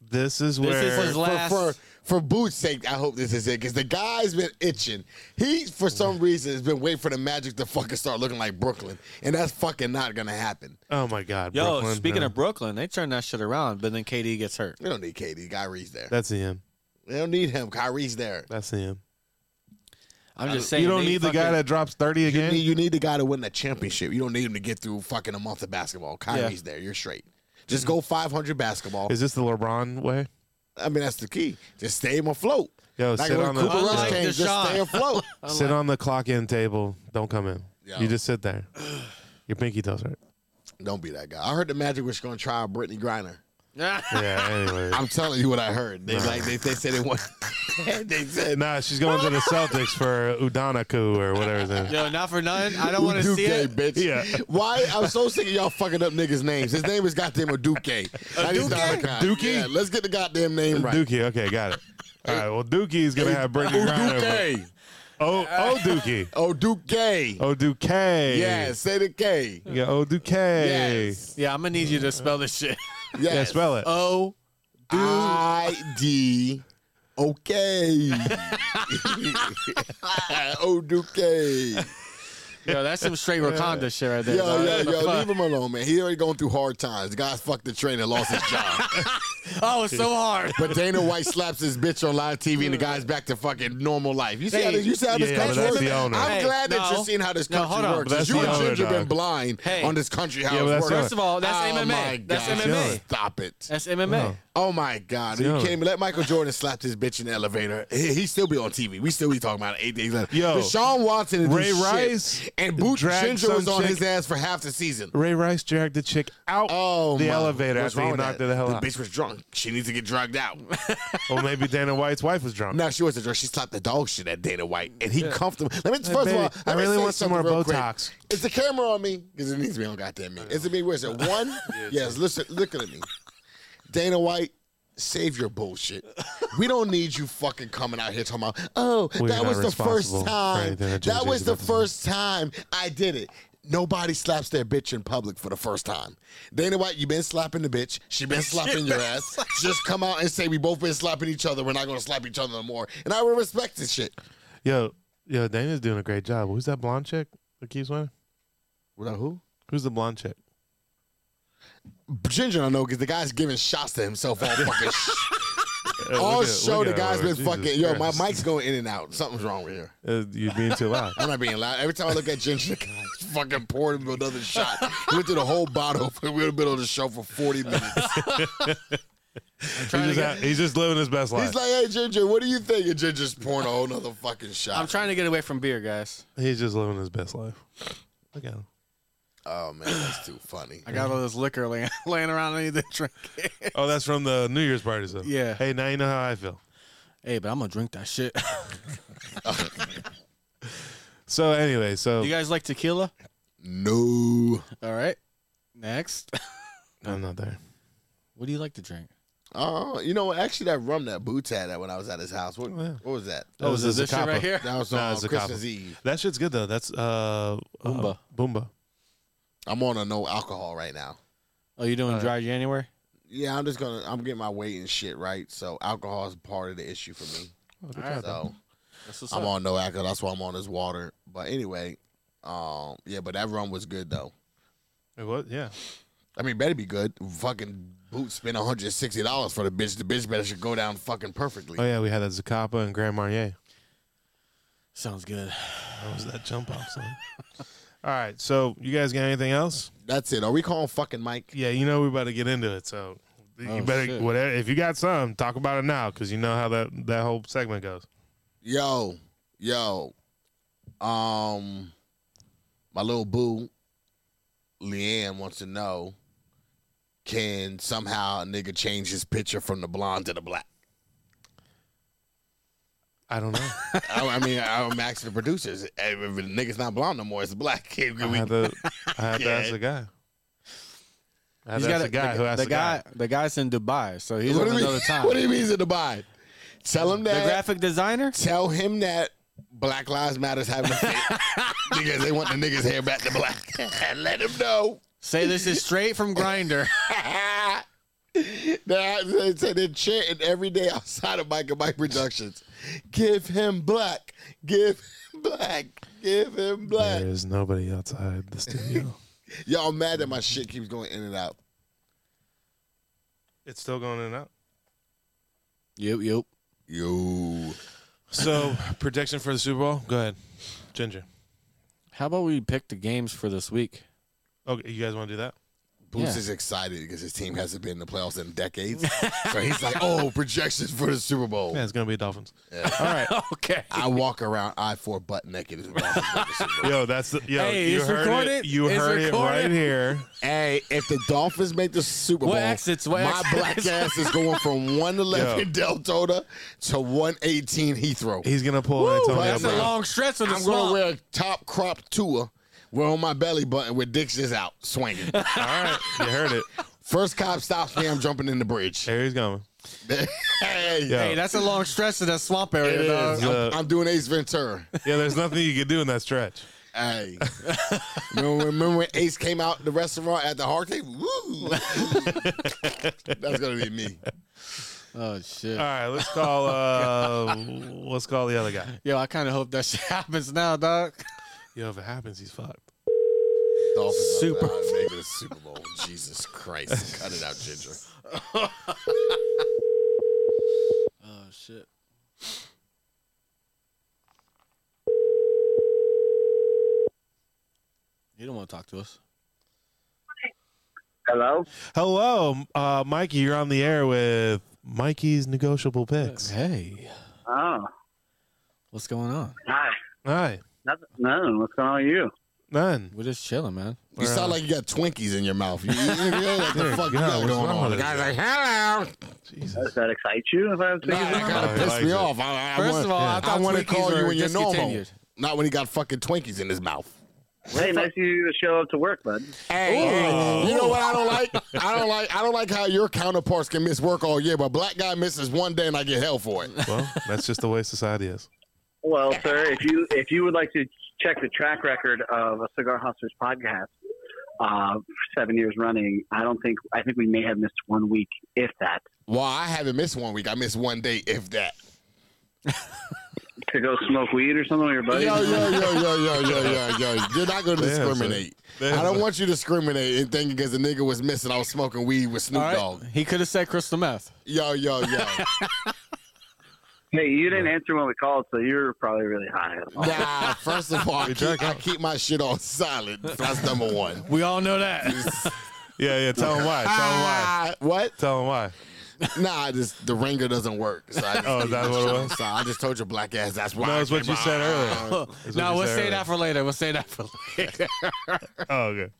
Speaker 1: This is where
Speaker 2: is his
Speaker 3: For,
Speaker 2: Last-
Speaker 3: for for Boots' sake, I hope this is it because the guy's been itching. He for some reason has been waiting for the Magic to fucking start looking like Brooklyn, and that's fucking not gonna happen.
Speaker 1: Oh my God,
Speaker 2: yo,
Speaker 1: Brooklyn,
Speaker 2: speaking
Speaker 1: no.
Speaker 2: of Brooklyn, they turned that shit around, but then KD gets hurt.
Speaker 3: We don't need KD. Kyrie's there.
Speaker 1: that's the end.
Speaker 3: They don't need him. Kyrie's there.
Speaker 1: That's the end.
Speaker 2: I'm
Speaker 3: I-
Speaker 2: just
Speaker 1: Uh,
Speaker 2: saying.
Speaker 1: You don't
Speaker 2: they
Speaker 1: need the guy
Speaker 2: fucking-
Speaker 1: that drops thirty
Speaker 3: You
Speaker 1: again.
Speaker 3: need, you need the guy to win the championship. You don't need him to get through fucking a month of basketball. Kyrie's there. You're straight. Just go 500 basketball.
Speaker 1: Mm-hmm. Is this the LeBron way?
Speaker 3: I mean, that's the key. Just stay him afloat.
Speaker 1: Yo,
Speaker 3: Like
Speaker 1: sit
Speaker 3: when
Speaker 1: on
Speaker 3: Cooper
Speaker 1: the
Speaker 2: Unlike
Speaker 3: Rush came, just
Speaker 2: Deshaun.
Speaker 3: stay afloat.
Speaker 1: sit on the clock in table. Don't come in.
Speaker 3: Yo.
Speaker 1: You just sit there. Your pinky toes hurt.
Speaker 3: Don't be that guy. I heard the Magic was going to try Brittany Griner.
Speaker 1: Yeah. Anyway.
Speaker 3: I'm telling you what I heard. They like they, they said they want. they said
Speaker 1: nah, she's going to the Celtics for Udanaku or whatever. His name.
Speaker 2: Yo, not for nothing. I don't want to
Speaker 3: Uduke,
Speaker 2: see it.
Speaker 3: bitch.
Speaker 1: Yeah.
Speaker 3: Why? I'm so sick of y'all fucking up niggas' names. His name is goddamn Aduke.
Speaker 1: Duke?
Speaker 3: Yeah, let's get the goddamn name right.
Speaker 1: Dookie. Okay, got it. All right. Well, Dookie's gonna have Brittany Griner. but-
Speaker 3: Duke.
Speaker 1: Oh, oh, Dookie.
Speaker 3: Oduke.
Speaker 1: Oh, Dookie.
Speaker 3: Yeah, say the K.
Speaker 1: Yeah. Oh, Dookie.
Speaker 3: Yes.
Speaker 2: Yeah, I'm gonna need you to spell this shit.
Speaker 1: Yeah.
Speaker 3: Yes.
Speaker 1: Spell it.
Speaker 2: O
Speaker 3: I D O K. Oduke.
Speaker 2: Yo, that's some straight Wakanda shit right there.
Speaker 3: Yo,
Speaker 2: dog.
Speaker 3: yo,
Speaker 2: What the
Speaker 3: yo,
Speaker 2: fuck?
Speaker 3: leave him alone, man. He already going through hard times. The guy's fucked the train and lost his job.
Speaker 2: Oh, it's so hard.
Speaker 3: But Dana White slaps his bitch on live TV, and the guy's back to fucking normal life. You see how
Speaker 2: Hey,
Speaker 3: this, you see how this
Speaker 1: yeah, but
Speaker 3: country
Speaker 1: that's the
Speaker 3: works?
Speaker 1: owner.
Speaker 3: I'm
Speaker 2: Hey,
Speaker 3: glad that
Speaker 2: no.
Speaker 3: you're seeing how this
Speaker 2: No,
Speaker 3: country
Speaker 2: hold on,
Speaker 3: works.
Speaker 1: but that's
Speaker 3: 'cause You
Speaker 1: the
Speaker 3: and
Speaker 1: owner,
Speaker 3: Ginger
Speaker 1: dog.
Speaker 3: been blind
Speaker 2: Hey.
Speaker 3: on this country how
Speaker 1: Yeah, but
Speaker 3: it
Speaker 1: that's
Speaker 3: works.
Speaker 1: the owner.
Speaker 2: First of all, that's
Speaker 3: oh
Speaker 2: MMA.
Speaker 3: My
Speaker 2: That's
Speaker 3: God.
Speaker 2: MMA.
Speaker 3: Stop it.
Speaker 2: That's MMA.
Speaker 1: No.
Speaker 3: Oh my God!
Speaker 1: the
Speaker 3: Are you
Speaker 1: owner.
Speaker 3: kidding me? Let Michael Jordan slap this bitch in the elevator. He he still be on TV. We still be talking about it eight days later.
Speaker 1: Yo.
Speaker 3: Deshaun Watson and
Speaker 1: Ray Rice
Speaker 3: and Boot
Speaker 1: dragged
Speaker 3: Ginger was
Speaker 1: some
Speaker 3: on
Speaker 1: chick-
Speaker 3: his ass for half the season.
Speaker 1: Ray Rice dragged the chick out
Speaker 3: Oh,
Speaker 1: the
Speaker 3: my.
Speaker 1: elevator
Speaker 3: What's
Speaker 1: after
Speaker 3: wrong
Speaker 1: he
Speaker 3: with
Speaker 1: knocked
Speaker 3: that?
Speaker 1: her the hell out.
Speaker 3: The bitch was drunk. She needs to get drugged out.
Speaker 1: Or maybe Dana White's wife was drunk.
Speaker 3: No, she wasn't drunk. She slapped the dog shit at Dana White, and he comfortable. Let me first of
Speaker 1: baby,
Speaker 3: all,
Speaker 1: I
Speaker 3: let me
Speaker 1: really
Speaker 3: say
Speaker 1: want some
Speaker 3: something
Speaker 1: more
Speaker 3: real quick.
Speaker 1: Botox.
Speaker 3: Is the camera on me? Because it needs to be on goddamn me. Is it me? Where is it? One? yes. Listen, look at me, Dana White. Save your bullshit. We don't need you fucking coming out here talking about. Oh,
Speaker 1: We're
Speaker 3: that
Speaker 1: not
Speaker 3: was the first
Speaker 1: responsible for
Speaker 3: time.
Speaker 1: anything that
Speaker 3: That
Speaker 1: JJ's
Speaker 3: was the
Speaker 1: about to do."
Speaker 3: first time I did it. Nobody slaps their bitch in public for the first time. Dana White, you been slapping the bitch. She been slapping your ass. Just come out and say we both been slapping each other. We're not gonna slap each other no more. And I will respect this shit.
Speaker 1: Yo, yo, Dana's doing a great job. Who's that blonde chick that keeps winning?
Speaker 3: Without who?
Speaker 1: Who's the blonde chick?
Speaker 3: Ginger, I know because the guy's giving shots to himself all fucking. sh-
Speaker 1: Hey, look
Speaker 3: All
Speaker 1: at-
Speaker 3: show
Speaker 1: look
Speaker 3: the
Speaker 1: at
Speaker 3: guy's
Speaker 1: her.
Speaker 3: been
Speaker 1: Jesus
Speaker 3: fucking. Yo, my
Speaker 1: Christ.
Speaker 3: mic's going in and out. Something's wrong with here.
Speaker 1: Uh, you're being too loud.
Speaker 3: I'm not being loud. Every time I look at Ginger, the guy's fucking poured him another shot. He went through the whole bottle. We were in the middle of the show for 40 minutes.
Speaker 2: I'm
Speaker 1: He's
Speaker 2: trying to
Speaker 1: just,
Speaker 2: get,
Speaker 1: ha- he's just living his best life.
Speaker 3: He's like, hey, Ginger, what do you think? And Ginger's pouring a whole nother fucking shot.
Speaker 2: I'm trying to get away from beer, guys.
Speaker 1: he's just living his best life. Look at him.
Speaker 3: oh, man, that's too funny.
Speaker 2: I got all this liquor laying, laying around. I need to drink it.
Speaker 1: Oh, that's from the New Year's party. So.
Speaker 2: Yeah.
Speaker 1: Hey, now you know how I feel.
Speaker 2: Hey, but I'm gonna drink that shit.
Speaker 1: So anyway, so
Speaker 3: Oh.
Speaker 2: you guys like tequila?
Speaker 3: No.
Speaker 2: All right. Next,
Speaker 1: I'm not there.
Speaker 2: what do you like to drink?
Speaker 3: Oh, you know, actually, that rum that Boots had at when I was at his house, what,
Speaker 1: Oh, yeah.
Speaker 3: what was that?
Speaker 1: That was
Speaker 2: is
Speaker 1: a
Speaker 2: this shit
Speaker 1: Zacapa.
Speaker 2: right here?
Speaker 3: That was on
Speaker 1: Nah, it's a
Speaker 3: Christmas
Speaker 1: couple.
Speaker 3: Eve.
Speaker 1: That shit's good though. That's uh, uh
Speaker 2: Boomba.
Speaker 1: Boomba.
Speaker 3: I'm on a no alcohol right now.
Speaker 2: Oh, you doing dry January?
Speaker 3: Yeah, I'm just gonna. I'm getting my weight and shit right, so alcohol is part of the issue for me.
Speaker 1: Oh, good
Speaker 2: All right.
Speaker 3: So
Speaker 2: That's what's
Speaker 3: I'm
Speaker 2: up.
Speaker 3: on no alcohol. That's why I'm on this water. But anyway, um, yeah, but that rum was good though.
Speaker 1: It was, yeah.
Speaker 3: I mean, better be good. Fucking boot spent 160 dollars for the bitch. The bitch better should go down fucking perfectly.
Speaker 1: Oh yeah, we had that Zacapa and Grand Marnier.
Speaker 2: Sounds good.
Speaker 1: That was that jump off song. All right, so you guys got anything else?
Speaker 3: That's it. Are we calling fucking Mike?
Speaker 1: Yeah, you know we about to get into it, so you
Speaker 2: Oh,
Speaker 1: better
Speaker 2: shit.
Speaker 1: whatever. If you got some, talk about it now because you know how that that whole segment goes.
Speaker 3: Yo, yo, um, my little boo, Leanne wants to know: Can somehow a nigga change his picture from the blonde to the black?
Speaker 1: I don't know.
Speaker 3: I, I mean, I'm asking the producers. If the nigga's not blonde no more, it's black. Can
Speaker 1: I
Speaker 3: we-
Speaker 1: had to, I had to
Speaker 3: Yeah.
Speaker 1: ask the guy. I had
Speaker 2: He's
Speaker 1: to ask
Speaker 2: gotta-
Speaker 1: the guy who asked the,
Speaker 2: the guy. The guy's in Dubai, so he's
Speaker 3: what,
Speaker 2: on
Speaker 3: do you mean,
Speaker 2: another time.
Speaker 3: what do you mean he's in Dubai? Tell him
Speaker 2: the
Speaker 3: that.
Speaker 2: graphic designer?
Speaker 3: tell him that Black Lives Matter's having a fit because they want the niggas' hair back to black. Let him know.
Speaker 2: Say this is straight from Grinder.
Speaker 3: They- they said they're chanting every day outside of Mike and Mike Productions. Give him black. Give him black. Give him
Speaker 1: guy.
Speaker 3: black.
Speaker 1: There is nobody outside the studio.
Speaker 3: Y'all mad that my shit keeps going in and out.
Speaker 1: it's still going in and out.
Speaker 2: Yep, yep.
Speaker 3: Yo.
Speaker 1: So projection for the Super Bowl. Go ahead, Ginger.
Speaker 2: How about we pick the games for this week?
Speaker 1: Okay, you guys want to do that?
Speaker 3: Bruce
Speaker 2: Yeah.
Speaker 3: is excited because his team hasn't been in the playoffs in decades. so he's like, oh, projections for the Super Bowl.
Speaker 1: Yeah, it's gonna be Dolphins.
Speaker 3: Yeah.
Speaker 1: All right,
Speaker 2: Okay.
Speaker 3: I walk around I four butt naked. as well.
Speaker 1: yo, that's the yo.
Speaker 2: Hey,
Speaker 1: you
Speaker 2: it's
Speaker 1: heard
Speaker 2: recorded.
Speaker 1: it. You
Speaker 2: It's
Speaker 1: heard it right
Speaker 2: recorded.
Speaker 1: here.
Speaker 3: hey, if the Dolphins make the Super
Speaker 2: What
Speaker 3: Bowl,
Speaker 2: exits? What
Speaker 3: my
Speaker 2: exits?
Speaker 3: black ass is going from one eleven Deltona to one eighteen Heathrow.
Speaker 1: He's gonna pull Antonio
Speaker 3: that's
Speaker 2: That's a
Speaker 1: Brown.
Speaker 2: long stretch of the
Speaker 3: I'm gonna
Speaker 2: swamp.
Speaker 3: wear a top crop tour, we're on my belly button with dicks just out swinging.
Speaker 1: All right, you heard it.
Speaker 3: First cop stops me, I'm jumping in the bridge.
Speaker 1: There he's going.
Speaker 3: hey,
Speaker 1: Yeah.
Speaker 2: Hey, that's a long stretch of that swamp
Speaker 3: it
Speaker 2: area, dog.
Speaker 3: is. I'm,
Speaker 1: Uh,
Speaker 3: I'm doing Ace Ventura.
Speaker 1: Yeah, there's nothing you can do in that stretch.
Speaker 3: Hey, remember, remember when Ace came out the restaurant at the hard table? Woo! That's gonna be me.
Speaker 2: Oh shit.
Speaker 1: All right, let's call. Uh, let's call the other guy.
Speaker 2: Yo, I kind of hope that shit happens now, dog.
Speaker 1: Yo, if it happens, he's fucked.
Speaker 3: Dolphins
Speaker 2: Super-
Speaker 3: uh, maybe the Super Bowl. Jesus Christ! Cut it out, Ginger.
Speaker 2: Oh shit. You don't want to talk to us.
Speaker 4: Hello.
Speaker 1: Hello, uh, Mikey. You're on the air with Mikey's negotiable picks.
Speaker 2: Hey,
Speaker 4: Oh,
Speaker 2: what's going on?
Speaker 4: hi.
Speaker 1: Hi,
Speaker 4: Nothing. No, what's going on with you?
Speaker 1: none.
Speaker 2: We're just chilling, man.
Speaker 3: You sound like you got Twinkies in your mouth. You, you, you know what the
Speaker 1: Dear
Speaker 3: fuck you
Speaker 1: God,
Speaker 3: got
Speaker 1: what's
Speaker 3: going
Speaker 1: wrong
Speaker 3: on? The
Speaker 1: with
Speaker 3: guy's
Speaker 1: it?
Speaker 3: like, "Hello."
Speaker 1: Jesus.
Speaker 4: Does that excite you? If I was
Speaker 3: Nah,
Speaker 4: thinking
Speaker 3: that kind
Speaker 4: about
Speaker 1: Oh,
Speaker 3: of
Speaker 1: he
Speaker 3: pissed
Speaker 1: likes
Speaker 3: me
Speaker 1: it.
Speaker 3: off. I, I,
Speaker 2: First
Speaker 3: want,
Speaker 2: of all, I
Speaker 1: yeah.
Speaker 2: thought
Speaker 3: want to
Speaker 2: Twinkies
Speaker 3: call you
Speaker 2: were
Speaker 3: when you're normal.
Speaker 2: discontinued.
Speaker 3: Not when he got fucking Twinkies in his mouth.
Speaker 4: it. Hey, nice of you to show up to work, bud.
Speaker 3: Hey,
Speaker 2: Ooh.
Speaker 3: hey, you know what I don't like? I don't like. I don't like how your counterparts can miss work all year, but black guy misses one day and I get hell for it.
Speaker 1: Well, that's just the way society is.
Speaker 4: Well, sir, if you if you would like to check the track record of a Cigar Hustlers podcast uh, for seven years running, I don't think I think we may have missed one week, if that.
Speaker 3: Well, I haven't missed one week. I missed one day, if that.
Speaker 4: to go smoke weed or something with your
Speaker 3: Yo,
Speaker 4: buddies?
Speaker 3: yo, yo, yo, yo, yo, yo, yo. You're not going to
Speaker 1: Damn, son.
Speaker 3: discriminate.
Speaker 1: Damn,
Speaker 3: I don't
Speaker 1: son.
Speaker 3: want you to discriminate and think because the nigga was missing, I was smoking weed with Snoop
Speaker 2: All right.
Speaker 3: Dogg.
Speaker 2: He could have said crystal meth.
Speaker 3: Yo, yo, yo.
Speaker 4: Hey, you didn't answer when we called, so you're probably really high.
Speaker 3: nah, first of all, I
Speaker 1: You
Speaker 3: keep,
Speaker 1: drunk,
Speaker 3: I
Speaker 1: huh?
Speaker 3: keep my shit on silent. That's number one.
Speaker 2: We all know that.
Speaker 1: Yeah, yeah. Tell him why. Tell him why.
Speaker 3: Ah, what?
Speaker 1: Tell him why.
Speaker 3: Nah, I just the ringer doesn't work. So I just
Speaker 1: Oh,
Speaker 3: keep
Speaker 1: that's
Speaker 3: my
Speaker 1: what it
Speaker 3: shit on
Speaker 1: was?
Speaker 3: silent. I just told your black ass that's why.
Speaker 1: No,
Speaker 3: I
Speaker 1: it's what
Speaker 3: came
Speaker 1: you
Speaker 3: out.
Speaker 1: said earlier. That's what
Speaker 2: no,
Speaker 1: you
Speaker 2: we'll
Speaker 1: said
Speaker 2: say
Speaker 1: earlier.
Speaker 2: that for later. We'll say that for later.
Speaker 1: Oh, okay.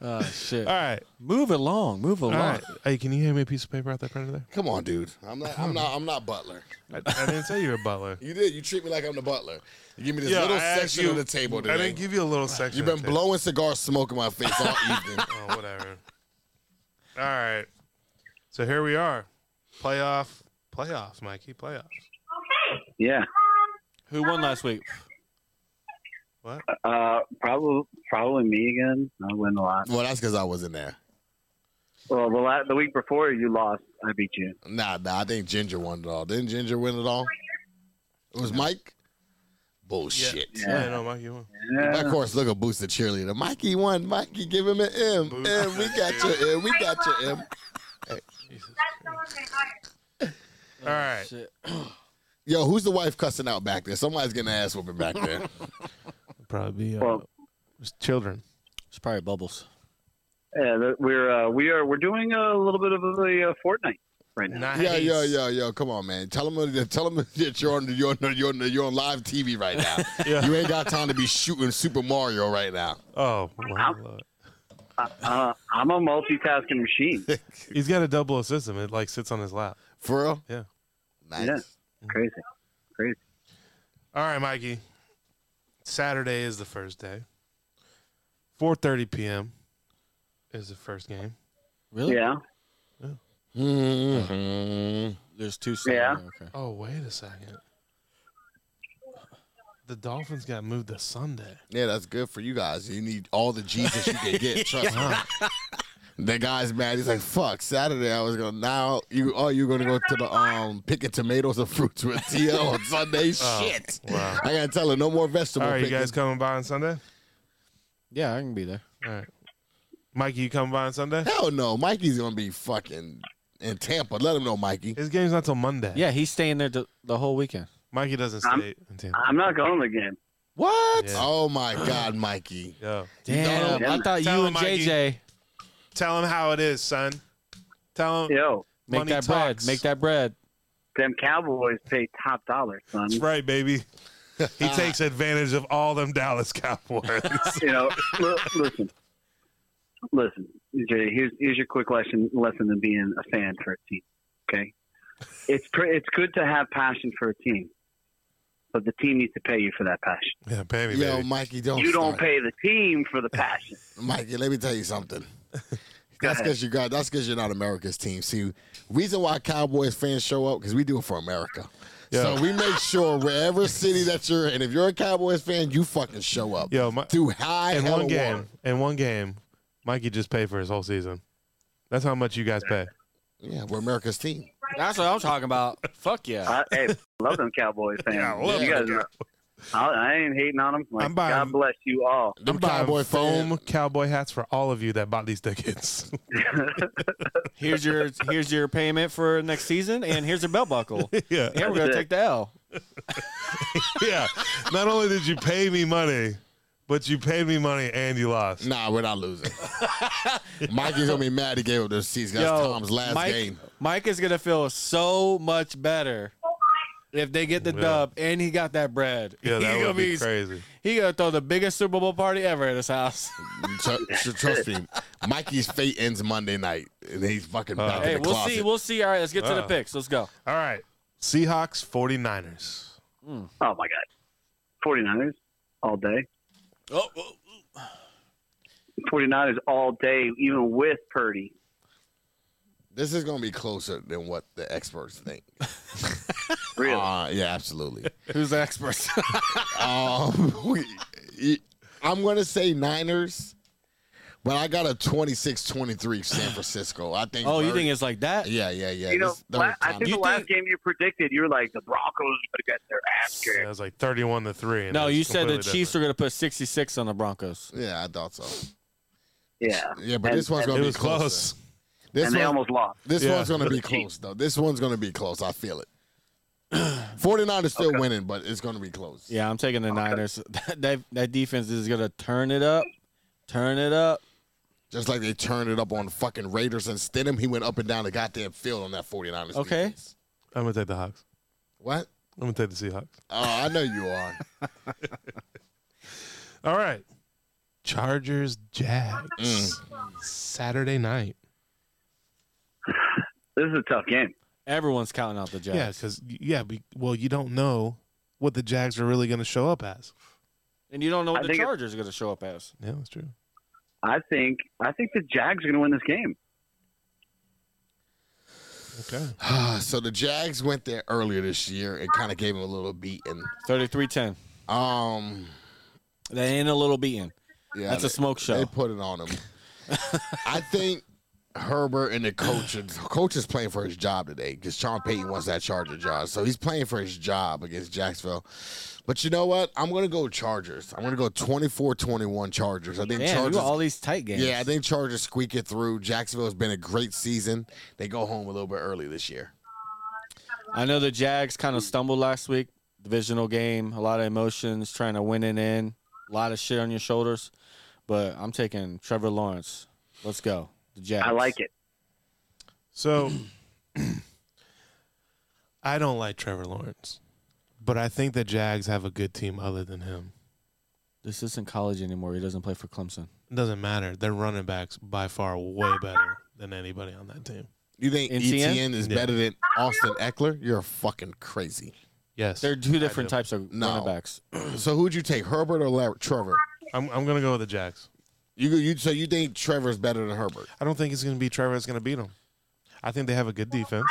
Speaker 2: oh shit.
Speaker 1: All right.
Speaker 2: Move along. Move
Speaker 1: All
Speaker 2: along.
Speaker 1: right. Hey, can you hand me a piece of paper out that printer there?
Speaker 3: Come on, dude. I'm not. I'm not. I'm not Butler.
Speaker 1: I, I didn't say you were a butler.
Speaker 3: You did. You treat me like I'm the Butler. You give me this
Speaker 1: Yeah,
Speaker 3: little
Speaker 1: I asked
Speaker 3: section
Speaker 1: you-
Speaker 3: of the table today.
Speaker 1: I didn't give you a little section.
Speaker 3: You've
Speaker 1: of
Speaker 3: been
Speaker 1: the table.
Speaker 3: blowing cigar smoke in my face all evening.
Speaker 1: Oh, whatever. All right. So here we are. Playoff. Playoffs, Mikey. Playoffs.
Speaker 4: Yeah,
Speaker 2: Who won last week?
Speaker 1: What?
Speaker 4: uh, probably probably me again. I win a lot.
Speaker 3: Well, that's because I wasn't there.
Speaker 4: Well, the la- the week before you lost, I beat you.
Speaker 3: Nah, nah. I think Ginger won it all. Didn't Ginger win it all? It was Mike. Bullshit.
Speaker 1: Yeah, no, Mikey you won.
Speaker 4: Yeah.
Speaker 3: Of course, look at Booster cheerleader. Mikey won. Mikey, give him an M.
Speaker 1: Boots.
Speaker 3: M, we got your M. We got your M.
Speaker 1: All right.
Speaker 2: Oh, Shit.
Speaker 3: Yo, who's the wife cussing out back there? Somebody's getting ass whooping back there.
Speaker 1: Probably be uh,
Speaker 4: Well-
Speaker 1: just children.
Speaker 2: It's probably bubbles.
Speaker 4: Yeah, that- we're uh, we are we're doing a little bit of a uh, Fortnite right now.
Speaker 1: Nice.
Speaker 3: Yo, yo, yo, yo, come on, man. Tell them, tell them that you're on, you're on, you're on, you're on live TV right now.
Speaker 1: Yeah.
Speaker 3: You ain't got time to be shooting Super Mario right now.
Speaker 1: Oh, well, uh,
Speaker 4: Uh, I'm a multitasking machine.
Speaker 1: he's got a double a system. It like sits on his lap.
Speaker 3: For real?
Speaker 1: Yeah.
Speaker 3: Nice.
Speaker 4: Yeah. Crazy, crazy.
Speaker 1: All right, Mikey. Saturday is the first day. 4:30 p.m. is the first game.
Speaker 2: Really?
Speaker 4: Yeah,
Speaker 1: Mm-hmm.
Speaker 3: Mhm.
Speaker 2: There's two. Saturday,
Speaker 4: Yeah.
Speaker 2: Okay.
Speaker 1: Oh, wait a second. The Dolphins got moved to Sunday.
Speaker 3: Yeah, that's good for you guys. You need all the Jesus you can get. Trust me. The guy's mad. He's like, "Fuck, Saturday I was gonna now you oh you're gonna go to the um picking tomatoes and fruits with TL on Sunday.
Speaker 1: Oh,
Speaker 3: Shit,
Speaker 1: Wow.
Speaker 3: I gotta tell her no more
Speaker 1: All
Speaker 3: vegetable.
Speaker 1: right, you
Speaker 3: picking.
Speaker 1: guys coming by on Sunday?
Speaker 2: Yeah, I can be there.
Speaker 1: All right. Mikey, you coming by on Sunday?
Speaker 3: Hell no, Mikey's gonna be fucking in Tampa. Let him know, Mikey.
Speaker 1: His game's not till Monday.
Speaker 2: Yeah, he's staying there the, the whole weekend.
Speaker 1: Mikey doesn't
Speaker 4: I'm-
Speaker 1: stay. until-
Speaker 4: I'm not going to the game.
Speaker 2: What?
Speaker 1: Yeah.
Speaker 3: Oh my God, Mikey.
Speaker 1: Yo.
Speaker 2: Damn!
Speaker 4: Tell
Speaker 2: I
Speaker 4: him-
Speaker 2: thought
Speaker 1: tell
Speaker 2: you
Speaker 1: him,
Speaker 2: and
Speaker 1: Mikey.
Speaker 2: JJ
Speaker 1: Tell him how it is, son. Tell him.
Speaker 4: Yo,
Speaker 2: make
Speaker 1: Money
Speaker 2: that
Speaker 1: talks.
Speaker 2: bread. Make that bread.
Speaker 4: them Cowboys pay top dollar, son.
Speaker 1: That's right, baby. He takes advantage of all them Dallas Cowboys.
Speaker 4: You know, l- listen, listen, Jay. Here's here's your quick lesson lesson in being a fan for a team. Okay, it's pre- it's good to have passion for a team, but the team needs to pay you for that passion.
Speaker 1: yeah, pay me,
Speaker 3: Yo,
Speaker 1: baby.
Speaker 3: Mikey, don't.
Speaker 4: you don't
Speaker 3: start.
Speaker 4: pay the team for the passion.
Speaker 3: Mikey, let me tell you something. That's
Speaker 4: ahead.
Speaker 3: because you got. That's because you're not America's team. See, reason why Cowboys fans show up because we do it for America.
Speaker 1: Yeah.
Speaker 3: So we make sure wherever city that you're in, if you're a Cowboys fan, you fucking show up.
Speaker 1: Yo, my,
Speaker 3: Through high
Speaker 1: in
Speaker 3: hell
Speaker 1: one game,
Speaker 3: water.
Speaker 1: in one game, Mikey just paid for his whole season. That's how much you guys pay.
Speaker 3: Yeah, we're America's team.
Speaker 2: That's what I'm talking about. Fuck yeah!
Speaker 4: I, hey, love them Cowboys fans.
Speaker 1: Yeah, I love
Speaker 4: you guys
Speaker 1: them
Speaker 4: are- I, I ain't hating on them. Like,
Speaker 1: I'm buying-
Speaker 4: God bless you all.
Speaker 3: Them
Speaker 1: I'm buying
Speaker 3: Cowboy
Speaker 1: foam
Speaker 3: fan-
Speaker 1: cowboy hats for all of you that bought these tickets.
Speaker 2: Here's your here's your payment for next season, and here's your belt buckle.
Speaker 1: yeah,
Speaker 2: And we're gonna
Speaker 4: That's it.
Speaker 2: take the L.
Speaker 1: yeah. Not only did you pay me money, but you paid me money and you lost.
Speaker 3: Nah, we're not losing. Mikey's gonna be mad he gave up those seats. That's
Speaker 2: Yo,
Speaker 3: Tom's last
Speaker 2: Mike,
Speaker 3: game.
Speaker 2: Mike is gonna feel so much better if they get the
Speaker 1: Yeah.
Speaker 2: dub and he got that bread.
Speaker 1: Yeah,
Speaker 2: he
Speaker 1: that
Speaker 2: gonna
Speaker 1: would be crazy.
Speaker 2: He gonna throw the biggest Super Bowl party ever at his house.
Speaker 3: Tr- tr- Trust me, Mikey's fate ends Monday night, and he's fucking
Speaker 1: Uh,
Speaker 3: back
Speaker 2: hey,
Speaker 3: in the
Speaker 2: we'll
Speaker 3: closet.
Speaker 2: see. We'll see. All right, let's get to the
Speaker 1: Wow.
Speaker 2: picks. Let's go.
Speaker 1: All right. Seahawks 49ers.
Speaker 4: Oh, my God. 49ers all day.
Speaker 2: Oh, oh,
Speaker 4: 49ers all day, even with Purdy.
Speaker 3: This is gonna be closer than what the experts think.
Speaker 4: Really?
Speaker 3: Uh, yeah, absolutely.
Speaker 2: who's the expert?
Speaker 3: um, we, I'm gonna say Niners, But I got a 26-23 San Francisco. I think.
Speaker 2: Oh, you
Speaker 3: Bird-
Speaker 2: think it's like that?
Speaker 3: Yeah, yeah, yeah.
Speaker 4: you know,
Speaker 3: This- that
Speaker 4: la-
Speaker 3: was
Speaker 4: I
Speaker 3: time.
Speaker 4: think
Speaker 2: You
Speaker 4: the last
Speaker 2: think-
Speaker 4: game you predicted, you were like the Broncos are gonna get their ass
Speaker 1: Yeah, it
Speaker 4: kicked.
Speaker 1: was like thirty-one to three. and
Speaker 2: No,
Speaker 1: it's
Speaker 2: you said the
Speaker 1: completely
Speaker 2: Chiefs are going to put 66 on the Broncos.
Speaker 3: yeah, I thought so.
Speaker 4: Yeah,
Speaker 3: Yeah, but
Speaker 4: And-
Speaker 3: this one's
Speaker 1: different.
Speaker 4: and-
Speaker 3: gonna
Speaker 1: It
Speaker 3: be
Speaker 1: was close.
Speaker 3: This
Speaker 4: and they
Speaker 3: one-
Speaker 4: almost lost.
Speaker 3: This
Speaker 1: Yeah.
Speaker 3: one's going to be close, though. This one's going to be close. I feel it. 49 is still winning, but it's going to be close.
Speaker 2: Yeah, I'm taking the Niners. That, that that defense is going to turn it up. Turn it up.
Speaker 3: Just like they turned it up on fucking Raiders and Stidham. He went up and down the goddamn field on that 49ers.
Speaker 2: Okay.
Speaker 3: defense.
Speaker 1: I'm gonna take the Hawks.
Speaker 3: What?
Speaker 1: I'm gonna take the Seahawks.
Speaker 3: Oh, I know you are.
Speaker 1: All right. Chargers Jags
Speaker 2: Mm.
Speaker 1: Saturday night.
Speaker 4: This is a tough game.
Speaker 2: Everyone's counting out the Jags.
Speaker 1: Yeah, because yeah, be, well, you don't know what the Jags are really gonna show up as.
Speaker 2: And you don't know what
Speaker 4: I
Speaker 2: the
Speaker 4: think it-
Speaker 2: Chargers are going to show up as.
Speaker 1: Yeah, that's true.
Speaker 4: I think I think the Jags are gonna win this game.
Speaker 1: Okay.
Speaker 3: so the Jags went there earlier this year and kind of gave him a little beating.
Speaker 2: 33-10.
Speaker 3: Um,
Speaker 2: They ain't a little beaten.
Speaker 3: yeah,
Speaker 2: That's a smoke show.
Speaker 3: They put it on him. I think Herbert and the coach, coach is playing for his job today because Sean Payton wants that Charger job, so he's playing for his job against Jacksonville. But you know what? I'm gonna go Chargers. I'm gonna go 24-21 Chargers. I think
Speaker 2: Man,
Speaker 3: Chargers.
Speaker 2: you got all these tight games.
Speaker 3: yeah, I think Chargers squeak it through. Jacksonville has been a great season. They go home a little bit early this year.
Speaker 2: I know the Jags kind of stumbled last week. Divisional game, a lot of emotions, trying to win it in, a lot of shit on your shoulders. But I'm taking Trevor Lawrence. Let's go. The Jags.
Speaker 4: I like it.
Speaker 1: So I don't like Trevor Lawrence, but I think the Jags have a good team other than him.
Speaker 2: This isn't college anymore. He doesn't play for Clemson.
Speaker 1: It doesn't matter. Their running backs by far way better than anybody on that team.
Speaker 3: You think
Speaker 2: NTN?
Speaker 3: ETN is
Speaker 1: Yeah.
Speaker 3: better than Austin Eckler? You're fucking crazy.
Speaker 1: Yes.
Speaker 2: They're two different
Speaker 1: do.
Speaker 2: types of
Speaker 3: No.
Speaker 2: running backs.
Speaker 3: So who'd you take, Herbert or La- Trevor?
Speaker 1: I'm, I'm going to go with the Jags.
Speaker 3: You you so you think Trevor's better than Herbert?
Speaker 1: I don't think it's going to be Trevor that's going to beat them. I think they have a good defense.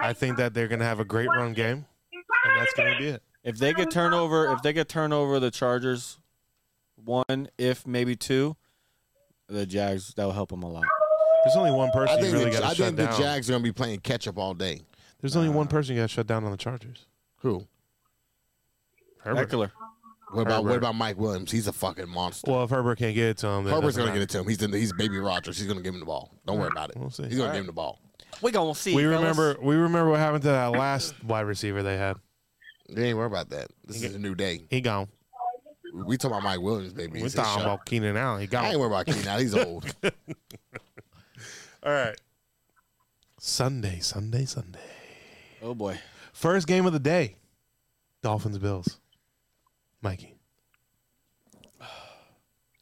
Speaker 1: I think that they're going to have a great run game, and that's going to be it.
Speaker 2: If they could turn over, if they could turn over the Chargers, one if maybe two, the Jags that will help them a lot.
Speaker 1: There's only one
Speaker 3: I
Speaker 1: person you
Speaker 3: think,
Speaker 1: really
Speaker 3: the,
Speaker 1: got
Speaker 3: I
Speaker 1: to shut
Speaker 3: think the
Speaker 1: down.
Speaker 3: Jags are gonna be playing catch up all day.
Speaker 1: There's only one person you got to shut down on the Chargers.
Speaker 3: Who?
Speaker 1: Herbert.
Speaker 2: Eckler.
Speaker 3: What about what
Speaker 1: Herbert.
Speaker 3: about Mike Williams? He's a fucking monster.
Speaker 1: Well, if Herbert can't get it to him, then
Speaker 3: Herbert's gonna get
Speaker 1: doesn't
Speaker 3: it to him. He's in the, he's baby Rogers. He's gonna give him the ball. Don't worry about it.
Speaker 1: We'll see.
Speaker 3: He's gonna
Speaker 2: All
Speaker 3: give him the ball.
Speaker 2: We gonna see.
Speaker 1: We
Speaker 2: fellas.
Speaker 1: remember. We remember what happened to that last wide receiver they had.
Speaker 3: They ain't worry about that. This is a new day.
Speaker 1: He gone.
Speaker 3: We talking about Mike Williams, baby.
Speaker 1: We
Speaker 3: It's his
Speaker 1: talking
Speaker 3: show.
Speaker 1: about Keenan Allen. He
Speaker 3: I ain't
Speaker 1: gone.
Speaker 3: worried about Keenan. He's old.
Speaker 1: All right. Sunday, Sunday, Sunday.
Speaker 2: Oh boy.
Speaker 1: First game of the day. Dolphins Bills. Mikey.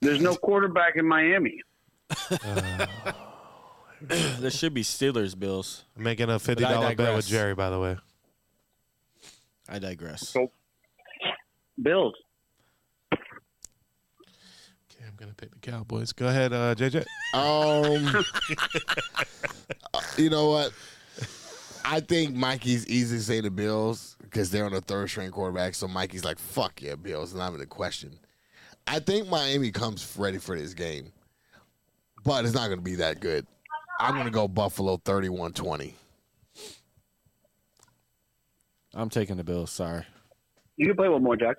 Speaker 4: There's no quarterback in Miami.
Speaker 2: This should be Steelers Bills.
Speaker 1: I'm making a fifty
Speaker 2: But I
Speaker 1: dollar bet
Speaker 2: digress.
Speaker 1: with Jerry, by the way.
Speaker 2: I digress.
Speaker 4: Bills.
Speaker 1: Okay, I'm gonna pick the Cowboys. Go ahead, uh, JJ.
Speaker 3: Um, uh, you know what? I think Mikey's easy to say the Bills because they're on the third string quarterback. So Mikey's like, "Fuck yeah, Bills," not even a question. I think Miami comes ready for this game, but it's not going to be that good. I'm going to go Buffalo 31-20.
Speaker 2: I'm taking the Bills. Sorry.
Speaker 4: You can play one more, Jax.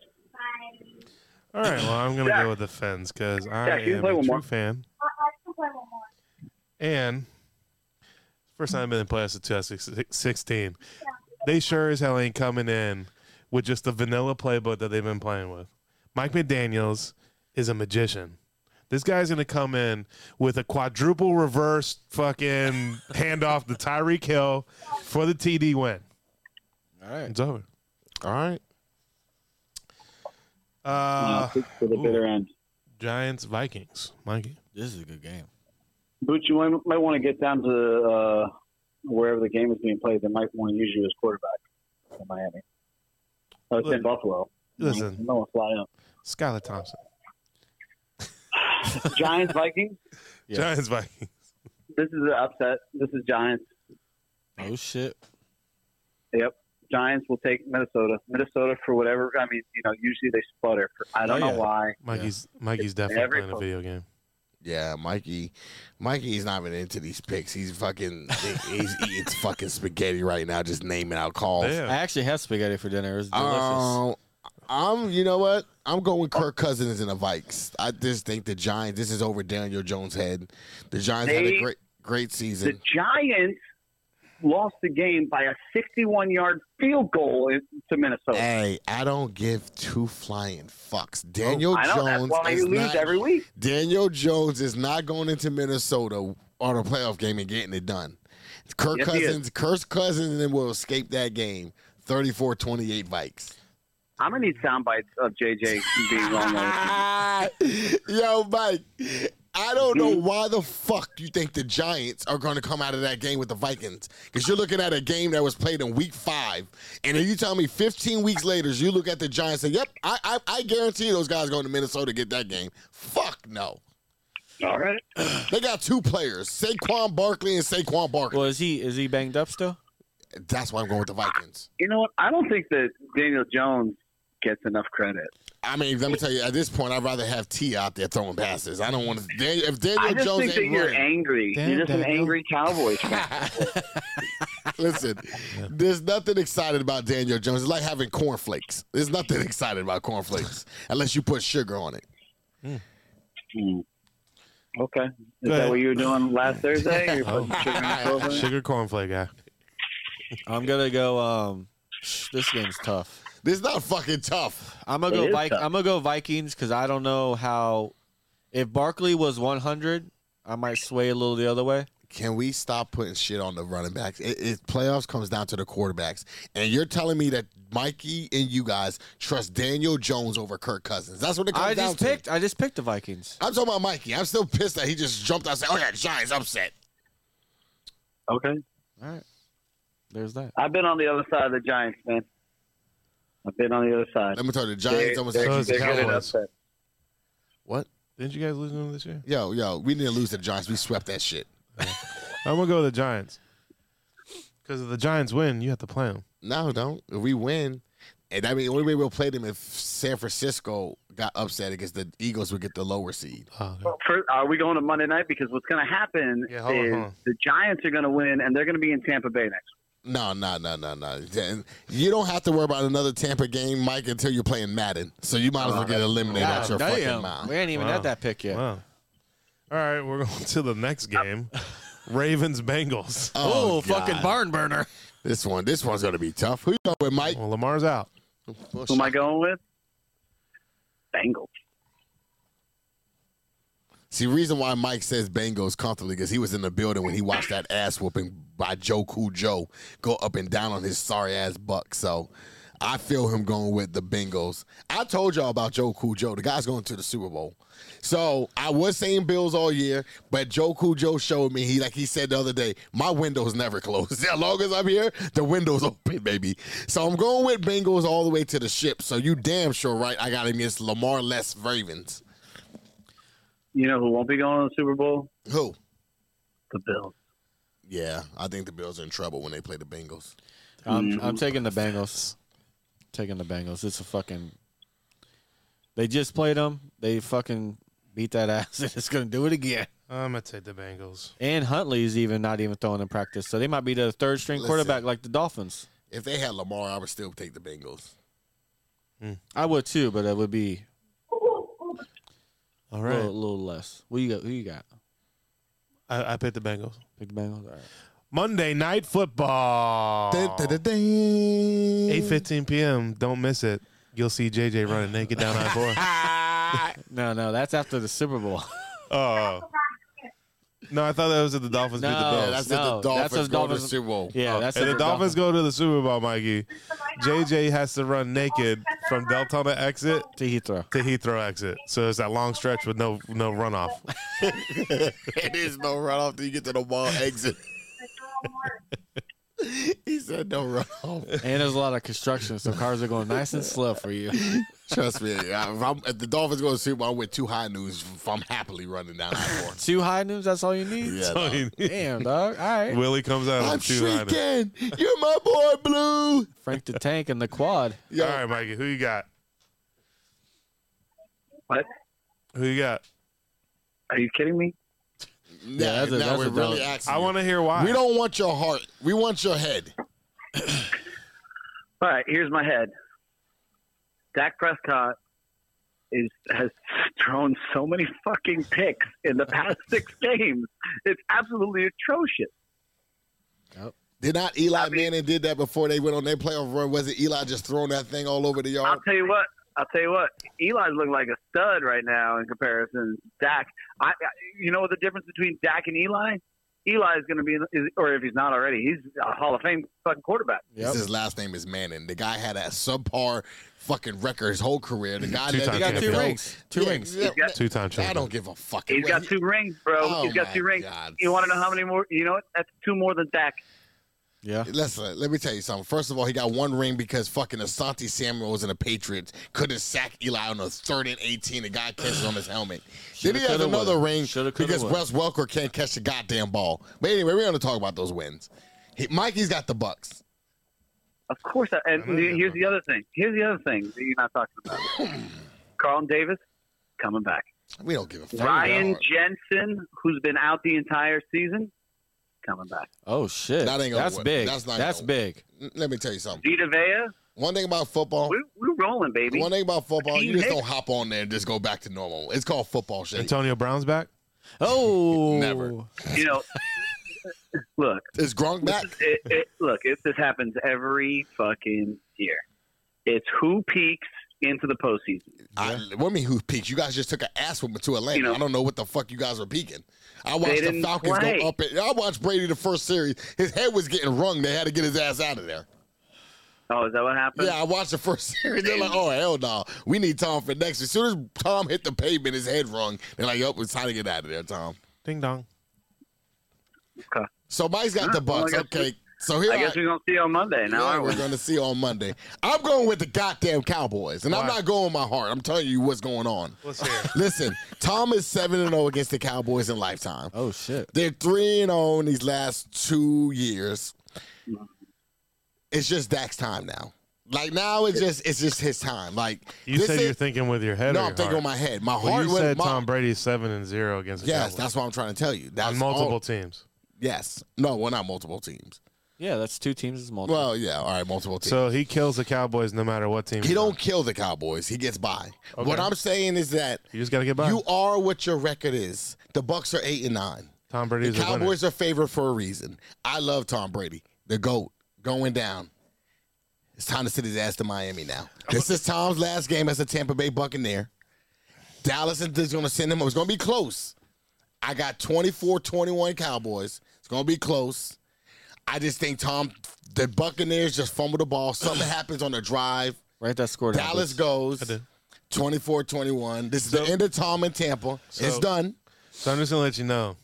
Speaker 1: All right. Well, I'm gonna go with the Fins because I
Speaker 4: Jack, you can
Speaker 1: am
Speaker 4: play
Speaker 1: a
Speaker 4: one
Speaker 1: true
Speaker 4: more.
Speaker 1: fan, and first time I've been in playoffs in 2016. They sure as hell ain't coming in with just the vanilla playbook that they've been playing with. Mike McDaniel's is a magician. This guy's gonna come in with a quadruple reverse fucking handoff to Tyreek Hill for the TD win.
Speaker 2: All right.
Speaker 1: It's over.
Speaker 3: All right.
Speaker 1: Uh,
Speaker 4: for the
Speaker 1: ooh.
Speaker 4: bitter end.
Speaker 1: Giants Vikings, Mikey.
Speaker 2: This is a good game.
Speaker 4: Booch, you might- might want to get down to uh, wherever the game is being played. They might want to use you as quarterback in Miami. Oh, it's in
Speaker 1: Look.
Speaker 4: Buffalo.
Speaker 1: Listen.
Speaker 4: no one fly out.
Speaker 1: Skylar Thompson.
Speaker 4: Giants, Vikings.
Speaker 2: Yes.
Speaker 1: Giants Vikings.
Speaker 4: This is an upset. This is Giants.
Speaker 2: Oh shit.
Speaker 4: Yep. Giants will take Minnesota. Minnesota for whatever. I mean, you know, usually they sputter. For, I don't
Speaker 2: Oh,
Speaker 4: know
Speaker 2: yeah.
Speaker 4: why.
Speaker 1: Mikey's Mikey's definitely
Speaker 4: Every
Speaker 1: playing a video game.
Speaker 3: Yeah, Mikey, Mikey's not even into these picks. He's fucking, he- he's eating fucking spaghetti right now, just naming out calls.
Speaker 2: I actually had spaghetti for dinner. It was delicious.
Speaker 3: Um, I'm, you know what? I'm going with Kirk Cousins and the Vikes. I just think the Giants. This is over Daniel Jones' head. The Giants had
Speaker 4: They-
Speaker 3: a great, great
Speaker 4: The
Speaker 3: season.
Speaker 4: Giants lost the game by a 61 yard field goal in, to Minnesota.
Speaker 3: Hey, I don't give two flying fucks. Daniel
Speaker 4: Oh, I know that's
Speaker 3: Jones
Speaker 4: why
Speaker 3: is
Speaker 4: you lose
Speaker 3: not.
Speaker 4: every week.
Speaker 3: Daniel Jones is not going into Minnesota on a playoff game and getting it done. Kirk
Speaker 4: Yes, he is.
Speaker 3: Cousins, Kirk Cousins, then will escape that game. 34-28 Vikes.
Speaker 4: I'm gonna need sound bites of JJ being wrong. on
Speaker 3: Yo, Mike, I don't
Speaker 4: Mm-hmm.
Speaker 3: know why the fuck you think the Giants are going to come out of that game with the Vikings. Because you're looking at a game that was played in week five. And are you telling me 15 weeks later, you look at the Giants and, yep, I, I, I guarantee those guys going to Minnesota to get that game? Fuck no.
Speaker 4: it. All right.
Speaker 3: They got two players, Saquon Barkley and Saquon Barkley.
Speaker 2: Well, is he is he banged up still?
Speaker 3: That's why I'm going with the Vikings.
Speaker 4: You know what? I don't think that Daniel Jones gets enough credit.
Speaker 3: I mean, let me tell you, at this point, I'd rather have T out there throwing passes. I don't want to. If
Speaker 4: I
Speaker 3: Daniel
Speaker 4: just
Speaker 3: Jones
Speaker 4: think that
Speaker 3: ain't
Speaker 4: you're
Speaker 3: running-
Speaker 4: angry.
Speaker 1: Damn,
Speaker 4: you're just an
Speaker 1: Daniel.
Speaker 4: angry Cowboys fan.
Speaker 3: Listen, there's nothing excited about Daniel Jones. It's like having cornflakes. There's nothing excited about cornflakes unless you put sugar on it.
Speaker 4: Hmm. Okay. Is
Speaker 1: Go
Speaker 4: that
Speaker 1: ahead.
Speaker 4: what you were doing last Thursday? You're putting
Speaker 1: Oh.
Speaker 4: sugar on the clothing?
Speaker 1: Sugar cornflake guy.
Speaker 2: I'm gonna go. Um, this game's tough.
Speaker 3: This is not fucking tough.
Speaker 2: I'm gonna
Speaker 4: It
Speaker 2: go.
Speaker 4: is
Speaker 2: Vik-
Speaker 4: tough.
Speaker 2: I'm gonna go Vikings because I don't know how. If Barkley was 100, I might sway a little the other way.
Speaker 3: Can we stop putting shit on the running backs? It, it playoffs comes down to the quarterbacks, and you're telling me that Mikey and you guys trust Daniel Jones over Kirk Cousins. That's what it comes
Speaker 2: I
Speaker 3: down
Speaker 2: just
Speaker 3: to.
Speaker 2: picked. I just picked the Vikings.
Speaker 3: I'm talking about Mikey. I'm still pissed that he just jumped out and said, "Oh yeah, Giants upset."
Speaker 4: Okay.
Speaker 2: All right. There's that.
Speaker 4: I've been on the other side of the Giants, man. I've been on the other side.
Speaker 3: Let me tell you, the Giants
Speaker 4: They-
Speaker 3: almost
Speaker 4: they're-
Speaker 1: So is the
Speaker 4: they're getting
Speaker 1: Cowboys.
Speaker 4: upset.
Speaker 3: what?
Speaker 1: Didn't you guys lose to them this year?
Speaker 3: Yo, yo, we didn't lose to the Giants. We swept that shit.
Speaker 1: I'm gonna go with the Giants because if the Giants win, you have to play them.
Speaker 3: No, don't. If we win, and I mean, the only way we'll play them if San Francisco got upset against the Eagles would get the lower seed.
Speaker 4: Well, first, are we going to Monday night? Because what's going to happen
Speaker 1: Yeah, hold on,
Speaker 4: is
Speaker 1: hold on.
Speaker 4: the Giants are going to win, and they're going to be in Tampa Bay next.
Speaker 3: No, no, no, no, no. Then You don't have to worry about another Tampa game, Mike, until you're playing Madden. So you might as well get eliminated out your fucking
Speaker 2: We
Speaker 3: mind.
Speaker 2: ain't even
Speaker 1: Wow.
Speaker 2: at that pick yet.
Speaker 1: Wow. All right, we're going to the next game. Ravens Bengals.
Speaker 2: Oh,
Speaker 3: God.
Speaker 2: fucking barn burner.
Speaker 3: This one, this one's gonna be tough. Who you going with, Mike?
Speaker 1: Well, Lamar's out.
Speaker 4: Who am I going with? Bengals.
Speaker 3: See, reason why Mike says Bengals comfortably because he was in the building when he watched that ass whooping by Joe Cool Joe go up and down on his sorry ass buck. So I feel him going with the Bengals. I told y'all about Joe Cool Joe. The guy's going to the Super Bowl. So I was saying Bills all year, but Joe Cool Joe showed me he like he said the other day, my window's never closed. as long as I'm here, the window's open, baby. So I'm going with Bengals all the way to the ship. So you damn sure right I got against Lamar Less Ravens.
Speaker 4: You know who won't be going to the Super Bowl?
Speaker 3: Who?
Speaker 4: The Bills.
Speaker 3: Yeah, I think the Bills are in trouble when they play the Bengals.
Speaker 1: Mm-hmm.
Speaker 2: I'm, I'm taking the Bengals. Taking the Bengals. It's a fucking. They just played them. They fucking beat that ass, and it's gonna do it again.
Speaker 1: I'm gonna take the Bengals.
Speaker 2: And Huntley's even not even throwing in practice, so they might be the third string
Speaker 3: Listen.
Speaker 2: quarterback like the Dolphins.
Speaker 3: If they had Lamar, I would still take the Bengals.
Speaker 2: I would too, but it would be
Speaker 1: All
Speaker 2: a
Speaker 1: right,
Speaker 2: little, little less. What you got? Who you got?
Speaker 1: I, I picked the Bengals.
Speaker 2: Pick the Bengals. All right.
Speaker 1: Monday Night Football. Eight fifteen p.m. Don't miss it. You'll see JJ running naked down I four.
Speaker 2: No, no, that's after the Super Bowl.
Speaker 1: Oh. No, I thought that was at the Dolphins beat the
Speaker 2: No.
Speaker 1: Bills.
Speaker 3: Yeah, that's
Speaker 2: No,
Speaker 3: if the Dolphins
Speaker 2: that's if
Speaker 3: go to the
Speaker 2: Dolphins-
Speaker 3: Super Bowl.
Speaker 2: Yeah, that's
Speaker 1: Oh. And the
Speaker 2: after
Speaker 1: Dolphins go to the Super Bowl, Mikey. JJ has to run naked from Deltona exit
Speaker 2: to Heathrow.
Speaker 1: to Heathrow exit. So it's that long stretch with no no runoff.
Speaker 3: it is no runoff till you get to the wall exit. he said no runoff.
Speaker 2: And there's a lot of construction, so cars are going nice and slow for you.
Speaker 3: Trust me, if, I'm, if the Dolphins go to the Super Bowl, I'm with two high news. If I'm happily running down I four.
Speaker 2: Two high noons. That's all you need.
Speaker 3: Yeah,
Speaker 1: I mean,
Speaker 2: Damn, dog. All right.
Speaker 1: Willie comes out
Speaker 3: I'm
Speaker 1: of two line. All
Speaker 3: shrieking. You're my boy, Blue.
Speaker 2: Frank the Tank and the Quad.
Speaker 3: Yo,
Speaker 1: right, Mikey, who you got?
Speaker 4: What?
Speaker 1: Who you got?
Speaker 4: Are you kidding me?
Speaker 3: Yeah,
Speaker 2: that's a-
Speaker 3: now
Speaker 2: that's
Speaker 3: we're
Speaker 2: a
Speaker 3: really
Speaker 2: dog.
Speaker 3: asking.
Speaker 1: I
Speaker 3: you.
Speaker 1: want to hear why.
Speaker 3: We don't want your heart. We want your head.
Speaker 4: All right, here's my head. Dak Prescott is has thrown so many fucking picks in the past six games. It's absolutely atrocious.
Speaker 3: Did not Eli
Speaker 4: I mean-
Speaker 3: Manning did that before they went on their playoff run? Was it Eli just throwing that thing all over the yard?
Speaker 4: I'll tell you what. I'll tell you what. Eli's looking like a stud right now in comparison. to Dak, I, I you know what the difference between Dak and Eli? Eli is going to be, in- is, or if he's not already, he's a Hall of Fame fucking quarterback.
Speaker 2: Yep.
Speaker 3: His last name is Manning. The guy had a subpar fucking record his whole career. The guy
Speaker 1: Two-time
Speaker 3: that
Speaker 2: He
Speaker 1: got
Speaker 2: got
Speaker 1: two
Speaker 2: two
Speaker 1: champion.
Speaker 2: rings. Two
Speaker 3: Yeah,
Speaker 2: rings.
Speaker 3: yeah,
Speaker 4: got-
Speaker 1: Two time champion.
Speaker 3: I don't give a fucking.
Speaker 4: He's got two rings, bro.
Speaker 3: Oh
Speaker 4: he's got
Speaker 3: my
Speaker 4: two rings.
Speaker 3: God.
Speaker 4: You want to know how many more? You know what? That's two more than Dak.
Speaker 2: Yeah.
Speaker 3: Listen, let me tell you something. First of all, he got one ring because fucking Asante Samuels and the Patriots couldn't sack Eli on a third and 18. The guy catches on his helmet. then
Speaker 2: Shoulda,
Speaker 3: he has
Speaker 2: coulda,
Speaker 3: another
Speaker 2: woulda.
Speaker 3: ring
Speaker 2: Shoulda, coulda,
Speaker 3: because
Speaker 2: woulda.
Speaker 3: Wes Welker can't catch the goddamn ball. But anyway, we're going to talk about those wins. He, Mikey's got the Bucks.
Speaker 4: Of course. I, and
Speaker 1: I know you
Speaker 4: here's
Speaker 1: have
Speaker 4: the other thing. Here's the other thing that you're not talking about. Carlton Davis coming back.
Speaker 3: We don't give a fuck.
Speaker 4: Ryan
Speaker 3: That
Speaker 4: Jensen, who's been out the entire season, coming back.
Speaker 2: Oh shit.
Speaker 3: That ain't gonna
Speaker 2: That's
Speaker 3: work.
Speaker 2: big.
Speaker 3: That's
Speaker 2: That's,
Speaker 3: not gonna
Speaker 2: big.
Speaker 3: Let me tell you something.
Speaker 4: Vita Vea,
Speaker 3: One thing about football.
Speaker 4: we're, we're rolling, baby.
Speaker 3: One thing about football, you
Speaker 4: Team
Speaker 3: just
Speaker 4: Nick.
Speaker 3: don't hop on there and just go back to normal. It's called football shit.
Speaker 1: Antonio Brown's back.
Speaker 2: Oh.
Speaker 3: Never.
Speaker 4: You know, look,
Speaker 3: Is Gronk back?
Speaker 4: it, it, look, it, this happens every fucking year. It's who peaks into the postseason.
Speaker 3: I, what mean who peaked? You guys just took an ass whooping to Atlanta.
Speaker 4: You know-
Speaker 3: I don't know what the fuck you guys were peaking. I watched the
Speaker 4: didn't
Speaker 3: Falcons
Speaker 4: play.
Speaker 3: go up. And, I watched Brady the first series. His head was getting wrung. They had to get his ass out of there.
Speaker 4: Oh, is that what happened?
Speaker 3: Yeah, I watched the first series. They're like, oh hell no, we need Tom for next. As soon as Tom hit the pavement, his head rung. They're like, yup, it's time to get out of there, Tom.
Speaker 1: Ding dong.
Speaker 3: So Mike's got
Speaker 4: Huh,
Speaker 3: the
Speaker 4: well, I
Speaker 3: Bucks.
Speaker 4: guess
Speaker 3: okay, so here
Speaker 4: I guess we're going to see you on Monday now,
Speaker 3: Yeah,
Speaker 4: aren't we?
Speaker 3: we're going to see on Monday. I'm going with the goddamn Cowboys, and I'm
Speaker 1: Why?
Speaker 3: not going with my heart. I'm telling you what's going on.
Speaker 1: Let's hear. it.
Speaker 3: Listen, Tom is seven and zero against the Cowboys in lifetime.
Speaker 2: Oh shit.
Speaker 3: They're three and zero in these last two years. It's just Dak's time now. Like now, it's just it's just his time. Like
Speaker 1: You
Speaker 3: this
Speaker 1: said
Speaker 3: is-
Speaker 1: you're thinking with your head.
Speaker 3: no,
Speaker 1: or
Speaker 3: I'm
Speaker 1: your
Speaker 3: thinking
Speaker 1: heart?
Speaker 3: with my head. My
Speaker 1: Well,
Speaker 3: heart.
Speaker 1: you
Speaker 3: went-
Speaker 1: said
Speaker 3: my-
Speaker 1: Tom Brady's seven and zero against. The
Speaker 3: Yes,
Speaker 1: Cowboys.
Speaker 3: that's what I'm trying to tell you. That's
Speaker 1: on multiple
Speaker 3: all-
Speaker 1: teams.
Speaker 3: yes, no, well, not multiple teams.
Speaker 2: Yeah, that's two teams as multiple.
Speaker 3: Well, yeah, all right, multiple teams.
Speaker 1: So he kills the Cowboys no matter what team.
Speaker 3: he
Speaker 1: he's
Speaker 3: don't
Speaker 1: on.
Speaker 3: kill the Cowboys. He gets by.
Speaker 1: Okay.
Speaker 3: What I'm saying is that
Speaker 1: You just gotta get by.
Speaker 3: You are what your record is. The Bucks are eight and nine.
Speaker 1: Tom
Speaker 3: The
Speaker 1: Brady's a winner.
Speaker 3: Cowboys are favored for a reason. I love Tom Brady, the goat, going down. It's time to sit his ass to Miami now. This is Tom's last game as a Tampa Bay Buccaneer. Dallas is going to send him. It's going to be close. I got 24-21 Cowboys. It's going to be close. I just think Tom, the Buccaneers just fumble the ball. Something happens on the drive.
Speaker 2: Write that score down.
Speaker 3: Dallas
Speaker 2: please.
Speaker 1: I
Speaker 3: goes
Speaker 1: do.
Speaker 3: 24 21. This is the
Speaker 1: So-
Speaker 3: end of Tom and Tampa. it's
Speaker 1: So-
Speaker 3: done.
Speaker 1: So I'm just gonna let you know.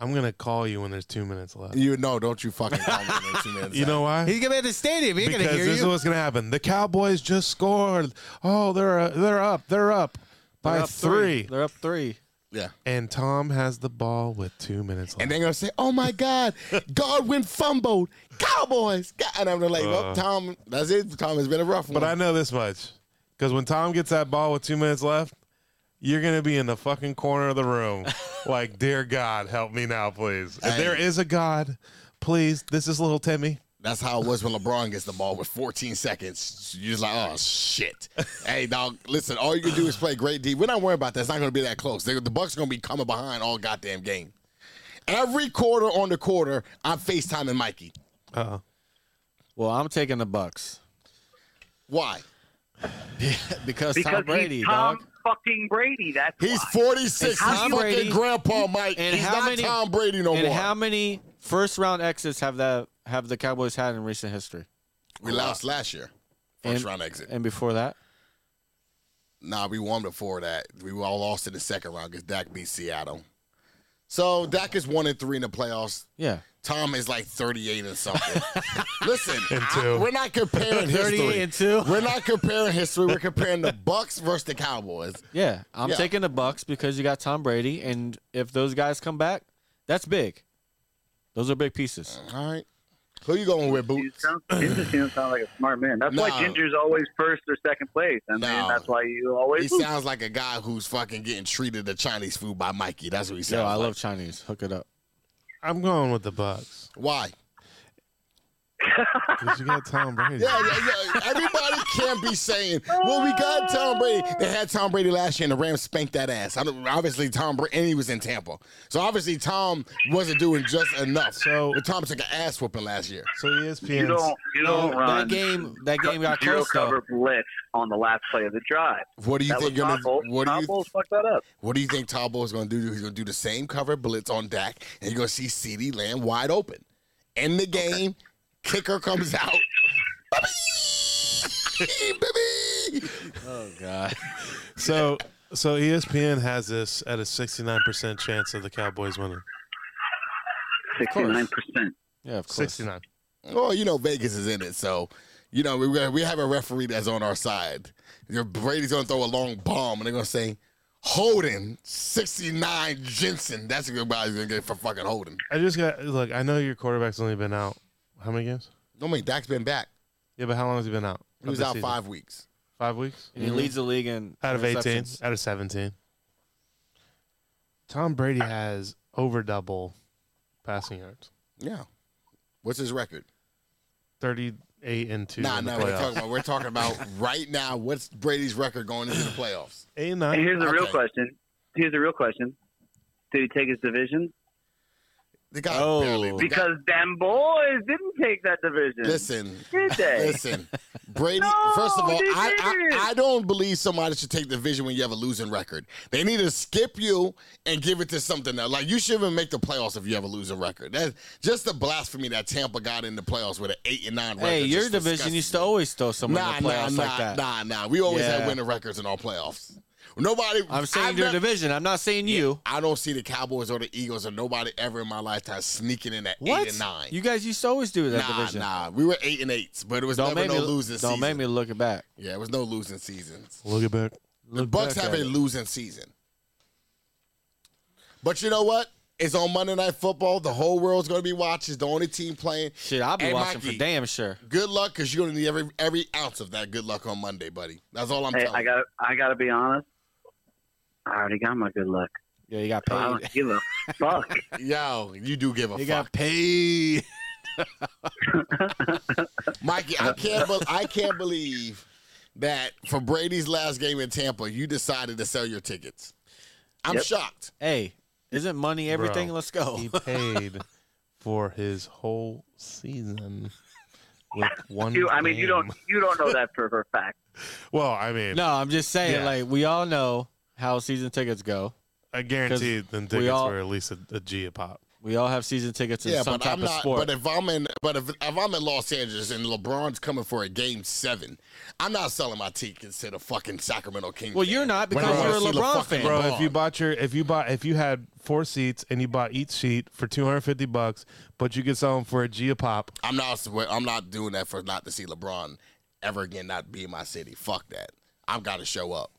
Speaker 1: I'm gonna call you when there's two minutes left.
Speaker 3: You know, don't you fucking call me in two minutes.
Speaker 1: You know why?
Speaker 2: He's gonna be at the stadium. He ain't
Speaker 1: because
Speaker 2: gonna hear
Speaker 1: this is
Speaker 2: you.
Speaker 1: what's gonna happen. The Cowboys just scored. Oh, they're uh, they're up. They're up by
Speaker 2: They're up
Speaker 1: 3
Speaker 2: They're up three.
Speaker 3: Yeah.
Speaker 1: And Tom has the ball with two minutes left.
Speaker 3: And they're going to say, oh my God, Godwin fumbled. Cowboys. God. And I'm like, well,
Speaker 1: Uh.
Speaker 3: Tom, that's it. Tom has been a rough one.
Speaker 1: but I know this much, because when Tom gets that ball with two minutes left, you're gonna be in the fucking corner of the room, like, dear God, help me now, please. If
Speaker 3: Hey.
Speaker 1: there is a God, please, this is little Timmy.
Speaker 3: that's how it was when LeBron gets the ball with 14 seconds. You're just like, oh shit. hey, dog, listen, all you can do is play great D. We're not worried about that. It's not going to be that close. They, the Bucks are going to be coming behind all goddamn game. Every quarter on the quarter, I'm FaceTiming Mikey.
Speaker 1: Uh-oh.
Speaker 2: Well, I'm taking the Bucks
Speaker 3: Why?
Speaker 2: because,
Speaker 4: Because
Speaker 2: Tom Brady,
Speaker 4: he's Tom
Speaker 2: dog.
Speaker 4: fucking Brady. That's
Speaker 3: He's
Speaker 4: why.
Speaker 3: 46.
Speaker 2: And
Speaker 3: He's
Speaker 2: Tom
Speaker 3: fucking
Speaker 2: Brady-
Speaker 3: grandpa, Mike.
Speaker 2: and
Speaker 3: He's
Speaker 2: how
Speaker 3: not
Speaker 2: many-
Speaker 3: Tom Brady no
Speaker 2: and
Speaker 3: more.
Speaker 2: how many first round exits have that have the Cowboys had in recent history?
Speaker 3: we lost last year. First
Speaker 2: And-
Speaker 3: round exit.
Speaker 2: And before that,
Speaker 3: Nah, we won before that. We all lost in the second round because Dak beat Seattle. So Dak is one and three in the playoffs.
Speaker 2: yeah,
Speaker 3: Tom is like 38 and something. Listen,
Speaker 1: And
Speaker 3: I-
Speaker 1: two.
Speaker 3: we're not comparing history.
Speaker 2: and two.
Speaker 3: We're not comparing history. We're comparing the Bucks versus the Cowboys.
Speaker 2: Yeah, I'm
Speaker 3: Yeah.
Speaker 2: taking the Bucks because you got Tom Brady, and if those guys come back, that's big. Those are big pieces.
Speaker 3: All right. Who you going with,
Speaker 4: You
Speaker 3: Boots?
Speaker 4: sound, Ginger seems sound like a smart man. That's
Speaker 3: No.
Speaker 4: why Ginger's always first or second place. I mean,
Speaker 3: No.
Speaker 4: that's why you
Speaker 3: He
Speaker 4: always. lose.
Speaker 3: sounds like a guy who's fucking getting treated to Chinese food by Mikey. That's what he sounds
Speaker 2: Yo, I
Speaker 3: like.
Speaker 2: love Chinese. Hook it up.
Speaker 1: I'm going with the Bucks
Speaker 3: Why?
Speaker 1: because you got Tom Brady.
Speaker 3: Yeah, yeah, yeah. Everybody can't be saying, "Well, we got Tom Brady." They had Tom Brady last year, and the Rams spanked that ass. I don't, obviously, Tom Brady, and he was in Tampa, so obviously Tom wasn't doing just enough.
Speaker 1: So-
Speaker 3: but Tom took an ass whooping last year.
Speaker 1: So ESPN.
Speaker 4: you don't. You don't
Speaker 2: Yo,
Speaker 4: run
Speaker 2: that game. That
Speaker 4: co-
Speaker 2: game got
Speaker 4: zero
Speaker 2: close
Speaker 4: cover
Speaker 2: though.
Speaker 4: blitz on the last play of the drive.
Speaker 3: What do you
Speaker 4: that
Speaker 3: think?
Speaker 4: was
Speaker 3: Gonna,
Speaker 4: Todd Bowles.
Speaker 3: what do
Speaker 4: Todd
Speaker 3: you
Speaker 4: Bowles fucked that up.
Speaker 3: what do you think Tom Bowles going to do? He's going to do the same cover blitz on Dak, and you're going to see Ceedee Lamb wide open. In the game, kicker comes out. Baby, baby.
Speaker 2: Oh god.
Speaker 1: So so E ESPN has this at a 69% chance of the Cowboys winning.
Speaker 4: Sixty-nine percent.
Speaker 2: Yeah, of course.
Speaker 1: 69.
Speaker 3: Well, you know Vegas is in it, so you know we we have a referee that's on our side. Your Brady's gonna throw a long bomb, and they're gonna say Holden sixty nine Jensen. That's what everybody's gonna get for fucking Holden.
Speaker 1: I just got look, I know your quarterback's only been out how many games?
Speaker 3: No, I mean Dak's been back.
Speaker 1: Yeah, but how long has he been out?
Speaker 3: He was
Speaker 1: Of
Speaker 3: out
Speaker 1: this season?
Speaker 3: five weeks.
Speaker 1: 5 weeks?
Speaker 2: And he
Speaker 3: Mm-hmm.
Speaker 2: leads the league in
Speaker 1: Out of 18,
Speaker 2: interceptions.
Speaker 1: out of 17. Tom Brady has over double passing yards.
Speaker 3: Yeah. What's his record?
Speaker 1: 38 and 2
Speaker 3: Nah,
Speaker 1: in the
Speaker 3: nah. We're talking
Speaker 1: playoffs.
Speaker 3: about we're talking about right now. What's Brady's record going into the playoffs?
Speaker 1: 8 and
Speaker 4: And
Speaker 1: 9.
Speaker 4: here's the real
Speaker 3: Okay.
Speaker 4: question. Here's the real question. Did he take his division?
Speaker 3: The guy
Speaker 2: Oh.
Speaker 3: barely. the guy-
Speaker 4: Because them boys didn't take that division.
Speaker 3: listen,
Speaker 4: did they?
Speaker 3: Listen, Brady.
Speaker 4: No,
Speaker 3: first of all,
Speaker 4: they
Speaker 3: I,
Speaker 4: didn't.
Speaker 3: I I don't believe somebody should take the division when you have a losing record. They need to skip you and give it to something else. Like you shouldn't even make the playoffs if you have a losing record. That's just the blasphemy that Tampa got in the playoffs with an eight and nine record.
Speaker 2: Hey, your
Speaker 3: Just
Speaker 2: division
Speaker 3: disgusting.
Speaker 2: used to always throw someone
Speaker 3: nah
Speaker 2: in the playoffs
Speaker 3: nah
Speaker 2: like that.
Speaker 3: nah nah nah. We always
Speaker 2: Yeah.
Speaker 3: had winning records in our playoffs. Nobody.
Speaker 2: I'm saying
Speaker 3: I've
Speaker 2: your
Speaker 3: not-
Speaker 2: division. I'm not saying you.
Speaker 3: I don't see the Cowboys or the Eagles or nobody ever in my lifetime sneaking in at
Speaker 2: What?
Speaker 3: eight and nine.
Speaker 2: You guys used to always do that
Speaker 3: nah,
Speaker 2: division.
Speaker 3: nah. We were eight and eights, but it was
Speaker 2: Don't
Speaker 3: never
Speaker 2: make
Speaker 3: no
Speaker 2: me
Speaker 3: losing
Speaker 2: Don't
Speaker 3: season.
Speaker 2: make me look it back.
Speaker 3: Yeah, it was no losing seasons.
Speaker 1: Look at back.
Speaker 3: The Bucks
Speaker 2: back
Speaker 3: have
Speaker 2: at
Speaker 3: a
Speaker 2: it.
Speaker 3: losing season. But you know what? It's on Monday Night Football. The whole world's going to be watching. It's the only team playing.
Speaker 2: Shit, I'll be
Speaker 3: Hey,
Speaker 2: watching
Speaker 3: Mikey.
Speaker 2: for damn sure.
Speaker 3: Good luck, because you're going to need every every ounce of that good luck on Monday, buddy. That's all I'm
Speaker 4: Hey,
Speaker 3: telling
Speaker 4: I got. I got to be honest. I already got my good luck.
Speaker 2: Yeah, you got
Speaker 4: So I
Speaker 2: paid.
Speaker 4: don't give a fuck.
Speaker 3: you. Yo, you do give a
Speaker 2: You
Speaker 3: Oh, fuck.
Speaker 2: got paid.
Speaker 3: Mikey, I can't, be- I can't believe that for Brady's last game in Tampa, you decided to sell your tickets. I'm
Speaker 4: Yep.
Speaker 3: shocked.
Speaker 2: Hey, isn't money everything?
Speaker 1: Bro.
Speaker 2: Let's go.
Speaker 1: He paid for his whole season with one
Speaker 4: You, I mean, you
Speaker 1: game.
Speaker 4: don't. You don't know that for, for a fact.
Speaker 1: Well, I mean,
Speaker 2: No, I'm just saying,
Speaker 1: Yeah.
Speaker 2: like, we all know how season tickets go.
Speaker 1: I guarantee them tickets
Speaker 2: all-
Speaker 1: were at least a, a G a pop.
Speaker 2: We all have season tickets in
Speaker 3: yeah,
Speaker 2: some
Speaker 3: but
Speaker 2: type
Speaker 3: I'm
Speaker 2: of
Speaker 3: not.
Speaker 2: sport.
Speaker 3: But if I'm in, but if, if I'm in Los Angeles and LeBron's coming for a game seven, I'm not selling my tickets to the fucking Sacramento Kings.
Speaker 2: well,
Speaker 3: game.
Speaker 2: you're not
Speaker 3: When I
Speaker 2: because
Speaker 3: wanna
Speaker 2: you're a
Speaker 3: see the
Speaker 2: LeBron
Speaker 3: fucking
Speaker 2: fan.
Speaker 1: Bro, if
Speaker 3: LeBron.
Speaker 1: you bought your if you bought if you had four seats and you bought each seat for two hundred fifty bucks, but you could sell them for a G a pop.
Speaker 3: I'm not. I'm not doing that for not to see LeBron ever again. Not be in my city. Fuck that. I've got to show up.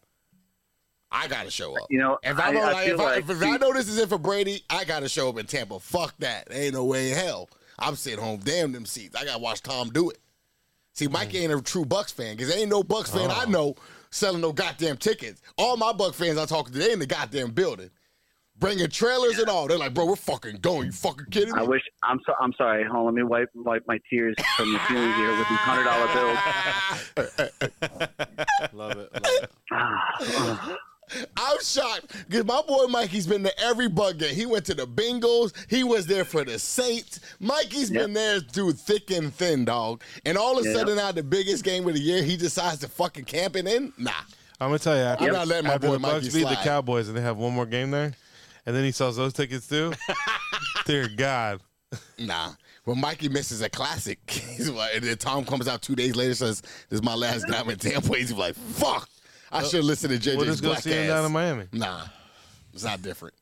Speaker 3: I got to show up.
Speaker 4: You know,
Speaker 3: if
Speaker 4: I-
Speaker 3: I, know,
Speaker 4: I
Speaker 3: like,
Speaker 4: feel
Speaker 3: if, I,
Speaker 4: like
Speaker 3: if, if
Speaker 4: the-
Speaker 3: I know this is it for Brady, I got to show up in Tampa. Fuck that. There ain't no way in hell. I'm sitting home. Damn them seats. I got to watch Tom do it. See, Mike
Speaker 4: Mm.
Speaker 3: ain't a true Bucks fan because ain't no Bucks fan
Speaker 4: Oh.
Speaker 3: I know selling no goddamn tickets. All my Buck fans I talk to, they in the goddamn building, bringing trailers and all. They're like, bro, we're fucking going. You fucking kidding me?
Speaker 4: I wish. I'm so. I'm sorry. Hold on. Let me wipe wipe my tears from the feelings here with these hundred dollar bills.
Speaker 2: love it. Love it.
Speaker 4: Ah,
Speaker 3: I'm shocked because my boy Mikey's been to every bug game. He went to the Bengals. He was there for the Saints. Mikey's
Speaker 4: Yep.
Speaker 3: been there through thick and thin, dog. And all of a
Speaker 4: Yeah.
Speaker 3: sudden, now the biggest game of the year, he decides to fucking camp it in. Nah,
Speaker 1: I'm gonna tell you, after,
Speaker 3: I'm not letting my
Speaker 1: after
Speaker 3: boy
Speaker 1: the Bucks
Speaker 3: Mikey
Speaker 1: beat the
Speaker 3: slide.
Speaker 1: Cowboys and they have one more game there, and then he sells those tickets too. Dear God,
Speaker 3: nah. When Mikey misses a classic, he's like, and then Tom comes out two days later says, "This is my last time in Tampa." He's like, "Fuck,
Speaker 1: Uh,
Speaker 3: I should listen to JJ's
Speaker 1: we'll just go
Speaker 3: black
Speaker 1: see him
Speaker 3: ass."
Speaker 1: down in Miami.
Speaker 3: nah, it's not different.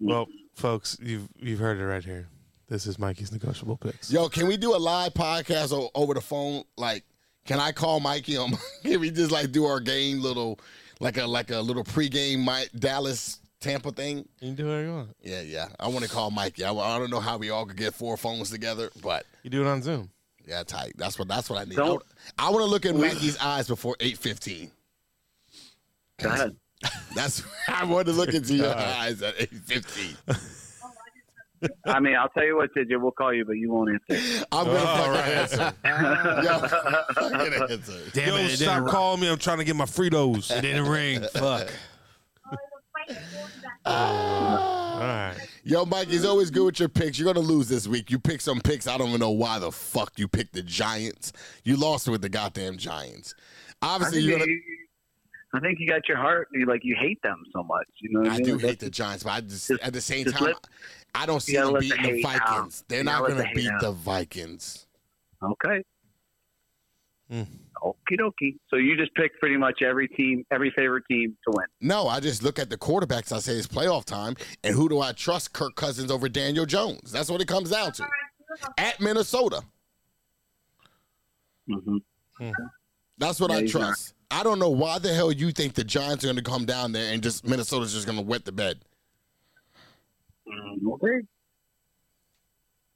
Speaker 1: Well, folks, you've you've heard it right here. This is Mikey's negotiable picks.
Speaker 3: Yo, can we do a live podcast o- over the phone? Like, can I call Mikey on? Can we just like do our game little, like a like a little pregame my Dallas Tampa thing.
Speaker 1: You can do whatever you want.
Speaker 3: Yeah, yeah. I want to call Mikey. I, I don't know how we all could get four phones together, but
Speaker 1: You do it on Zoom.
Speaker 3: yeah, tight. That's what that's what I need. I,
Speaker 4: Don't-
Speaker 3: want to look in Mikey's eyes before eight fifteen.
Speaker 4: Go ahead.
Speaker 3: That's I want to look into your
Speaker 1: God.
Speaker 3: eyes at eight fifteen.
Speaker 4: I mean, I'll tell you what, JJ, we'll call you, but you won't answer.
Speaker 3: I'm gonna
Speaker 1: All Oh,
Speaker 3: fucking
Speaker 1: right.
Speaker 3: answer. Yo, fucking answer.
Speaker 5: Damn
Speaker 1: Yo,
Speaker 5: it, it didn't
Speaker 1: stop
Speaker 5: ring.
Speaker 1: calling me. I'm trying to get my Fritos.
Speaker 5: It didn't ring. Fuck.
Speaker 1: All right.
Speaker 3: Yo, Mikey, it's always good with your picks. You're gonna lose this week. You picked some picks. I don't even know why the fuck you picked the Giants. You lost with the goddamn Giants.
Speaker 4: I
Speaker 3: Obviously,
Speaker 4: think,
Speaker 3: you're gonna.
Speaker 4: you, I think you got your heart. You like you hate them so much. You know, what
Speaker 3: I
Speaker 4: mean?
Speaker 3: do hate the Giants, but I just,
Speaker 4: Just-
Speaker 3: at the same
Speaker 4: just
Speaker 3: time,
Speaker 4: let-
Speaker 3: I don't see
Speaker 4: gotta
Speaker 3: them
Speaker 4: let the
Speaker 3: beating the,
Speaker 4: hate out.
Speaker 3: Vikings. They're
Speaker 4: You
Speaker 3: not
Speaker 4: gotta let
Speaker 3: going to
Speaker 4: the hate
Speaker 3: beat
Speaker 4: out.
Speaker 3: the Vikings.
Speaker 4: Okay.
Speaker 3: Hmm.
Speaker 1: Mm.
Speaker 4: Okie dokie. So you just pick pretty much every team, every favorite team to win.
Speaker 3: No, I just look at the quarterbacks. I say it's playoff time, and who do I trust? Kirk Cousins over Daniel Jones. That's what it comes down to. At Minnesota,
Speaker 4: Mm-hmm.
Speaker 3: that's what
Speaker 4: Yeah,
Speaker 3: I
Speaker 4: he's not.
Speaker 3: trust. I don't know why the hell you think the Giants are going to come down there and just Minnesota's just going to wet the bed.
Speaker 4: Mm-hmm. Okay.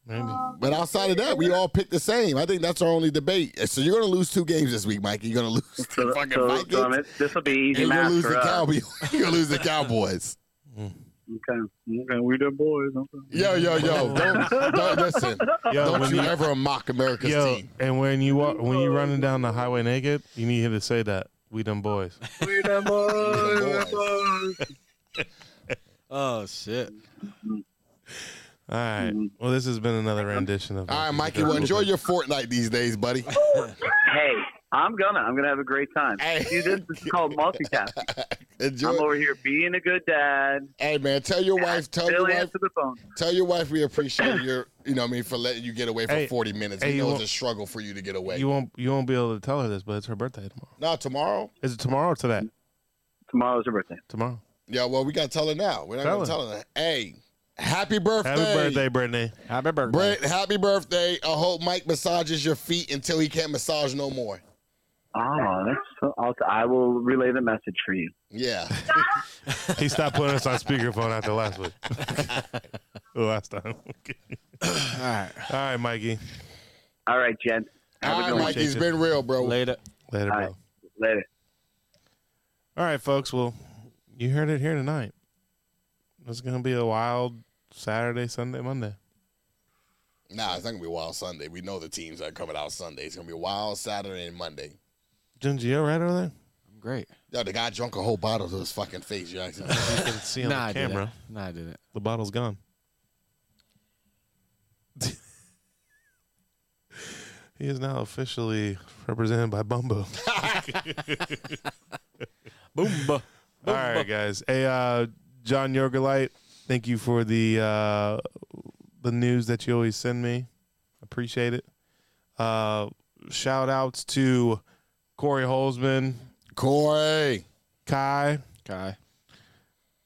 Speaker 1: Maybe.
Speaker 3: But outside of that, we all pick the same. I think that's our only debate. So you're going to lose two games this week, Mikey. You're going to lose the
Speaker 4: So,
Speaker 3: fucking
Speaker 4: so,
Speaker 3: Vikings,
Speaker 4: so I mean, this will be
Speaker 3: and
Speaker 4: easy
Speaker 3: you're going to
Speaker 4: math
Speaker 3: lose
Speaker 4: for
Speaker 3: the
Speaker 4: us.
Speaker 3: Cowboys. you're going to lose the Cowboys.
Speaker 1: Mm.
Speaker 4: Okay. Okay. We the boys. Okay.
Speaker 3: Yo, yo, yo! Don't, don't listen.
Speaker 1: Yo,
Speaker 3: don't
Speaker 1: when
Speaker 3: you
Speaker 1: you-
Speaker 3: ever mock America's
Speaker 1: Yo,
Speaker 3: team.
Speaker 1: and when you walk, when you running down the highway naked, you need to say that we done boys.
Speaker 4: We the boys.
Speaker 3: We
Speaker 4: we
Speaker 3: the
Speaker 4: the boys.
Speaker 2: Oh shit.
Speaker 1: All right.
Speaker 4: Mhm.
Speaker 1: Well, this has been another rendition of. uh,
Speaker 3: All right, Mikey. Well, enjoy your Fortnite these days, buddy.
Speaker 4: Hey, I'm gonna. I'm gonna have a great time.
Speaker 3: Hey.
Speaker 4: See, this is called multitasking. I'm
Speaker 3: Enjoy.
Speaker 4: over here being a good dad.
Speaker 3: Hey, man. Tell your wife. Tell
Speaker 4: Still
Speaker 3: your wife.
Speaker 4: answer the phone.
Speaker 3: Tell your wife we appreciate your. You know, what I mean, for letting you get away for
Speaker 1: Hey,
Speaker 3: forty minutes.
Speaker 1: hey,
Speaker 3: we
Speaker 1: you
Speaker 3: know it's
Speaker 1: won't-
Speaker 3: a struggle for you to get away.
Speaker 1: You won't you won't be able to tell her this, but it's her birthday tomorrow.
Speaker 3: no, tomorrow.
Speaker 1: Is it tomorrow or today?
Speaker 4: Tomorrow's her birthday.
Speaker 1: Tomorrow.
Speaker 3: Yeah. Well, we gotta tell her now. We're not
Speaker 1: Tell
Speaker 3: gonna
Speaker 1: her.
Speaker 3: tell her. Hey, happy birthday.
Speaker 1: Happy birthday, Brittany.
Speaker 2: Happy birthday.
Speaker 3: Brent, happy birthday. I hope Mike massages your feet until he can't massage no more.
Speaker 4: Oh, that's so, I'll, I will relay the message for you.
Speaker 3: Yeah.
Speaker 1: He stopped putting us on speakerphone after last week. the last time. Okay.
Speaker 2: All right.
Speaker 1: All right, Mikey.
Speaker 4: All right, Jen. Have
Speaker 3: All
Speaker 4: a
Speaker 3: right,
Speaker 4: good one.
Speaker 3: Mikey. It's
Speaker 1: Jason.
Speaker 3: been real, bro.
Speaker 2: Later.
Speaker 1: Later,
Speaker 4: All
Speaker 1: bro.
Speaker 4: right. Later.
Speaker 1: All right, folks. Well, you heard it here tonight. It's gonna be a wild Saturday, Sunday, Monday.
Speaker 3: Nah, it's not gonna be a wild Sunday. We know the teams that are coming out Sunday. It's gonna be a wild Saturday and Monday.
Speaker 1: Jun Gio right over there?
Speaker 2: I'm great.
Speaker 3: Yo, the guy drunk a whole bottle to his fucking face. You actually
Speaker 1: You can see on
Speaker 2: nah,
Speaker 1: the
Speaker 2: I didn't.
Speaker 1: camera.
Speaker 2: Nah, I didn't.
Speaker 1: The bottle's gone. he is now officially represented by Bumbo.
Speaker 2: Boom. buh.
Speaker 1: All right, guys. Hey, uh, John Yorgalite, thank you for the uh, the news that you always send me. Appreciate it. Uh, shout outs to Corey Holzman,
Speaker 3: Corey.
Speaker 1: Kai,
Speaker 2: Okay.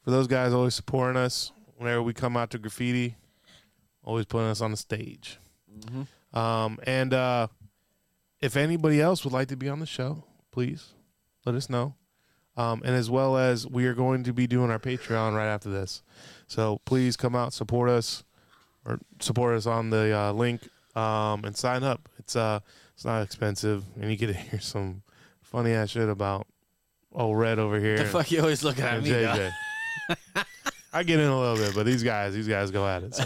Speaker 1: for those guys always supporting us whenever we come out to graffiti, always putting us on the stage.
Speaker 2: Mhm.
Speaker 1: Um, and uh, if anybody else would like to be on the show, please let us know. Um, and as well as we are going to be doing our Patreon right after this, so please come out support us or support us on the uh, link um, and sign up. It's uh it's not expensive, and you get to hear some funny ass shit about old Red over here.
Speaker 2: The fuck you always looking at
Speaker 1: And
Speaker 2: me? dog?
Speaker 1: JJ. I get in a little bit, but these guys, these guys go at it. so.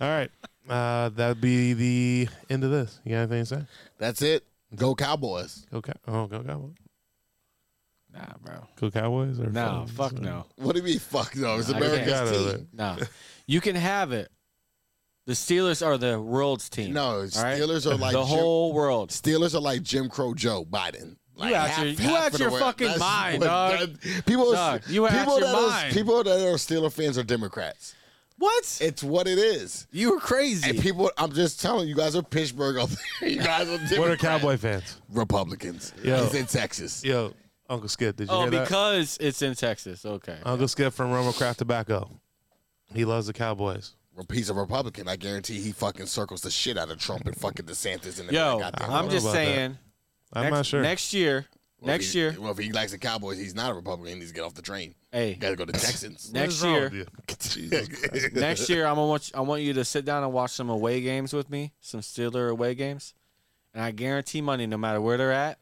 Speaker 1: All right. Uh, that'd be the end of this. You got anything to say?
Speaker 3: That's it. Go Cowboys.
Speaker 1: Go cow! oh, go Cowboys.
Speaker 2: Nah, bro.
Speaker 1: Go Cowboys or
Speaker 2: Nah,
Speaker 1: Phillies?
Speaker 2: fuck no.
Speaker 3: What do you mean? Fuck no. It's
Speaker 2: I
Speaker 3: America's
Speaker 1: can't.
Speaker 3: team.
Speaker 2: Nah. You can have it. The Steelers are the world's team.
Speaker 3: No,
Speaker 2: All right?
Speaker 3: Steelers are like
Speaker 2: the
Speaker 3: Jim,
Speaker 2: whole world.
Speaker 3: Steelers are like Jim Crow Joe Biden. Like
Speaker 2: out
Speaker 3: half-
Speaker 2: your- you
Speaker 3: half
Speaker 2: out
Speaker 3: of the
Speaker 2: your
Speaker 3: world.
Speaker 2: fucking
Speaker 3: That's
Speaker 2: mind,
Speaker 3: what-
Speaker 2: dog.
Speaker 3: that- people,
Speaker 2: Dog, you out
Speaker 3: people
Speaker 2: your
Speaker 3: that are-
Speaker 2: mind.
Speaker 3: people that are Steeler fans are Democrats.
Speaker 2: What? Oh,
Speaker 3: It's what it is.
Speaker 2: you were crazy.
Speaker 3: And people, I'm just telling you, you guys are Pittsburgh up there. You guys are Democrats.
Speaker 1: What are Cowboy fans?
Speaker 3: Republicans.
Speaker 1: Yo.
Speaker 3: He's in Texas.
Speaker 1: Yo, Uncle Skip, did you
Speaker 2: oh,
Speaker 1: hear that?
Speaker 2: because it's in Texas. Okay.
Speaker 1: Uncle Skip from Roma Craft Tobacco. He loves the Cowboys.
Speaker 3: He's a Republican. I guarantee he fucking circles the shit out of Trump and fucking DeSantis and
Speaker 2: Yo,
Speaker 3: everything.
Speaker 1: I
Speaker 2: I'm
Speaker 1: know
Speaker 2: just
Speaker 1: about that.
Speaker 2: saying.
Speaker 1: I'm
Speaker 2: next,
Speaker 1: not sure.
Speaker 2: Next year,
Speaker 3: Well, if
Speaker 2: Next
Speaker 3: he-
Speaker 2: year.
Speaker 3: Well, if he likes the Cowboys, he's not a Republican. He needs to get off the train.
Speaker 2: Hey,
Speaker 3: Got to go to Texans.
Speaker 1: What
Speaker 2: next
Speaker 1: is wrong
Speaker 2: year-
Speaker 1: with you?
Speaker 2: next year I'm gonna want you, I want you to sit down and watch some away games with me, some Steeler away games, and I guarantee money, no matter where they're at,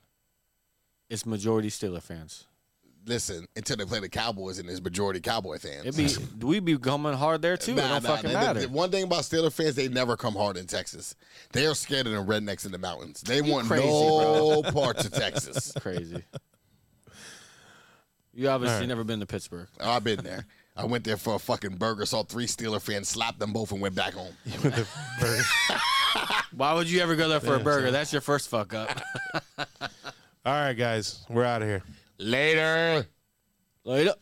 Speaker 2: it's majority Steeler fans.
Speaker 3: Listen, until they play the Cowboys, and there's majority Cowboy fans.
Speaker 2: It be we be coming hard there too. it
Speaker 3: Nah,
Speaker 2: don't
Speaker 3: nah,
Speaker 2: fucking
Speaker 3: the- the-
Speaker 2: matter.
Speaker 3: the one thing about Steeler fans, they never come hard in Texas. They are scared of the rednecks in the mountains. They want
Speaker 2: crazy,
Speaker 3: no parts of Texas.
Speaker 2: Crazy. You obviously
Speaker 1: All right.
Speaker 2: never been to Pittsburgh.
Speaker 3: Oh, I've been there. I went there for a fucking burger, saw three Steeler fans, slapped them both, and went back home.
Speaker 1: With the bird.
Speaker 2: Why would you ever go there for a
Speaker 1: Yeah,
Speaker 2: burger? That's your first fuck up.
Speaker 1: All right, guys, we're out of here.
Speaker 3: Later.
Speaker 2: Later.